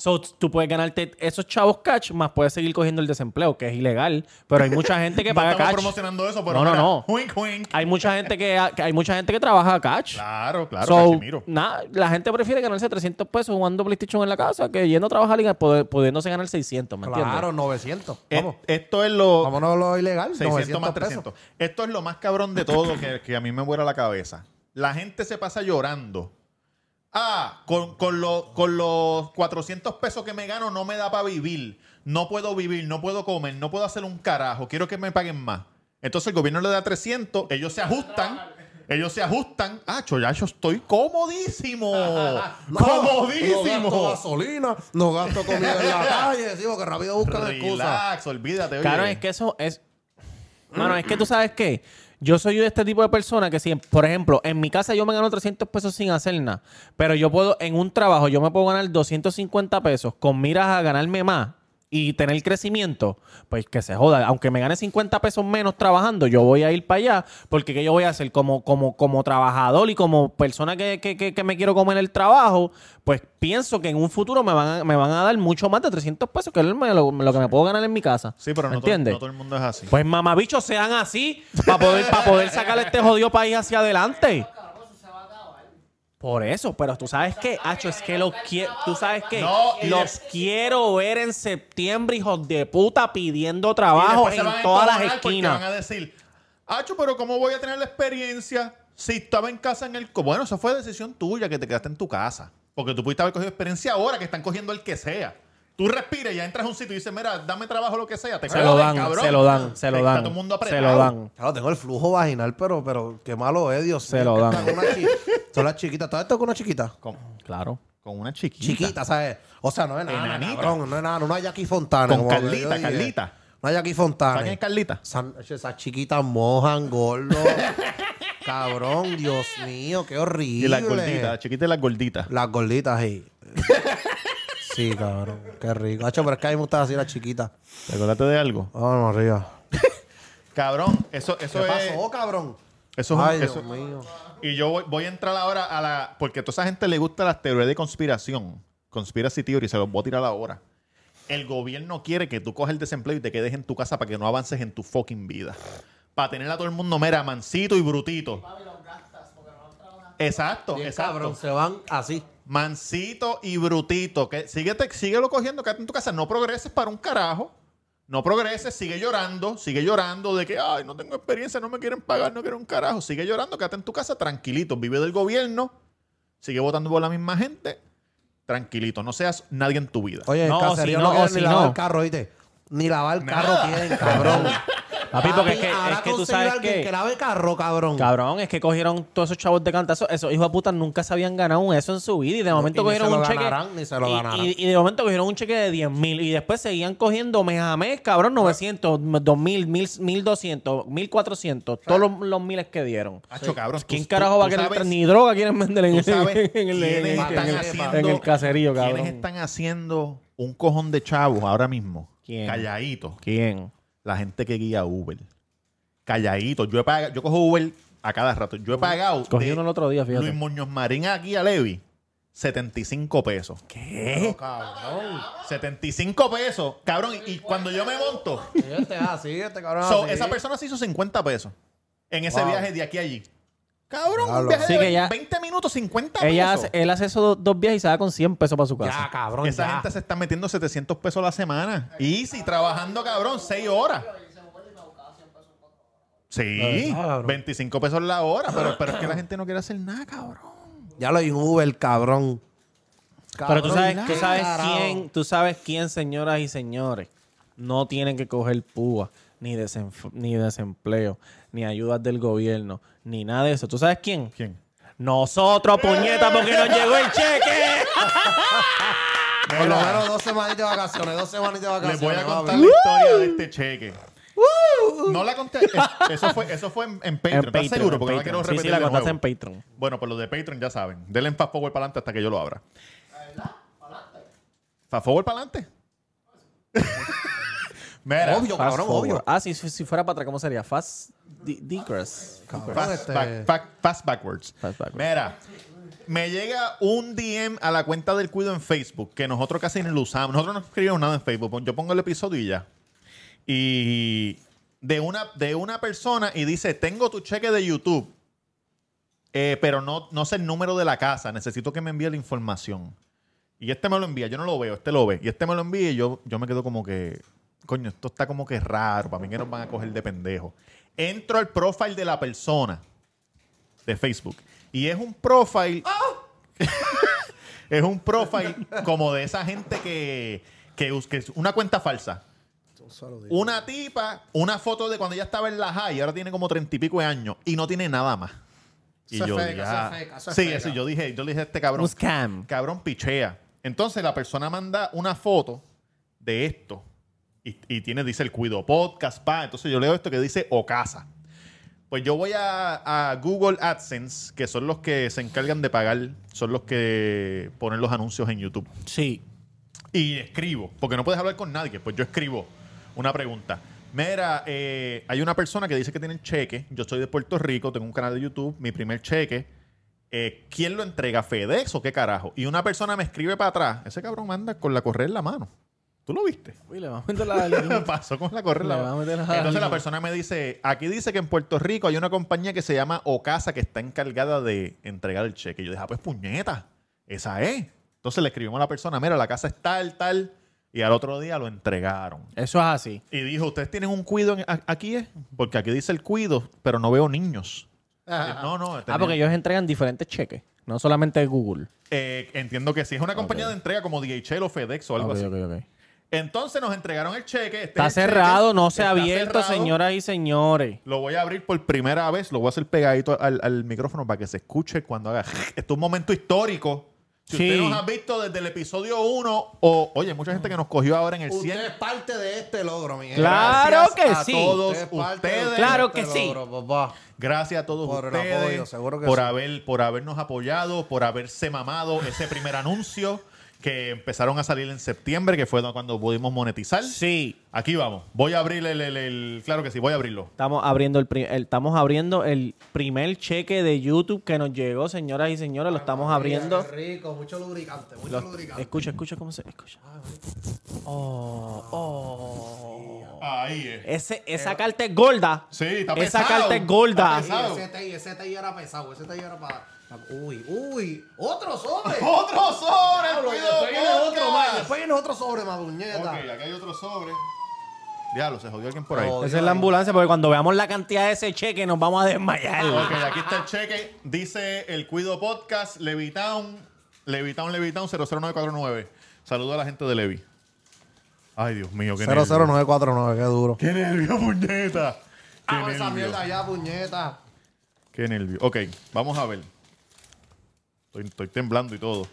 [SPEAKER 4] So, tú puedes ganarte esos chavos cash, más puedes seguir cogiendo el desempleo, que es ilegal, pero hay mucha gente
[SPEAKER 2] <laughs>
[SPEAKER 4] que
[SPEAKER 2] No
[SPEAKER 4] paga
[SPEAKER 2] estamos
[SPEAKER 4] cash.
[SPEAKER 2] promocionando eso, pero
[SPEAKER 4] No, no,
[SPEAKER 2] mira,
[SPEAKER 4] no.
[SPEAKER 2] Wink, wink.
[SPEAKER 4] Hay mucha gente que, que hay mucha gente que trabaja cash.
[SPEAKER 2] Claro, claro,
[SPEAKER 4] So,
[SPEAKER 2] Casimiro.
[SPEAKER 4] na- la gente prefiere ganarse 300 pesos jugando PlayStation en la casa que yendo a trabajar y ga- poder- pudiéndose ganar 600, ¿me entiendes?
[SPEAKER 1] Claro, 900.
[SPEAKER 2] Eh,
[SPEAKER 1] Vamos.
[SPEAKER 2] Esto es lo.
[SPEAKER 1] Vámonos a lo ilegal.
[SPEAKER 2] 600 más
[SPEAKER 1] 900
[SPEAKER 2] 300. Esto es lo más cabrón de todo que, que a mí me vuela la cabeza. La gente se pasa llorando. Ah, con, con lo- con los 400 pesos que me gano no me da para vivir. No puedo vivir, no puedo comer, no puedo hacer un carajo. Quiero que me paguen más. Entonces el gobierno le da 300, ellos se ajustan. Ellos se ajustan. Ah, cho, ya yo estoy comodísimo.
[SPEAKER 1] No, No gasto
[SPEAKER 2] comodísimo.
[SPEAKER 1] gasolina, no gasto comida en la
[SPEAKER 2] <laughs>
[SPEAKER 1] calle. Digo que rápido buscan excusas.
[SPEAKER 2] Relax, olvídate. oye.
[SPEAKER 4] Claro, es que eso es. Mano, es que tú sabes qué. Yo soy de este tipo de persona que, si, por ejemplo, en mi casa yo me gano 300 pesos sin hacer nada, pero yo puedo, en un trabajo, yo me puedo ganar 250 pesos con miras a ganarme más y tener crecimiento, pues que se joda. Aunque me gane 50 pesos menos trabajando, yo voy a ir para allá, porque ¿qué yo voy a hacer? Como, como, como trabajador y como persona que, que- que- que me quiero comer el trabajo, pues pienso que en un futuro me van a, me van a dar mucho más de 300 pesos, que es lo, lo que me puedo ganar en mi casa.
[SPEAKER 2] Sí, pero
[SPEAKER 4] ¿Me
[SPEAKER 2] no, todo,
[SPEAKER 4] entiendes?
[SPEAKER 2] no todo el mundo es así.
[SPEAKER 4] Pues mamabichos sean así para poder, pa' poder sacar a este jodido país hacia adelante. Por eso, pero tú sabes qué, Hacho, es que los quiero, tú sabes qué,
[SPEAKER 2] No, y
[SPEAKER 4] los quiero ver en septiembre, hijos de puta, pidiendo
[SPEAKER 2] Y
[SPEAKER 4] trabajo
[SPEAKER 2] después se
[SPEAKER 4] en
[SPEAKER 2] van a
[SPEAKER 4] todas las
[SPEAKER 2] encojonar porque Van
[SPEAKER 4] esquinas.
[SPEAKER 2] a decir, Acho, pero ¿cómo voy a tener la experiencia si estaba en casa en el... co-?" Bueno, eso fue decisión tuya, que te quedaste en tu casa. Porque tú pudiste haber cogido experiencia ahora, que están cogiendo el que sea. Tú respiras y ya entras a un sitio y dices, mira, dame trabajo lo que sea. Te
[SPEAKER 4] Se lo
[SPEAKER 2] jodes,
[SPEAKER 4] dan,
[SPEAKER 2] cabrón.
[SPEAKER 4] se lo dan, se lo
[SPEAKER 2] Está
[SPEAKER 4] dan,
[SPEAKER 2] todo el mundo
[SPEAKER 4] se
[SPEAKER 2] apretado.
[SPEAKER 4] lo dan.
[SPEAKER 1] Claro, tengo el flujo vaginal, pero, pero qué malo es, Dios.
[SPEAKER 4] Se
[SPEAKER 1] mío,
[SPEAKER 4] lo
[SPEAKER 1] que
[SPEAKER 4] dan.
[SPEAKER 1] está con una chi- Son las chiquitas. ¿Todo esto con una chiquita?
[SPEAKER 4] Claro.
[SPEAKER 2] Con una chiquita.
[SPEAKER 1] Chiquita, ¿sabes? O sea, no es nada,
[SPEAKER 2] Enanita.
[SPEAKER 1] cabrón. No es nada. Una Jackie Fontana.
[SPEAKER 2] Con
[SPEAKER 1] como yo
[SPEAKER 2] Carlita,
[SPEAKER 1] dije.
[SPEAKER 2] Carlita.
[SPEAKER 1] Una Jackie
[SPEAKER 2] ¿Sabes quién
[SPEAKER 1] Fontana.
[SPEAKER 2] es Carlita?
[SPEAKER 1] San- Esas chiquitas mojan, gordo.
[SPEAKER 2] <laughs>
[SPEAKER 1] cabrón, Dios mío, qué horrible.
[SPEAKER 2] Y las gorditas, la chiquita y las gorditas.
[SPEAKER 1] Las gorditas,
[SPEAKER 4] <laughs>
[SPEAKER 1] sí. sí, cabrón. Qué rico. Hacho, pero es que a mí me gusta así las chiquitas.
[SPEAKER 2] ¿Te acordaste de algo?
[SPEAKER 1] Vámonos arriba.
[SPEAKER 2] Cabrón, eso, eso
[SPEAKER 1] ¿Qué
[SPEAKER 2] es...
[SPEAKER 1] pasó, cabrón?
[SPEAKER 2] Eso es un-
[SPEAKER 1] Ay,
[SPEAKER 2] eso-
[SPEAKER 1] Dios mío.
[SPEAKER 2] Y yo voy, voy a entrar ahora a la. Porque a toda esa gente le gusta las teorías de conspiración. Conspiracy theory, se los voy a tirar ahora. El gobierno quiere que tú cojas el desempleo y te quedes en tu casa para que no avances en tu fucking vida. Para tener a todo el mundo, mera mansito y brutito. Exacto,
[SPEAKER 1] Bien,
[SPEAKER 2] exacto.
[SPEAKER 1] cabrón, se van así.
[SPEAKER 2] Mansito y brutito. Que síguete, síguelo cogiendo, quédate en tu casa. No progreses para un carajo. No progreses, sigue llorando, sigue llorando de que, ay, no tengo experiencia, no me quieren pagar, no quiero un carajo. Sigue llorando, quédate en tu casa tranquilito. Vive del gobierno, sigue votando por la misma gente. Tranquilito, no seas nadie en tu vida.
[SPEAKER 1] Oye,
[SPEAKER 4] No,
[SPEAKER 1] el caserío
[SPEAKER 4] si
[SPEAKER 1] no,
[SPEAKER 4] no,
[SPEAKER 1] quiere
[SPEAKER 4] si
[SPEAKER 1] ni lavar
[SPEAKER 4] no.
[SPEAKER 1] el carro, ¿viste? Ni lavar el carro
[SPEAKER 2] Nada.
[SPEAKER 1] quieren, cabrón.
[SPEAKER 4] <laughs> Papi, porque es que-
[SPEAKER 1] habrá
[SPEAKER 4] es que tú
[SPEAKER 1] conseguido
[SPEAKER 4] sabes
[SPEAKER 1] alguien
[SPEAKER 4] que-
[SPEAKER 1] que lave carro, cabrón.
[SPEAKER 4] Cabrón, es que cogieron todos esos chavos de cantazo. Esos hijos de puta nunca se habían ganado eso en su vida. Y de momento
[SPEAKER 1] y ni
[SPEAKER 4] cogieron
[SPEAKER 1] se lo
[SPEAKER 4] un cheque.
[SPEAKER 1] ganarán, ni se lo
[SPEAKER 4] y-
[SPEAKER 1] ganarán.
[SPEAKER 4] y, y de momento cogieron un cheque de 10 mil. Y después seguían cogiendo mes a mes, cabrón, 900, 2000, 1200, 1400. Todos los, los miles que dieron.
[SPEAKER 2] Acho, cabrón,
[SPEAKER 4] ¿Quién
[SPEAKER 2] tú-
[SPEAKER 4] carajo
[SPEAKER 2] tú-
[SPEAKER 4] va a
[SPEAKER 2] tú
[SPEAKER 4] querer
[SPEAKER 2] sabes-
[SPEAKER 4] ni droga quieren vender en,
[SPEAKER 2] Tú
[SPEAKER 4] el-
[SPEAKER 2] sabes
[SPEAKER 4] <laughs> en el, en
[SPEAKER 2] quiénes
[SPEAKER 4] el-
[SPEAKER 2] están
[SPEAKER 4] en el-
[SPEAKER 2] haciendo-
[SPEAKER 4] en el caserío, cabrón.
[SPEAKER 2] ¿Quiénes están haciendo un cojón de chavos ahora mismo?
[SPEAKER 4] ¿Quién?
[SPEAKER 2] Calladito.
[SPEAKER 4] ¿Quién?
[SPEAKER 2] La gente que guía Uber. Calladito. Yo, he pagado- yo cojo Uber a cada rato. Yo he pagado.
[SPEAKER 4] Cogí
[SPEAKER 2] de
[SPEAKER 4] uno el otro día, fíjate.
[SPEAKER 2] Luis Muñoz Marín aquí a Levi. 75 pesos.
[SPEAKER 4] ¿Qué?
[SPEAKER 2] 75 pesos, cabrón. Y, y cuando yo me monto,
[SPEAKER 1] Síguete, ah, síguete, cabrón.
[SPEAKER 2] so,
[SPEAKER 1] así.
[SPEAKER 2] esa persona se hizo 50 pesos en ese
[SPEAKER 1] Wow.
[SPEAKER 2] viaje de aquí a allí. Cabrón, un
[SPEAKER 1] Diablo.
[SPEAKER 2] viaje
[SPEAKER 4] Sí,
[SPEAKER 2] de
[SPEAKER 4] que ya-
[SPEAKER 2] 20 minutos, 50
[SPEAKER 4] Ella
[SPEAKER 2] pesos.
[SPEAKER 4] hace- él hace esos dos, dos viajes y se da con 100 pesos para su casa.
[SPEAKER 1] Ya, cabrón,
[SPEAKER 2] Esa
[SPEAKER 1] ya.
[SPEAKER 2] gente se está metiendo 700 pesos a la semana. Easy, trabajando, cabrón, 6 horas. Sí,
[SPEAKER 1] Ah, cabrón.
[SPEAKER 2] 25 pesos la hora, pero, pero es que la gente no quiere hacer nada, cabrón.
[SPEAKER 1] Ya lo hay en Uber, cabrón.
[SPEAKER 4] Pero tú
[SPEAKER 1] Cabrón,
[SPEAKER 4] sabes,
[SPEAKER 1] ya,
[SPEAKER 4] tú sabes
[SPEAKER 1] carajo.
[SPEAKER 4] quién, tú sabes quién, señoras y señores, no tienen que coger púa, ni, desenf- ni desempleo, ni ayudas del gobierno, ni nada de eso. ¿Tú sabes quién?
[SPEAKER 2] ¿Quién?
[SPEAKER 4] Nosotros, puñeta, porque nos llegó el cheque.
[SPEAKER 1] Por lo menos dos semanitas de vacaciones, dos semanitas de vacaciones.
[SPEAKER 2] Les voy
[SPEAKER 1] papi.
[SPEAKER 2] a contar la historia de este cheque. No la conté. es- Eso fue, eso fue en, en Patreon. ¿Estás seguro?
[SPEAKER 4] en
[SPEAKER 2] Porque no la quiero
[SPEAKER 4] Patreon.
[SPEAKER 2] repetir.
[SPEAKER 4] Sí, sí, la
[SPEAKER 2] de
[SPEAKER 4] contaste en
[SPEAKER 2] nuevo.
[SPEAKER 4] Patreon.
[SPEAKER 2] Bueno, pues lo de Patreon ya saben. Denle en Fast Forward para adelante hasta que yo lo abra. ¿Fast Forward para adelante? Mira,
[SPEAKER 1] Obvio,
[SPEAKER 4] Fast
[SPEAKER 1] cabrón,
[SPEAKER 4] forward.
[SPEAKER 1] obvio.
[SPEAKER 4] Ah, si, si- si fuera para atrás, ¿cómo sería? Fast di- Digress.
[SPEAKER 1] Cabrón,
[SPEAKER 2] Fast,
[SPEAKER 1] este-
[SPEAKER 2] back- back- fast backwards.
[SPEAKER 4] Fast backwards.
[SPEAKER 2] Mira, me llega un DM a la cuenta del Cuido en Facebook, que nosotros casi ni lo usamos. Nosotros no escribimos nada en Facebook. pues Yo pongo el episodio y ya. Y de una, de una persona y dice, tengo tu cheque de YouTube, eh, pero no, no sé el número de la casa. Necesito que me envíe la información. Y este me lo envía, yo no lo veo, este lo ve. Y este me lo envía y yo, yo me quedo como que, coño, esto está como que raro, para mí que nos van a coger de pendejo. Entro al profile de la persona de Facebook y es un profile... <laughs> es un profile como de esa gente que, que, us- que es una cuenta falsa. Una tipa, una foto de cuando ella estaba en la high, ahora tiene como treinta y pico de años y no tiene nada más. Y
[SPEAKER 1] Eso es
[SPEAKER 2] yo
[SPEAKER 1] feca,
[SPEAKER 2] dije,
[SPEAKER 1] eso es
[SPEAKER 2] ah.
[SPEAKER 1] feca, eso es
[SPEAKER 2] sí,
[SPEAKER 1] feca.
[SPEAKER 2] eso yo dije, yo le dije a este cabrón,
[SPEAKER 4] Un scam.
[SPEAKER 2] cabrón pichea. Entonces la persona manda una foto de esto y, y tiene, dice el cuido podcast, pa. Entonces yo leo esto que dice Ocasa. Pues yo voy a, a Google AdSense, que son los que se encargan de pagar, son los que ponen los anuncios en YouTube.
[SPEAKER 4] Sí.
[SPEAKER 2] Y escribo, porque no puedes hablar con nadie. Pues yo escribo una pregunta. Mira, eh, hay una persona que dice que tiene el cheque. Yo soy de Puerto Rico, tengo un canal de YouTube, mi primer cheque. Eh, ¿Quién lo entrega? ¿FedEx o qué carajo? Y una persona me escribe para atrás. Ese cabrón anda con la correa en la mano. ¿Tú lo viste?
[SPEAKER 4] Uy, le vamos a meter la... <laughs>
[SPEAKER 2] Pasó con la correa en la
[SPEAKER 4] Le va a
[SPEAKER 2] mano.
[SPEAKER 4] meter la-
[SPEAKER 2] Entonces la persona me dice, aquí dice que en Puerto Rico hay una compañía que se llama Ocasa que está encargada de entregar el cheque. Yo dije, ah, pues puñeta, esa es. Entonces le escribimos a la persona, mira, la casa es tal, tal, y al otro día lo entregaron.
[SPEAKER 4] Eso es así.
[SPEAKER 2] Y dijo, ustedes tienen un cuido en- a- aquí, es? Porque aquí dice el cuido, pero no veo niños. No, no. este
[SPEAKER 4] Ah,
[SPEAKER 2] tenía-
[SPEAKER 4] porque ellos entregan diferentes cheques, no solamente Google.
[SPEAKER 2] Eh, entiendo que sí, es una compañía de entrega como DHL o FedEx o algo
[SPEAKER 4] Ok,
[SPEAKER 2] así.
[SPEAKER 4] ok, ok.
[SPEAKER 2] Entonces nos entregaron el cheque. este
[SPEAKER 4] Está
[SPEAKER 2] es el cheque,
[SPEAKER 4] cerrado, no se ha
[SPEAKER 2] está
[SPEAKER 4] abierto,
[SPEAKER 2] cerrado.
[SPEAKER 4] señoras y señores.
[SPEAKER 2] Lo voy a abrir por primera vez, lo voy a hacer pegadito al, al micrófono para que se escuche cuando haga. <laughs> Esto es un momento histórico. Si
[SPEAKER 4] Sí.
[SPEAKER 2] usted nos ha visto desde el episodio 1, o oye, mucha gente que nos cogió ahora en el 100.
[SPEAKER 1] Usted es parte de este logro, mi gente.
[SPEAKER 4] Claro
[SPEAKER 2] Gracias
[SPEAKER 4] que
[SPEAKER 2] a
[SPEAKER 4] sí.
[SPEAKER 2] todos
[SPEAKER 1] Usted es parte de
[SPEAKER 2] ustedes.
[SPEAKER 1] este
[SPEAKER 4] Claro que sí.
[SPEAKER 1] logro, papá.
[SPEAKER 2] Gracias a todos
[SPEAKER 1] Por el
[SPEAKER 2] ustedes
[SPEAKER 1] apoyo, seguro que
[SPEAKER 2] por,
[SPEAKER 1] sí.
[SPEAKER 2] haber, por habernos apoyado, por haberse mamado ese primer anuncio que empezaron a salir en septiembre, que fue cuando pudimos monetizar.
[SPEAKER 4] Sí.
[SPEAKER 2] Aquí vamos. Voy a abrir el, el- el- Claro que sí, voy a abrirlo.
[SPEAKER 4] Estamos abriendo el, pri- el- estamos abriendo el primer cheque de YouTube que nos llegó, señoras y señores. Lo estamos abriendo.
[SPEAKER 1] Qué rico, mucho lubricante, mucho lubricante.
[SPEAKER 4] Escucha, escucha cómo se escucha. Oh, oh.
[SPEAKER 2] Ahí es.
[SPEAKER 4] Ese, esa carta es gorda.
[SPEAKER 2] Sí, está
[SPEAKER 4] Esa
[SPEAKER 2] pesado.
[SPEAKER 4] carta es gorda.
[SPEAKER 2] Está pesado.
[SPEAKER 1] ese taller era pesado, ese taller era para... Uy, uy, otro sobre.
[SPEAKER 2] ¡Otro sobre!
[SPEAKER 1] Diablo, y después
[SPEAKER 2] ¡Cuidado,
[SPEAKER 1] viene otro, más,
[SPEAKER 2] podcast!
[SPEAKER 1] después viene otro sobre, más puñeta.
[SPEAKER 2] Ok, acá hay otro sobre. Diablo, se jodió alguien por ahí.
[SPEAKER 1] Oh,
[SPEAKER 4] Esa es la ambulancia, porque cuando veamos la cantidad de ese cheque nos vamos a desmayar.
[SPEAKER 2] Ok, aquí está el cheque. Dice el Cuido Podcast, Levitown, Levitown, Levitown 00949. Saludo a la gente de Levi. Ay, Dios mío, qué nervio.
[SPEAKER 1] 00949, qué duro.
[SPEAKER 2] Qué nervio, puñeta. Qué
[SPEAKER 1] Ah, esa
[SPEAKER 2] nervio.
[SPEAKER 1] mierda ya, puñeta.
[SPEAKER 2] Qué nervio. Ok, vamos a ver. Estoy, estoy temblando y todo.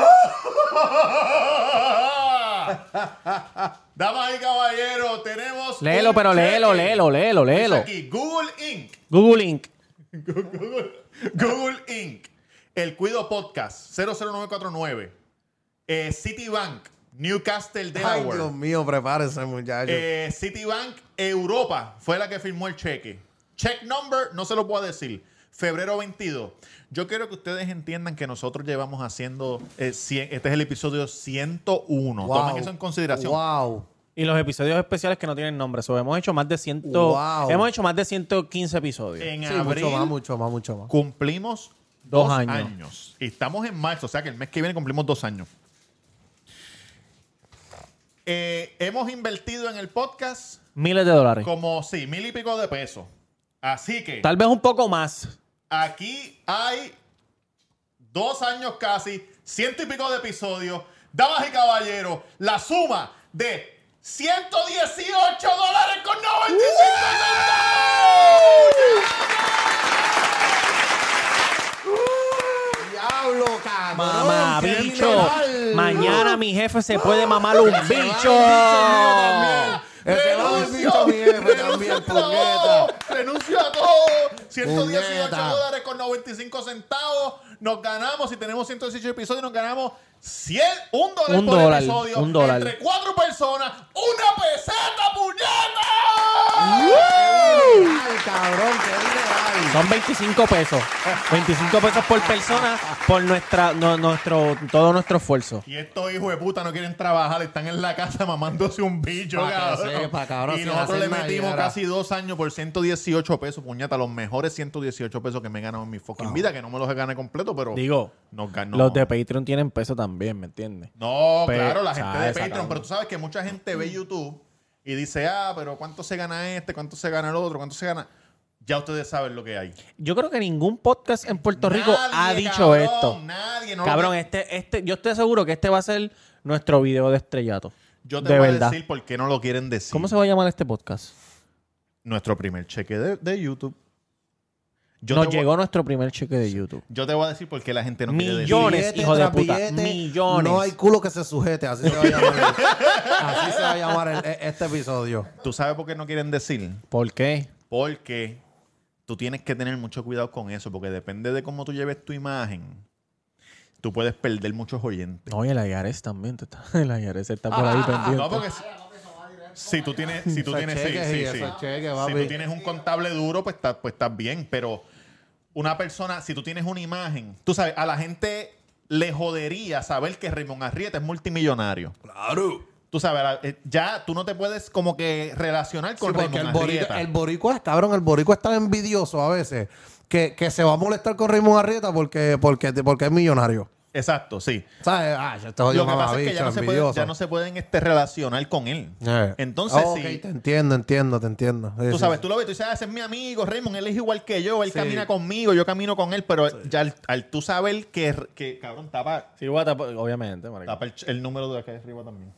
[SPEAKER 2] <laughs> Damas y caballeros, tenemos.
[SPEAKER 4] Léelo,
[SPEAKER 2] un
[SPEAKER 4] pero léelo,
[SPEAKER 2] cheque.
[SPEAKER 4] léelo, léelo,
[SPEAKER 2] Dice
[SPEAKER 4] léelo.
[SPEAKER 2] aquí, Google Inc.
[SPEAKER 4] Google Inc.
[SPEAKER 2] Google Inc. El Cuido Podcast 00949. Eh, Citibank, Newcastle,
[SPEAKER 1] Ay,
[SPEAKER 2] Delaware.
[SPEAKER 1] Dios mío, prepárense, muchachos.
[SPEAKER 2] Eh, Citibank Europa fue la que firmó el cheque. Check number, no se lo puedo decir. Febrero 22. Yo quiero que ustedes entiendan que nosotros llevamos haciendo. eh, cien- este es el episodio 101.
[SPEAKER 1] Wow.
[SPEAKER 2] Tomen eso en consideración.
[SPEAKER 1] Wow.
[SPEAKER 4] Y los episodios especiales que no tienen nombre. So, hemos hecho más de 100,
[SPEAKER 1] Wow.
[SPEAKER 4] hemos hecho más de 115 episodios.
[SPEAKER 2] En
[SPEAKER 1] Sí,
[SPEAKER 2] abril
[SPEAKER 1] mucho más, mucho más, mucho más.
[SPEAKER 2] cumplimos
[SPEAKER 4] Dos
[SPEAKER 2] dos,
[SPEAKER 4] años.
[SPEAKER 2] años. Y estamos en marzo, o sea que el mes que viene cumplimos dos años. Eh, hemos invertido en el podcast
[SPEAKER 4] Miles de dólares.
[SPEAKER 2] como, sí, mil y pico de pesos. Así que.
[SPEAKER 4] Tal vez un poco más.
[SPEAKER 2] Aquí hay dos años casi, ciento y pico de episodios. Damas y caballeros, la suma de 118 dólares con 95 centavos.
[SPEAKER 1] Diablo, cabrón.
[SPEAKER 4] Mamá,
[SPEAKER 1] qué
[SPEAKER 4] bicho.
[SPEAKER 1] mineral.
[SPEAKER 4] Mañana mi jefe se puede mamar
[SPEAKER 2] <laughs>
[SPEAKER 4] un
[SPEAKER 1] Se va el
[SPEAKER 4] bicho.
[SPEAKER 1] bicho mío también. Se va el bicho mío también,
[SPEAKER 2] Renuncio a todo.
[SPEAKER 1] puñeta.
[SPEAKER 2] Renuncio a todo. 118
[SPEAKER 1] Puñeta.
[SPEAKER 2] dólares con 95 centavos. Nos ganamos, si tenemos 118 episodios, nos ganamos 100, un dólar
[SPEAKER 4] Un
[SPEAKER 2] por
[SPEAKER 4] dólar,
[SPEAKER 2] episodio.
[SPEAKER 4] un dólar.
[SPEAKER 2] Entre cuatro personas, una peseta, puñeta.
[SPEAKER 1] Ay, cabrón, qué mineral.
[SPEAKER 4] Son 25 pesos. 25 pesos por persona por nuestra, no- nuestro, todo nuestro esfuerzo.
[SPEAKER 2] Y estos hijos de puta no quieren trabajar, están en la casa mamándose un bicho,
[SPEAKER 1] Pa' que
[SPEAKER 2] cabrón.
[SPEAKER 1] sepa, cabrón,
[SPEAKER 2] Y
[SPEAKER 1] sin
[SPEAKER 2] nosotros le
[SPEAKER 1] hacer nada, y
[SPEAKER 2] metimos
[SPEAKER 1] ahora-
[SPEAKER 2] casi dos años por 118 pesos, puñeta, los mejores 118 pesos que me he ganado en mi fucking vida, que no me los he ganado completo, pero
[SPEAKER 4] Digo,
[SPEAKER 2] nos ganó.
[SPEAKER 4] los de Patreon tienen peso también, ¿me entiendes?
[SPEAKER 2] No,
[SPEAKER 4] Pe-
[SPEAKER 2] claro, la gente
[SPEAKER 4] Ah,
[SPEAKER 2] de
[SPEAKER 4] esa
[SPEAKER 2] Patreon,
[SPEAKER 4] cabrón.
[SPEAKER 2] pero tú sabes que mucha gente ve YouTube y dice, ah, pero ¿cuánto se gana este? ¿Cuánto se gana el otro? ¿Cuánto se gana? Ya ustedes saben lo que hay.
[SPEAKER 4] Yo creo que ningún podcast en Puerto Rico ha
[SPEAKER 2] Nadie,
[SPEAKER 4] dicho
[SPEAKER 2] cabrón,
[SPEAKER 4] esto.
[SPEAKER 2] Nadie, no lo
[SPEAKER 4] Cabrón, este, este, yo estoy seguro que este va a ser nuestro video de estrellato.
[SPEAKER 2] Yo te
[SPEAKER 4] de
[SPEAKER 2] voy
[SPEAKER 4] verdad.
[SPEAKER 2] a decir por qué no lo quieren decir.
[SPEAKER 4] ¿Cómo se va a llamar este podcast?
[SPEAKER 2] Nuestro primer cheque de, de YouTube. Yo
[SPEAKER 4] Nos
[SPEAKER 2] te voy-
[SPEAKER 4] llegó nuestro primer cheque de YouTube.
[SPEAKER 2] Yo te voy a decir por qué la gente no quiere decir.
[SPEAKER 4] Millones,
[SPEAKER 1] Billete
[SPEAKER 4] hijo de
[SPEAKER 1] tras
[SPEAKER 4] puta,
[SPEAKER 1] billete,
[SPEAKER 4] millones.
[SPEAKER 1] No hay culo que se sujete, así se va a
[SPEAKER 4] <laughs>
[SPEAKER 1] llamar. el- así se va a llamar el- e- este episodio.
[SPEAKER 2] ¿Tú sabes por qué no quieren decir?
[SPEAKER 4] ¿Por qué?
[SPEAKER 2] Porque tú tienes que tener mucho cuidado con eso, porque depende de cómo tú lleves tu imagen, tú puedes perder muchos oyentes.
[SPEAKER 4] No, y el Ayares también. te está- <laughs> el Ayares está por ahí pendiente.
[SPEAKER 2] No, porque si, si tú tienes, si
[SPEAKER 1] Esos
[SPEAKER 2] tú tienes, sí,
[SPEAKER 1] cheques
[SPEAKER 2] sí,
[SPEAKER 1] y
[SPEAKER 2] sí.
[SPEAKER 1] esos cheques,
[SPEAKER 2] si
[SPEAKER 1] papi.
[SPEAKER 2] tú tienes un contable duro, pues estás, pues estás bien. Pero una persona, si tú tienes una imagen, tú sabes, a la gente le jodería saber que Raymond Arrieta es multimillonario.
[SPEAKER 1] Claro.
[SPEAKER 2] Tú sabes, a la- eh, ya tú no te puedes como que relacionar con
[SPEAKER 1] Sí, porque el
[SPEAKER 2] Raymond Arrieta.
[SPEAKER 1] boricua, el boricua, cabrón, el boricua es tan envidioso a veces que, que se va a molestar con Raymond Arrieta porque, porque, porque es millonario.
[SPEAKER 2] Exacto, sí.
[SPEAKER 1] ¿Sabes? Ah, ya te jodió
[SPEAKER 2] Lo que pasa es
[SPEAKER 1] mamabicho,
[SPEAKER 2] que ya no, se pueden,
[SPEAKER 1] envidioso.
[SPEAKER 2] ya no se pueden este, relacionar con él.
[SPEAKER 1] Eh.
[SPEAKER 2] Entonces,
[SPEAKER 1] Ah, ok,
[SPEAKER 2] sí.
[SPEAKER 1] te entiendo, entiendo, te entiendo. Sí,
[SPEAKER 2] Tú
[SPEAKER 1] sí,
[SPEAKER 2] sabes,
[SPEAKER 1] sí.
[SPEAKER 2] tú lo ves, tú dices, ah, ese es mi amigo, Raymond, él es igual que yo, él
[SPEAKER 1] Sí.
[SPEAKER 2] camina conmigo, yo camino con él, pero ya al, al tú saber que, que, cabrón, tapa,
[SPEAKER 4] Sí, voy a tapar- obviamente. marico.
[SPEAKER 2] tapa el, ch- el número de acá arriba también.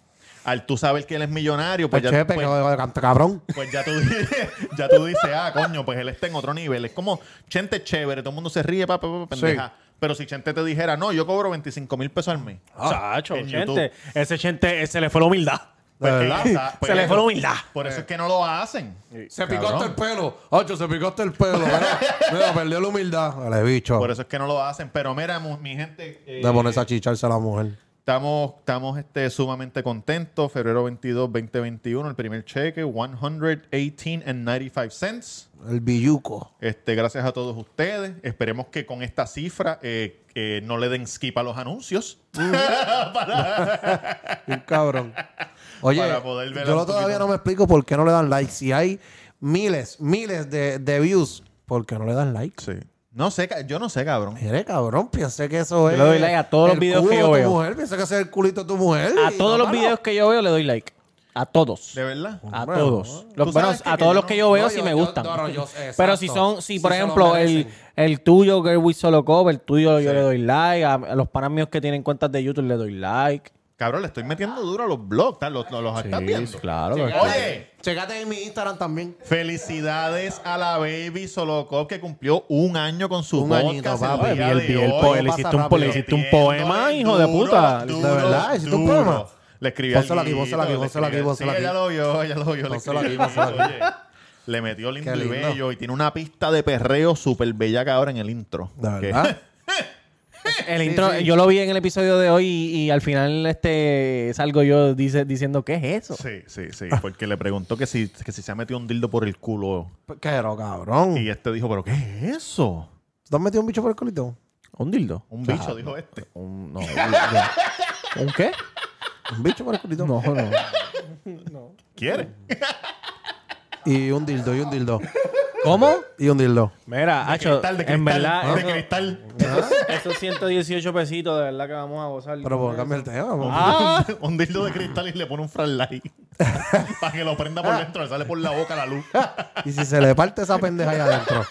[SPEAKER 2] Al tú saber que él es millonario, pues,
[SPEAKER 1] Pues,
[SPEAKER 2] ya,
[SPEAKER 1] chepe,
[SPEAKER 2] pues,
[SPEAKER 1] que- que- cabrón.
[SPEAKER 2] pues ya, tú, dices- <laughs> ya tú dices, ah, coño, pues él está en otro nivel. Es como, Chente es chévere, todo el mundo se ríe, papá, papá,
[SPEAKER 1] Sí.
[SPEAKER 2] pendeja. Pero si Chente te dijera, no, yo cobro 25 mil pesos al mes.
[SPEAKER 4] Chacho,
[SPEAKER 2] en
[SPEAKER 4] Ah, gente, ese gente se le fue la humildad.
[SPEAKER 2] Pues,
[SPEAKER 1] De
[SPEAKER 2] ¿qué
[SPEAKER 1] verdad.
[SPEAKER 2] pasa? Pues
[SPEAKER 4] <laughs> se le
[SPEAKER 2] eso.
[SPEAKER 4] fue la humildad.
[SPEAKER 2] Por eso es que no lo hacen.
[SPEAKER 1] Se
[SPEAKER 2] Cabrón.
[SPEAKER 1] picó hasta el pelo. Ocho, se picó hasta el pelo. <laughs> Mira, mira, perdió la humildad. Vale, bicho.
[SPEAKER 2] Por eso es que no lo hacen. Pero mira, mu- mi gente, eh,
[SPEAKER 1] De ponerse a chicharse a la mujer.
[SPEAKER 2] estamos, estamos este, sumamente contentos. Febrero 22, 2021, el primer cheque, 118 and 95 cents.
[SPEAKER 1] El billuco.
[SPEAKER 2] Este, gracias a todos ustedes. Esperemos que con esta cifra eh, eh, no le den skip a los anuncios.
[SPEAKER 1] Un
[SPEAKER 4] <laughs>
[SPEAKER 1] cabrón. Oye,
[SPEAKER 2] Para poder ver
[SPEAKER 1] yo
[SPEAKER 2] un
[SPEAKER 1] lo todavía
[SPEAKER 2] poquito.
[SPEAKER 1] no me explico por qué no le dan like. Si hay miles, miles de, de views, ¿por qué no le dan like?
[SPEAKER 2] Sí. No sé, ca- yo no sé, cabrón.
[SPEAKER 1] Mire, cabrón, piense que eso es.
[SPEAKER 4] le doy like a todos los
[SPEAKER 1] el
[SPEAKER 4] videos
[SPEAKER 1] culo
[SPEAKER 4] que yo
[SPEAKER 1] de tu
[SPEAKER 4] veo.
[SPEAKER 1] Mujer, piensa que ese es el culito de tu mujer.
[SPEAKER 4] A
[SPEAKER 1] y
[SPEAKER 4] todos
[SPEAKER 1] no,
[SPEAKER 4] los
[SPEAKER 1] mano.
[SPEAKER 4] videos que yo veo le doy like. A todos.
[SPEAKER 2] ¿De verdad?
[SPEAKER 4] A
[SPEAKER 1] Hombre,
[SPEAKER 4] todos.
[SPEAKER 1] no.
[SPEAKER 4] Los,
[SPEAKER 2] Tú
[SPEAKER 4] bueno,
[SPEAKER 2] sabes que-
[SPEAKER 4] a
[SPEAKER 2] que
[SPEAKER 4] todos
[SPEAKER 2] yo
[SPEAKER 4] los
[SPEAKER 2] no-
[SPEAKER 4] que yo veo
[SPEAKER 1] no,
[SPEAKER 4] sí
[SPEAKER 1] yo-
[SPEAKER 4] me
[SPEAKER 1] yo-
[SPEAKER 4] gustan.
[SPEAKER 1] no, no, yo- exacto.
[SPEAKER 4] Pero si son, si por
[SPEAKER 1] Sí se lo
[SPEAKER 4] ejemplo el,
[SPEAKER 1] merecen.
[SPEAKER 4] el tuyo, Girl with Solo Cover, el tuyo yo
[SPEAKER 2] Sí.
[SPEAKER 4] le doy like. A, a los panas míos que tienen cuentas de YouTube le doy like.
[SPEAKER 2] Cabrón, le estoy metiendo duro a los blogs, tal, los, los, los estás
[SPEAKER 4] Sí,
[SPEAKER 2] viendo.
[SPEAKER 4] claro. lo-
[SPEAKER 2] Oye,
[SPEAKER 1] Checate en mi Instagram también.
[SPEAKER 2] felicidades a la Baby Solocop que cumplió un año con su
[SPEAKER 1] Un
[SPEAKER 2] podcast.
[SPEAKER 1] añito,
[SPEAKER 2] el
[SPEAKER 1] papi.
[SPEAKER 2] día
[SPEAKER 4] El-
[SPEAKER 2] de
[SPEAKER 4] el-
[SPEAKER 2] hoy.
[SPEAKER 4] po- le
[SPEAKER 1] pasa
[SPEAKER 4] hiciste un, po-
[SPEAKER 1] rápido.
[SPEAKER 4] le hiciste un poema,
[SPEAKER 2] Metiéndole
[SPEAKER 4] hijo de
[SPEAKER 2] duro,
[SPEAKER 4] puta.
[SPEAKER 2] duro,
[SPEAKER 1] De verdad, hiciste un
[SPEAKER 2] duro.
[SPEAKER 1] poema.
[SPEAKER 2] Le escribí al
[SPEAKER 1] Pónselo aquí,
[SPEAKER 2] Guido,
[SPEAKER 1] pónselo aquí,
[SPEAKER 2] le
[SPEAKER 1] pónselo
[SPEAKER 2] escribí-
[SPEAKER 1] aquí, pónselo
[SPEAKER 2] Sí,
[SPEAKER 1] aquí.
[SPEAKER 2] ella lo vio, ella lo vio. le
[SPEAKER 1] Pónselo aquí,
[SPEAKER 2] escribí al
[SPEAKER 1] pónselo aquí.
[SPEAKER 2] Guido, oye. Le metió lindo
[SPEAKER 1] Qué
[SPEAKER 2] y
[SPEAKER 1] lindo.
[SPEAKER 2] bello y tiene una pista de perreo súper bellaca ahora en el intro.
[SPEAKER 1] De
[SPEAKER 2] Que- <laughs>
[SPEAKER 1] verdad.
[SPEAKER 4] El intro, yo lo vi en el episodio de hoy y, y al final este salgo yo dice, diciendo ¿qué es eso?
[SPEAKER 2] Sí, sí, sí. Porque le preguntó que si, que si se ha metido un dildo por el culo.
[SPEAKER 1] Pero, cabrón.
[SPEAKER 2] Y este dijo, ¿pero qué es eso?
[SPEAKER 1] ¿Tú has metido un bicho por el culito?
[SPEAKER 4] ¿Un dildo?
[SPEAKER 2] Un
[SPEAKER 4] Claro.
[SPEAKER 2] bicho, dijo este.
[SPEAKER 4] Un, no, un, no. ¿Un qué?
[SPEAKER 1] Un bicho por el culito.
[SPEAKER 4] <laughs> No, no.
[SPEAKER 2] ¿Quiere?
[SPEAKER 1] Y un dildo, y un dildo.
[SPEAKER 4] ¿Cómo?
[SPEAKER 1] Y un dildo.
[SPEAKER 4] Mira, Hacho,
[SPEAKER 2] Cristal, de cristal, Ah.
[SPEAKER 4] en verdad,
[SPEAKER 2] de
[SPEAKER 4] eso-
[SPEAKER 2] cristal.
[SPEAKER 4] esos 118 pesitos, de verdad que vamos a gozar.
[SPEAKER 1] Pero pues, cambia el tema. vamos.
[SPEAKER 4] Ah.
[SPEAKER 2] <laughs> un dildo de cristal y le pone un flashlight para que lo prenda por dentro, le sale por la boca la luz.
[SPEAKER 1] Y si se le parte esa pendeja ahí adentro.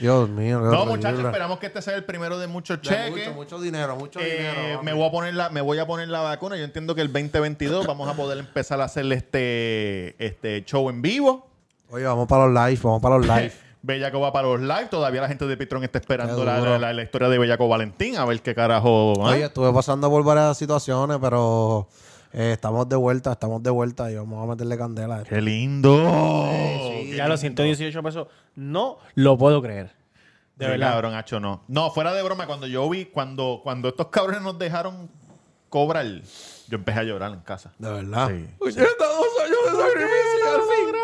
[SPEAKER 1] Dios mío. qué
[SPEAKER 2] No,
[SPEAKER 1] horrible.
[SPEAKER 2] muchachos, esperamos que este sea el primero de muchos
[SPEAKER 1] De
[SPEAKER 2] cheques.
[SPEAKER 1] Mucho, mucho dinero, mucho
[SPEAKER 2] Eh,
[SPEAKER 1] dinero. mami.
[SPEAKER 2] me voy a poner la me voy a poner la vacuna yo entiendo que el 2022 vamos a poder empezar a hacer este este show en vivo
[SPEAKER 1] Oye, vamos para los live, vamos para los
[SPEAKER 2] <laughs>
[SPEAKER 1] live.
[SPEAKER 2] Bellaco va para los live todavía la gente de Patreon está esperando
[SPEAKER 1] Qué
[SPEAKER 2] la,
[SPEAKER 1] duro.
[SPEAKER 2] la- la historia de Bellaco Valentín a ver qué carajo ¿ah?
[SPEAKER 1] Oye, estuve pasando por varias situaciones, pero eh, estamos de vuelta, estamos de vuelta y vamos a meterle candela. a esto.
[SPEAKER 2] qué lindo Qué
[SPEAKER 4] Ya los 118 pesos, no lo puedo creer.
[SPEAKER 2] De verdad. Cabrón, hacho, no. No, fuera de broma, cuando yo vi, cuando, cuando estos cabrones nos dejaron cobrar, yo empecé a llorar en casa.
[SPEAKER 1] De verdad.
[SPEAKER 2] Sí.
[SPEAKER 4] Pues
[SPEAKER 1] Uy, estos dos años de sacrificio al fin.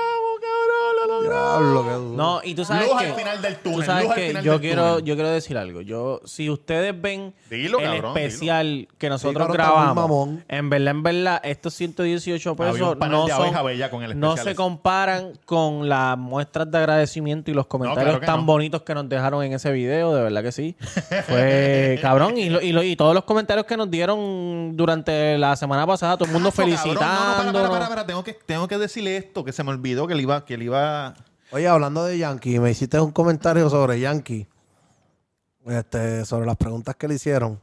[SPEAKER 1] Diablo, qué duro.
[SPEAKER 4] No, y tú sabes
[SPEAKER 2] Luz
[SPEAKER 4] que...
[SPEAKER 2] al final del túnel.
[SPEAKER 4] Tú sabes
[SPEAKER 2] luz al
[SPEAKER 4] que
[SPEAKER 2] final
[SPEAKER 4] yo
[SPEAKER 2] del
[SPEAKER 4] quiero,
[SPEAKER 2] túnel.
[SPEAKER 4] yo quiero decir algo. Yo, si ustedes ven
[SPEAKER 2] Dilo,
[SPEAKER 4] el
[SPEAKER 2] cabrón,
[SPEAKER 4] especial que nosotros
[SPEAKER 1] Sí, cabrón, está muy
[SPEAKER 4] grabamos,
[SPEAKER 1] mamón.
[SPEAKER 4] en verdad, en verdad, estos 118
[SPEAKER 2] Había
[SPEAKER 4] pesos
[SPEAKER 2] un panel
[SPEAKER 4] no,
[SPEAKER 2] de
[SPEAKER 4] son,
[SPEAKER 2] abeja bella con el
[SPEAKER 4] no
[SPEAKER 2] especial
[SPEAKER 4] se
[SPEAKER 2] ese.
[SPEAKER 4] comparan con las muestras de agradecimiento y los comentarios
[SPEAKER 2] claro que
[SPEAKER 4] tan
[SPEAKER 2] no.
[SPEAKER 4] bonitos que nos dejaron en ese video. De verdad
[SPEAKER 2] <laughs>
[SPEAKER 4] que sí. Fue cabrón. Y, lo- y, lo- y todos los comentarios que nos dieron durante la semana pasada, todo el mundo
[SPEAKER 2] Hacho, cabrón,
[SPEAKER 4] felicitando.
[SPEAKER 2] No, no, para, para, para, para. Tengo que, tengo que decirle esto, que se me olvidó que le iba, que le iba.
[SPEAKER 1] Oye, hablando de Yankee, me hiciste un comentario sobre Yankee. Este, sobre las preguntas que le hicieron.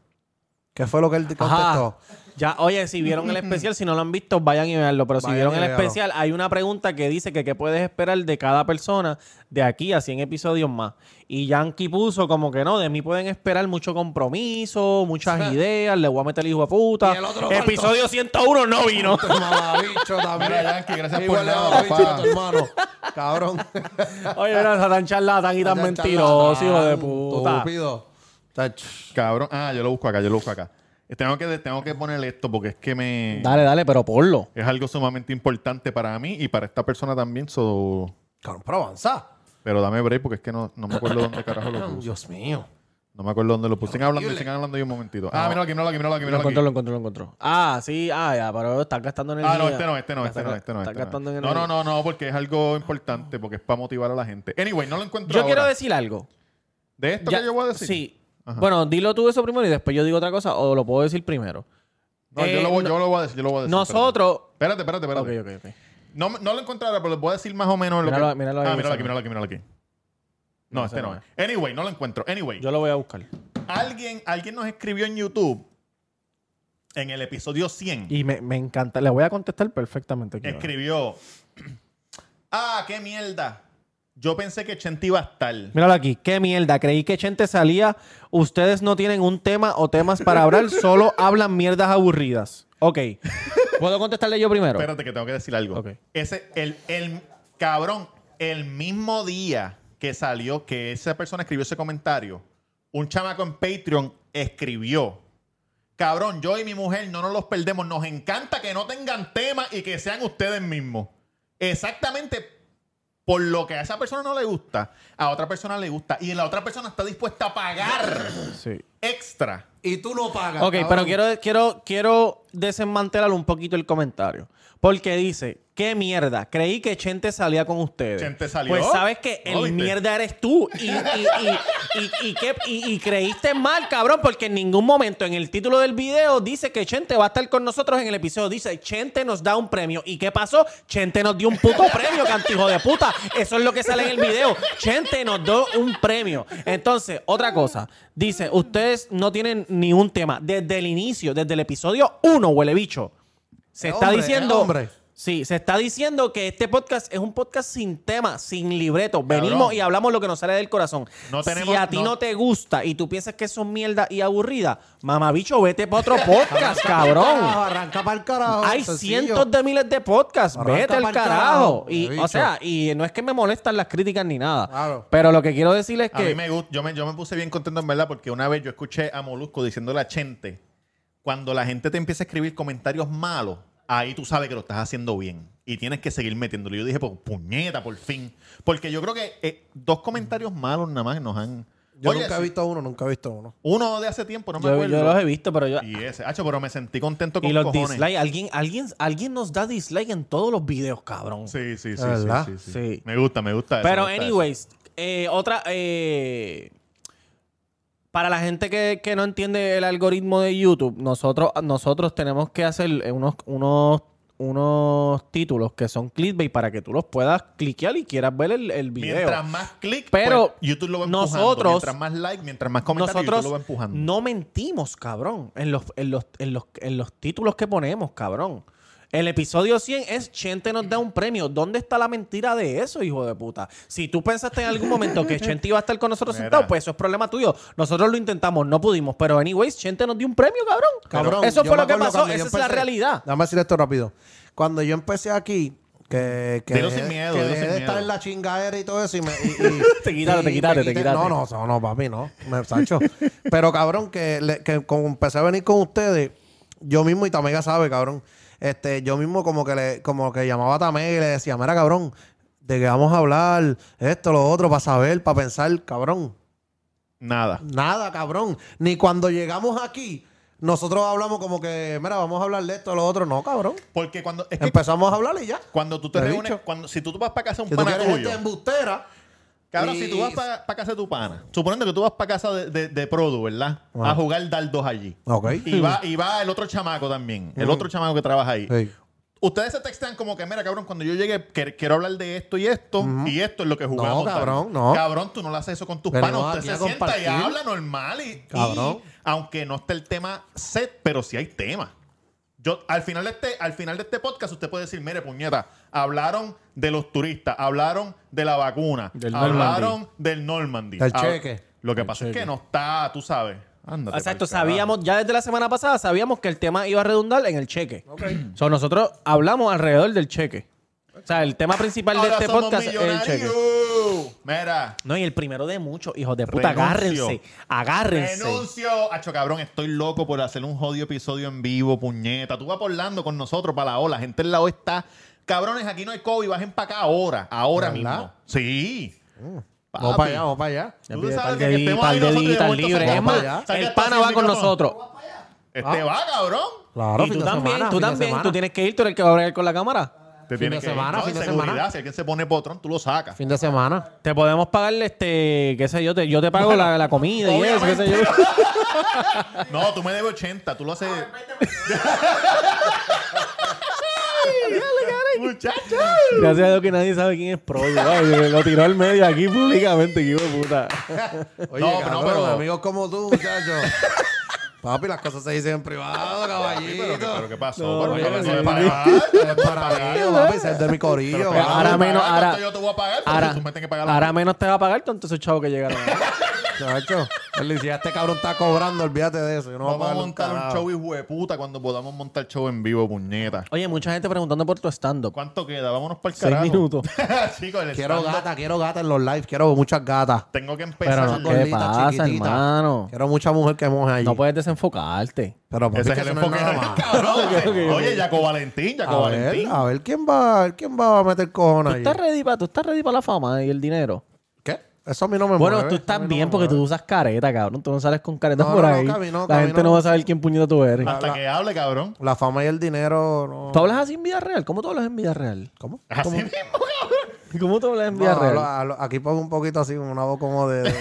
[SPEAKER 1] ¿Qué fue lo que él contestó?
[SPEAKER 4] Ajá. Ya, oye, si vieron el especial, si no lo han visto, vayan y veanlo. Pero si
[SPEAKER 1] Vayan
[SPEAKER 4] vieron
[SPEAKER 1] y
[SPEAKER 4] el
[SPEAKER 1] véanlo.
[SPEAKER 4] especial, hay una pregunta que dice que qué puedes esperar de cada persona de aquí a 100 episodios más. Y Yankee puso como que no, de mí pueden esperar mucho compromiso, muchas ideas, le voy a meter el hijo a puta.
[SPEAKER 1] Y el otro faltó.
[SPEAKER 4] Episodio 101 no
[SPEAKER 2] <laughs>
[SPEAKER 4] vino.
[SPEAKER 1] Este
[SPEAKER 4] <laughs>
[SPEAKER 1] mamabicho también.
[SPEAKER 2] Mira, Yankee, gracias por
[SPEAKER 1] Igual de
[SPEAKER 2] nada,
[SPEAKER 1] mamabicho
[SPEAKER 2] papá.
[SPEAKER 1] que tu hermano.
[SPEAKER 4] <laughs>
[SPEAKER 1] Cabrón. <laughs>
[SPEAKER 4] oye, era tan charlatán y tan mentiroso, hijo de puta.
[SPEAKER 1] Estúpido. Chacho.
[SPEAKER 2] Cabrón. Ah, yo lo busco acá, yo lo busco acá. Eh, Tengo que, tengo que ponerle esto porque es que me.
[SPEAKER 4] Dale, dale, pero ponlo.
[SPEAKER 2] Es algo sumamente importante para mí y para esta persona también. so-
[SPEAKER 1] Cabrón, pero avanza.
[SPEAKER 2] Pero dame break porque es que no, no me acuerdo dónde carajo
[SPEAKER 4] <coughs>
[SPEAKER 2] lo puse.
[SPEAKER 1] Dios mío.
[SPEAKER 2] No me acuerdo dónde lo puse. Sigan hablando, sigan hablando ahí un momentito. Ah, míralo aquí, míralo aquí, míralo aquí,
[SPEAKER 4] Lo
[SPEAKER 2] míralo
[SPEAKER 4] encontró,
[SPEAKER 2] aquí.
[SPEAKER 4] lo encontró, lo encontró. Ah, sí, ah, ya, pero estás gastando energía.
[SPEAKER 2] Ah, no, este no, este no, este no,
[SPEAKER 4] Estás-
[SPEAKER 2] este no.
[SPEAKER 4] estás
[SPEAKER 2] este no.
[SPEAKER 4] gastando energía.
[SPEAKER 2] No, no, no, no, porque es algo importante, porque es para motivar a la gente. Anyway, no lo encuentro
[SPEAKER 4] Yo quiero
[SPEAKER 2] ahora.
[SPEAKER 4] decir algo.
[SPEAKER 2] ¿De esto
[SPEAKER 4] Ya,
[SPEAKER 2] que yo voy a decir?
[SPEAKER 4] Sí.
[SPEAKER 2] Ajá.
[SPEAKER 4] Bueno, dilo tú eso primero y después yo digo otra cosa o lo puedo decir primero.
[SPEAKER 2] No,
[SPEAKER 4] Eh,
[SPEAKER 2] yo, lo voy,
[SPEAKER 4] no-
[SPEAKER 2] yo lo voy a decir, yo lo voy a decir.
[SPEAKER 4] Nosotros...
[SPEAKER 2] Espérate, espérate, espérate.
[SPEAKER 4] Ok,
[SPEAKER 2] espérate.
[SPEAKER 4] ok, ok.
[SPEAKER 2] No, me- no lo encuentro ahora, pero les voy a decir más o menos lo
[SPEAKER 4] Míralo-
[SPEAKER 2] que...
[SPEAKER 4] míralo ahí,
[SPEAKER 2] ah, míralo aquí,
[SPEAKER 4] Isabel.
[SPEAKER 2] míralo aquí, míralo aquí. No,
[SPEAKER 4] No,
[SPEAKER 2] este
[SPEAKER 4] ese
[SPEAKER 2] no
[SPEAKER 4] no
[SPEAKER 2] es. Anyway, no lo encuentro. Anyway.
[SPEAKER 4] Yo lo voy a buscar.
[SPEAKER 2] Alguien, alguien nos escribió en YouTube, en el episodio 100,
[SPEAKER 4] Y eh. me, me encanta. Le voy a contestar perfectamente. aquí ahora.
[SPEAKER 2] escribió: <clears throat> Ah, qué mierda. Yo pensé que Chente iba a estar.
[SPEAKER 4] Míralo aquí. Qué mierda. Creí que Chente salía. Ustedes no tienen un tema o temas para hablar. <laughs> solo hablan mierdas aburridas. Ok. <laughs> ¿Puedo contestarle yo primero?
[SPEAKER 2] Espérate, que tengo que decir algo.
[SPEAKER 4] Ok.
[SPEAKER 2] Ese, el, el cabrón, el mismo día que salió, que esa persona escribió ese comentario, un chamaco en Patreon escribió. Cabrón, yo y mi mujer no nos los perdemos. Nos encanta que no tengan tema y que sean ustedes mismos. Exactamente por lo que a esa persona no le gusta, a otra persona le gusta. Y la otra persona está dispuesta a pagar
[SPEAKER 4] Sí.
[SPEAKER 2] extra
[SPEAKER 1] y tú no pagas.
[SPEAKER 4] Ok,
[SPEAKER 1] cabrón.
[SPEAKER 4] pero quiero, quiero, quiero desmantelar un poquito el comentario. Porque dice, qué mierda, creí que Chente salía con ustedes.
[SPEAKER 2] Chente salió.
[SPEAKER 4] Pues sabes que
[SPEAKER 2] ¿No
[SPEAKER 4] el
[SPEAKER 2] viste?
[SPEAKER 4] mierda eres tú. Y, y, y- y- y que- y- y creíste mal, cabrón, porque en ningún momento en el título del video dice que Chente va a estar con nosotros en el episodio. Dice, Chente nos da un premio. ¿Y qué pasó? Chente nos dio un puto premio, cantijo de puta. Eso es lo que sale en el video. Chente nos dio un premio. Entonces, otra cosa. Dice, ustedes no tienen ni un tema. Desde el inicio, desde el episodio 1, huele bicho. Se
[SPEAKER 1] Es
[SPEAKER 4] está
[SPEAKER 1] hombre,
[SPEAKER 4] diciendo.
[SPEAKER 1] es hombre.
[SPEAKER 4] Sí, se está diciendo que este podcast es un podcast sin tema, sin libreto.
[SPEAKER 2] Cabrón.
[SPEAKER 4] Venimos y hablamos lo que nos sale del corazón.
[SPEAKER 2] No tenemos-
[SPEAKER 4] si a ti
[SPEAKER 2] no-
[SPEAKER 4] no, te gusta y tú piensas que son mierda y aburrida, mamabicho, vete para otro
[SPEAKER 2] <laughs>
[SPEAKER 4] podcast,
[SPEAKER 1] Carajo,
[SPEAKER 4] cabrón.
[SPEAKER 1] arranca para el carajo.
[SPEAKER 4] Hay
[SPEAKER 1] sencillo.
[SPEAKER 4] cientos de miles de podcasts.
[SPEAKER 1] Arranca
[SPEAKER 4] Vete al
[SPEAKER 1] pa'l
[SPEAKER 4] carajo.
[SPEAKER 1] carajo,
[SPEAKER 4] Y, o
[SPEAKER 1] bicho.
[SPEAKER 4] sea, y no es que me molestan las críticas ni nada.
[SPEAKER 1] Claro.
[SPEAKER 4] Pero lo que quiero decir es
[SPEAKER 2] A mí
[SPEAKER 4] que.
[SPEAKER 2] me gusta, yo me, yo me puse bien contento en verdad porque una vez yo escuché a Molusco diciéndole a Chente, cuando la gente te empieza a escribir comentarios malos, ahí tú sabes que lo estás haciendo bien y tienes que seguir metiéndolo. Yo dije, pues puñeta, por fin. Porque yo creo que eh, dos comentarios malos nada más nos han...
[SPEAKER 1] Yo
[SPEAKER 2] Oye,
[SPEAKER 1] nunca he
[SPEAKER 2] sí,
[SPEAKER 1] visto uno, nunca he visto uno.
[SPEAKER 2] Uno de hace tiempo, no me
[SPEAKER 4] Yo,
[SPEAKER 2] acuerdo.
[SPEAKER 4] yo los he visto, pero yo.
[SPEAKER 2] Y ese, hacho, pero me sentí contento con
[SPEAKER 4] Y los
[SPEAKER 2] cojones.
[SPEAKER 4] dislikes. Alguien, alguien, alguien nos da dislike en todos los videos, cabrón.
[SPEAKER 2] Sí, sí, sí,
[SPEAKER 1] La
[SPEAKER 2] sí,
[SPEAKER 1] verdad.
[SPEAKER 2] sí, sí.
[SPEAKER 4] Sí.
[SPEAKER 2] Me gusta, me gusta. eso,
[SPEAKER 4] Pero,
[SPEAKER 2] me gusta
[SPEAKER 4] anyways, eh, otra. eh, para la gente que, que no entiende el algoritmo de YouTube, nosotros, nosotros tenemos que hacer eh, unos, unos, unos títulos que son clickbait para que tú los puedas cliquear y quieras ver el, el
[SPEAKER 2] eso.
[SPEAKER 4] video.
[SPEAKER 2] Mientras más clic,
[SPEAKER 4] Pero
[SPEAKER 2] pues, YouTube lo va empujando.
[SPEAKER 4] nosotros-
[SPEAKER 2] mientras más like, mientras más comentarios,
[SPEAKER 4] Nosotros
[SPEAKER 2] YouTube lo va empujando.
[SPEAKER 4] no mentimos, cabrón, en los, en, los, en, los, en los títulos que ponemos, cabrón. El episodio 100 es Chente nos da un premio. ¿Dónde está la mentira de eso, hijo de puta? Si tú pensaste en algún momento
[SPEAKER 1] <laughs>
[SPEAKER 4] que Chente iba a estar con nosotros
[SPEAKER 2] Mira.
[SPEAKER 4] sentado, pues eso es problema tuyo. Nosotros lo intentamos, no pudimos. Pero, anyways, Chente nos dio un premio, cabrón.
[SPEAKER 1] Cabrón,
[SPEAKER 4] eso
[SPEAKER 1] yo
[SPEAKER 4] fue
[SPEAKER 1] me
[SPEAKER 4] lo que
[SPEAKER 1] acuerdo
[SPEAKER 4] pasó.
[SPEAKER 1] cuando
[SPEAKER 4] Esa
[SPEAKER 1] yo
[SPEAKER 4] es la
[SPEAKER 1] empecé-
[SPEAKER 4] realidad.
[SPEAKER 1] Dame decir esto rápido. Cuando yo empecé aquí, que, que
[SPEAKER 2] Dilo
[SPEAKER 1] dejé-
[SPEAKER 2] sin miedo,
[SPEAKER 1] que
[SPEAKER 2] dilo
[SPEAKER 1] dejé
[SPEAKER 2] sin
[SPEAKER 1] de
[SPEAKER 2] miedo.
[SPEAKER 1] estar en la chingadera y todo eso. Y me,
[SPEAKER 4] Te quitaste, te quitaste, te
[SPEAKER 1] quitas.
[SPEAKER 4] quitaste.
[SPEAKER 1] No, no, no, no, papi, no. Me sacho. Pero cabrón, que, le- que como empecé a venir con ustedes, yo mismo, y Tamega sabe, cabrón. Este, yo mismo como que le, como que llamaba a Tamega y le decía, mira, cabrón, de qué vamos a hablar, esto, lo otro, para saber, para pensar, cabrón.
[SPEAKER 2] Nada.
[SPEAKER 1] Nada, cabrón. Ni cuando llegamos aquí, nosotros hablamos como que, mira, vamos a hablar de esto, lo otro. No, cabrón.
[SPEAKER 2] Porque cuando es que
[SPEAKER 1] Empezamos a hablar y ya.
[SPEAKER 2] cuando tú te
[SPEAKER 1] Lo he
[SPEAKER 2] reúnes,
[SPEAKER 1] dicho.
[SPEAKER 2] cuando si tú vas para casa de un
[SPEAKER 1] Si tú
[SPEAKER 2] pana
[SPEAKER 1] quieres gente
[SPEAKER 2] tuyo,
[SPEAKER 1] embustera.
[SPEAKER 2] cabrón,
[SPEAKER 1] y-
[SPEAKER 2] si tú vas para casa de tu pana, suponiendo que tú vas para casa de, de, de Produ, ¿verdad?
[SPEAKER 1] Ajá.
[SPEAKER 2] A jugar dardos allí.
[SPEAKER 1] Ok.
[SPEAKER 2] Y va, y va el otro chamaco también, el
[SPEAKER 1] Mm.
[SPEAKER 2] otro chamaco que trabaja ahí.
[SPEAKER 1] Sí.
[SPEAKER 2] Ustedes se textan como que, mira, cabrón, cuando yo llegue, que- quiero hablar de esto y esto, y esto es lo que
[SPEAKER 1] No,
[SPEAKER 2] jugamos. tal.
[SPEAKER 1] cabrón, no.
[SPEAKER 2] Cabrón, tú no le haces eso con tus
[SPEAKER 1] Venimos
[SPEAKER 2] panos.
[SPEAKER 1] aquí
[SPEAKER 2] Usted
[SPEAKER 1] a
[SPEAKER 2] se sienta y
[SPEAKER 1] compartir.
[SPEAKER 2] habla normal. Y,
[SPEAKER 1] Cabrón.
[SPEAKER 2] y aunque no esté el tema set, pero sí hay tema. Yo, al, final de este, al final de este podcast, usted puede decir, mire, puñeta, hablaron de los turistas, hablaron de la vacuna,
[SPEAKER 4] Del
[SPEAKER 2] hablaron del Normandy.
[SPEAKER 1] Del
[SPEAKER 2] Hab-
[SPEAKER 1] cheque.
[SPEAKER 2] Lo que pasa es que no está, tú sabes. Ándate
[SPEAKER 4] Exacto,
[SPEAKER 2] pa'l carajo.
[SPEAKER 4] sabíamos, ya desde la semana pasada sabíamos que el tema iba a redundar en el cheque. So, nosotros hablamos alrededor del cheque. O sea, el tema principal de
[SPEAKER 2] Ahora
[SPEAKER 4] este
[SPEAKER 2] somos
[SPEAKER 4] podcast es el cheque.
[SPEAKER 2] millonarios. Mira.
[SPEAKER 4] No, y el primero de muchos, hijos de puta,
[SPEAKER 2] Renuncio.
[SPEAKER 4] agárrense, agárrense.
[SPEAKER 2] Renuncio. Acho, cabrón, estoy loco por hacer un jodido episodio en vivo, puñeta. Tú vas por Orlando con nosotros para la ola. La gente en la O está. Cabrones, aquí no hay COVID. Bajen para acá ahora. Ahora
[SPEAKER 1] ¿Verdad?
[SPEAKER 2] mismo. Sí.
[SPEAKER 1] Mm. Vamos para allá, vamos para allá.
[SPEAKER 4] Ya
[SPEAKER 2] Tú
[SPEAKER 4] pide
[SPEAKER 2] sabes
[SPEAKER 4] par
[SPEAKER 2] que
[SPEAKER 4] de
[SPEAKER 2] que
[SPEAKER 4] di-
[SPEAKER 2] estemos
[SPEAKER 4] par
[SPEAKER 2] ahí
[SPEAKER 4] de
[SPEAKER 2] nosotros y de
[SPEAKER 4] ditas
[SPEAKER 2] momento
[SPEAKER 4] libres.
[SPEAKER 2] saca-
[SPEAKER 4] Es más,
[SPEAKER 2] saca
[SPEAKER 4] el
[SPEAKER 2] hasta
[SPEAKER 4] pana
[SPEAKER 2] el
[SPEAKER 4] va con
[SPEAKER 2] micrófono.
[SPEAKER 4] nosotros. Ah.
[SPEAKER 2] Este va, cabrón.
[SPEAKER 1] Claro,
[SPEAKER 4] y
[SPEAKER 1] fin
[SPEAKER 4] tú
[SPEAKER 1] de
[SPEAKER 4] también,
[SPEAKER 1] semana,
[SPEAKER 4] tú
[SPEAKER 1] fin de
[SPEAKER 4] también,
[SPEAKER 1] semana.
[SPEAKER 4] tú tienes que ir, tú eres el que va a hablar con la cámara.
[SPEAKER 2] Te
[SPEAKER 1] Fin de
[SPEAKER 2] tienes que
[SPEAKER 1] semana,
[SPEAKER 2] no,
[SPEAKER 1] fin
[SPEAKER 2] de
[SPEAKER 1] de
[SPEAKER 2] seguridad.
[SPEAKER 1] semana.
[SPEAKER 2] Si alguien se pone potrón, tú lo sacas.
[SPEAKER 1] Fin de semana.
[SPEAKER 4] Te podemos pagarle, este, qué sé yo, te, yo te pago la, la comida y eso, qué sé yo.
[SPEAKER 2] No, tú me debes 80. Tú lo
[SPEAKER 4] <laughs>
[SPEAKER 2] haces. Muchacho.
[SPEAKER 4] Gracias a Dios que nadie sabe quién es Pro. Ay, lo tiró al medio aquí públicamente, hijo de puta.
[SPEAKER 1] Oye,
[SPEAKER 2] No, pero no,
[SPEAKER 1] cabrón,
[SPEAKER 2] pero-
[SPEAKER 1] amigos como tú, muchachos. Papi, las cosas se dicen en privado,
[SPEAKER 2] Sí, pero, ¿qué- pero
[SPEAKER 1] caballito.
[SPEAKER 2] ¿qué pasó?
[SPEAKER 1] No,
[SPEAKER 2] Pero
[SPEAKER 1] oye,
[SPEAKER 2] ¿qué
[SPEAKER 1] que
[SPEAKER 2] pasó?
[SPEAKER 1] sí.
[SPEAKER 2] Para- para- para-
[SPEAKER 1] Corillo, papi, ese es de mi corillo.
[SPEAKER 2] Pero
[SPEAKER 1] papi.
[SPEAKER 4] ahora menos,
[SPEAKER 2] ¿cuánto
[SPEAKER 4] ahora-
[SPEAKER 2] yo te voy a pagar? Porque
[SPEAKER 4] Ahora,
[SPEAKER 2] tú me tienes que pagar la
[SPEAKER 4] ahora
[SPEAKER 2] multa.
[SPEAKER 4] menos te va a pagar tanto esos chavos que llegaron.
[SPEAKER 1] Chacho, él decía, este cabrón está cobrando, olvídate de eso. Yo no voy
[SPEAKER 2] Vamos a
[SPEAKER 1] pagarle
[SPEAKER 2] montar un
[SPEAKER 1] carajo.
[SPEAKER 2] show hijo de puta cuando podamos montar show en vivo, puñeta.
[SPEAKER 4] <laughs> Oye, mucha gente preguntando por tu stand-up.
[SPEAKER 2] ¿Cuánto queda? Vámonos para el
[SPEAKER 4] Seis
[SPEAKER 2] carajo.
[SPEAKER 4] minutos.
[SPEAKER 2] <laughs> Chicos, el
[SPEAKER 1] Quiero
[SPEAKER 2] stand-up,
[SPEAKER 1] gata, quiero gata en los lives, quiero muchas gatas.
[SPEAKER 2] Tengo que empezar.
[SPEAKER 4] Pero no, eh,
[SPEAKER 1] Gordita,
[SPEAKER 4] ¿qué pasa,
[SPEAKER 1] chiquitita.
[SPEAKER 4] hermano?
[SPEAKER 1] Quiero mucha mujer que moje ahí.
[SPEAKER 4] No puedes desenfocarte.
[SPEAKER 1] Pero papi,
[SPEAKER 2] Ese
[SPEAKER 1] que
[SPEAKER 2] es el
[SPEAKER 1] eso no es
[SPEAKER 2] enfoque.
[SPEAKER 1] nada más.
[SPEAKER 4] <laughs>
[SPEAKER 2] Cabrón, Oye, Jaco Valentín, Jaco
[SPEAKER 1] A ver,
[SPEAKER 2] Valentín.
[SPEAKER 1] a ver quién va, a ver quién va a meter
[SPEAKER 4] ¿Tú
[SPEAKER 1] cojones ahí.
[SPEAKER 4] estás ready para, tú estás ready para la fama y el dinero?
[SPEAKER 1] ¿Qué? Eso a mí no me
[SPEAKER 4] Bueno,
[SPEAKER 1] Pues mueve. ¿eh?
[SPEAKER 4] tú
[SPEAKER 1] A mí
[SPEAKER 4] estás
[SPEAKER 1] no
[SPEAKER 4] bien
[SPEAKER 1] me
[SPEAKER 4] porque tú
[SPEAKER 1] mueve.
[SPEAKER 4] usas careta, cabrón. Tú no sales con careta
[SPEAKER 1] No,
[SPEAKER 4] por
[SPEAKER 1] no, no,
[SPEAKER 4] ahí.
[SPEAKER 1] Cami, no,
[SPEAKER 4] la
[SPEAKER 1] Cami,
[SPEAKER 4] gente no.
[SPEAKER 1] no.
[SPEAKER 4] va a saber quién puñeta tú eres.
[SPEAKER 2] Hasta que hable, cabrón.
[SPEAKER 1] La fama y el dinero. No.
[SPEAKER 4] ¿Tú hablas así en vida real? ¿Cómo tú hablas en vida real? ¿Cómo?
[SPEAKER 2] Así mismo.
[SPEAKER 4] <laughs> ¿Cómo tú hablas en
[SPEAKER 1] No,
[SPEAKER 4] vida real?
[SPEAKER 1] hablo- <laughs> hablo- aquí pongo un poquito así, una voz como de.
[SPEAKER 2] <laughs>
[SPEAKER 1] de-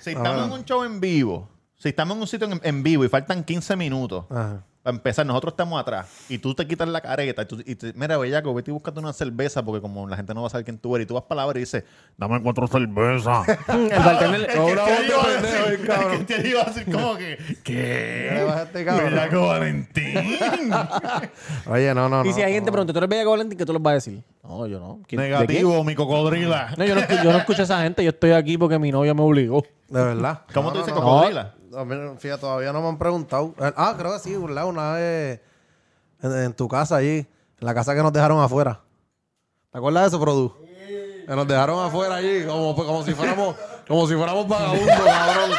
[SPEAKER 2] Si estamos en un show en vivo, si estamos en un sitio en, en vivo y faltan 15 minutos
[SPEAKER 1] Ajá.
[SPEAKER 2] para empezar, nosotros estamos atrás y tú te quitas la careta y, tú, y te- mira, bellaco, vete y búscate una cerveza porque como la gente no va a saber quién tú eres y tú vas para la hora y dices, dame cuatro <laughs> cervezas.
[SPEAKER 4] <laughs> El
[SPEAKER 2] El
[SPEAKER 4] bartender-
[SPEAKER 2] que
[SPEAKER 1] una voz
[SPEAKER 2] te
[SPEAKER 1] de
[SPEAKER 2] iba a
[SPEAKER 1] pendejo,
[SPEAKER 2] decir-
[SPEAKER 1] el cabrón.
[SPEAKER 2] el que te iba a decir como que,
[SPEAKER 1] Le
[SPEAKER 2] ¿qué?
[SPEAKER 1] vas a este cabrón.
[SPEAKER 2] Bellaco Valentín.
[SPEAKER 1] Oye, no, no, no.
[SPEAKER 4] Y si alguien
[SPEAKER 1] no.
[SPEAKER 4] te pregunta, ¿tú eres Bellaco Valentín? ¿Qué tú les vas a decir? No, yo no. ¿Quién- de
[SPEAKER 2] Negativo, mi cocodrila.
[SPEAKER 4] quién? No, yo no, escu- yo no escucho a esa gente. Yo estoy aquí porque mi novia me obligó.
[SPEAKER 1] De verdad.
[SPEAKER 2] ¿Cómo tú
[SPEAKER 1] No,
[SPEAKER 2] dices
[SPEAKER 1] no, no.
[SPEAKER 2] cocodrila?
[SPEAKER 1] No, mira, fíjate, todavía no me han preguntado. Eh, Ah, creo que sí, ¿verdad? Una vez en, en tu casa allí, en la casa que nos dejaron afuera. ¿Te acuerdas de eso, Produ? Que nos dejaron afuera allí, como, pues, como si fuéramos, como si fuéramos vagabundos, cabrón.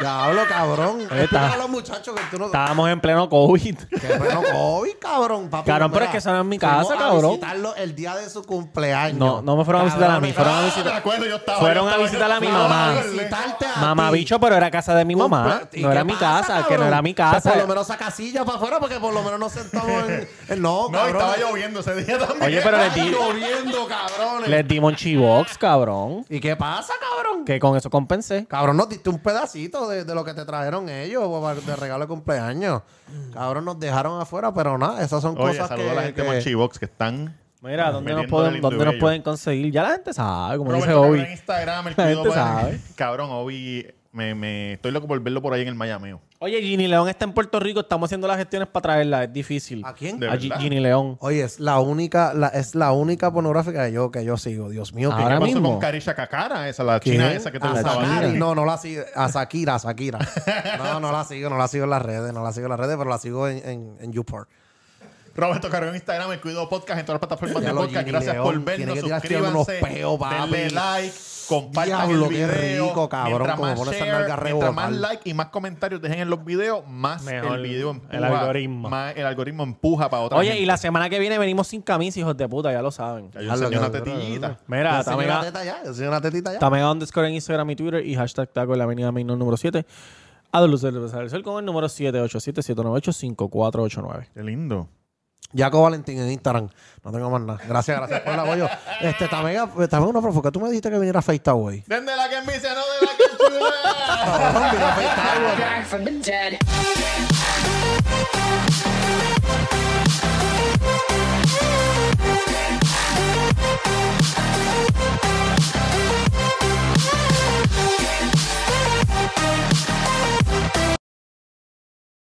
[SPEAKER 1] Diablo, cabrón. Explícale a los muchachos que tú no.
[SPEAKER 4] Estábamos en
[SPEAKER 1] <laughs>
[SPEAKER 4] pleno COVID.
[SPEAKER 1] Que pleno COVID, cabrón. Papi,
[SPEAKER 4] Cabrón, pero
[SPEAKER 1] Mira,
[SPEAKER 4] es que esa no es mi
[SPEAKER 1] fuimos
[SPEAKER 4] casa,
[SPEAKER 1] a
[SPEAKER 4] cabrón.
[SPEAKER 1] visitarlo el día de su cumpleaños.
[SPEAKER 4] No, no me fueron a visitar a mí. Fueron a
[SPEAKER 2] Ah,
[SPEAKER 4] visitar.
[SPEAKER 2] me acuerdo, yo estaba-
[SPEAKER 4] Fueron
[SPEAKER 2] yo
[SPEAKER 4] a
[SPEAKER 2] estaba-
[SPEAKER 4] visitar a mi
[SPEAKER 2] Fueron
[SPEAKER 4] mamá.
[SPEAKER 1] visitarte a
[SPEAKER 4] Mamá
[SPEAKER 1] ti.
[SPEAKER 4] bicho, pero era casa de mi mamá.
[SPEAKER 1] Comple- ¿Y
[SPEAKER 4] No
[SPEAKER 1] qué
[SPEAKER 4] era mi
[SPEAKER 1] pasa,
[SPEAKER 4] casa, que
[SPEAKER 1] cabrón?
[SPEAKER 4] no era mi
[SPEAKER 1] Pues
[SPEAKER 4] casa.
[SPEAKER 1] por lo menos esa casilla para afuera, porque por lo menos nos sentamos en. en- no,
[SPEAKER 2] No, y
[SPEAKER 1] cabrón.
[SPEAKER 2] estaba lloviendo ese día también.
[SPEAKER 4] Oye, pero les di,
[SPEAKER 1] lloviendo, cabrones.
[SPEAKER 4] les
[SPEAKER 1] <laughs>
[SPEAKER 4] di Monchibox, cabrón.
[SPEAKER 1] ¿Y qué pasa, cabrón?
[SPEAKER 4] Que con eso compensé.
[SPEAKER 1] Cabrón, nos diste un pedacito de, de lo que te trajeron ellos para- de regalo de cumpleaños. Cabrón, nos dejaron afuera, pero nada, esas son
[SPEAKER 2] Oye,
[SPEAKER 1] cosas
[SPEAKER 2] saludo
[SPEAKER 1] que.
[SPEAKER 2] a la gente
[SPEAKER 1] que-
[SPEAKER 2] de Monchibox que están.
[SPEAKER 4] Mira, ¿dónde nos
[SPEAKER 2] metiéndole
[SPEAKER 4] pueden,
[SPEAKER 2] el
[SPEAKER 4] dónde nos
[SPEAKER 2] indubello.
[SPEAKER 4] pueden conseguir? Ya la gente sabe, como
[SPEAKER 2] Roberto
[SPEAKER 4] dice
[SPEAKER 2] Cabrera
[SPEAKER 4] Obi.
[SPEAKER 2] En Instagram, el
[SPEAKER 4] La
[SPEAKER 2] cuido
[SPEAKER 4] gente
[SPEAKER 2] para-
[SPEAKER 4] sabe.
[SPEAKER 2] <laughs> Cabrón, Obi, me, me- estoy loco por verlo por ahí en el Miami.
[SPEAKER 4] Oye, Ginny León está en Puerto Rico. Estamos haciendo las gestiones para traerla. Es difícil.
[SPEAKER 1] ¿A quién?
[SPEAKER 2] De
[SPEAKER 4] A Gi-
[SPEAKER 2] verdad.
[SPEAKER 4] Ginny León.
[SPEAKER 1] Oye, es la única, la- es la única pornográfica que yo, que yo sigo. Dios mío,
[SPEAKER 2] ¿Qué
[SPEAKER 4] Ahora
[SPEAKER 2] pasó
[SPEAKER 4] mismo.
[SPEAKER 2] con Carisha Kakara? Esa, la
[SPEAKER 1] ¿Quién?
[SPEAKER 2] china esa que te
[SPEAKER 1] a
[SPEAKER 2] gustaba.
[SPEAKER 1] Shakira.
[SPEAKER 2] Shakira.
[SPEAKER 1] No, no Ah, la sigo. A Shakira, a Shakira. No, no la sigo, no la sigo en las redes, no la sigo en las redes, pero la sigo en, en, en YouPorn.
[SPEAKER 2] Roberto Carrera en Instagram, el cuido podcast en todas las plataformas
[SPEAKER 1] Ya
[SPEAKER 2] de
[SPEAKER 1] lo,
[SPEAKER 2] podcast.
[SPEAKER 1] Ginny
[SPEAKER 2] Gracias
[SPEAKER 1] León,
[SPEAKER 2] por vernos.
[SPEAKER 1] tiene que tirar unos
[SPEAKER 2] Suscríbanse,
[SPEAKER 1] peos, papi.
[SPEAKER 2] denle like, compartan
[SPEAKER 1] Diablo,
[SPEAKER 2] el
[SPEAKER 1] qué
[SPEAKER 2] video.
[SPEAKER 1] rico, cabrón,
[SPEAKER 2] Mientras
[SPEAKER 1] como
[SPEAKER 2] más
[SPEAKER 1] pone esa
[SPEAKER 2] share,
[SPEAKER 1] nalga a
[SPEAKER 2] mientras más
[SPEAKER 1] rebotar.
[SPEAKER 2] like y más comentarios dejen en los videos, más
[SPEAKER 4] Mejor
[SPEAKER 2] el video
[SPEAKER 4] el
[SPEAKER 2] empuja.
[SPEAKER 4] algoritmo.
[SPEAKER 2] Más el algoritmo empuja para otra
[SPEAKER 4] Oye,
[SPEAKER 2] gente.
[SPEAKER 4] y la semana que viene venimos sin camisa, hijos de puta, ya lo saben.
[SPEAKER 2] Ya Yo enseñé
[SPEAKER 1] Hazlo,
[SPEAKER 2] una
[SPEAKER 1] cabrón,
[SPEAKER 2] tetillita.
[SPEAKER 1] Yo
[SPEAKER 4] Mira,
[SPEAKER 1] enseño
[SPEAKER 4] también
[SPEAKER 1] una teta ya, yo enseño una tetita ya.
[SPEAKER 4] Tamega underscore en Instagram y Twitter y hashtag taco en la avenida Main número 7. A dos luces del Besar del sol con el número 787-798-5489.
[SPEAKER 2] Qué lindo.
[SPEAKER 1] Jaco Valentín en Instagram. No tengo más nada. Gracias, gracias por el apoyo. Este, también, también una profe, que tú me dijiste que viniera a FaceTime
[SPEAKER 2] Desde la que envicia, no de la que chula.
[SPEAKER 5] Back from the dead.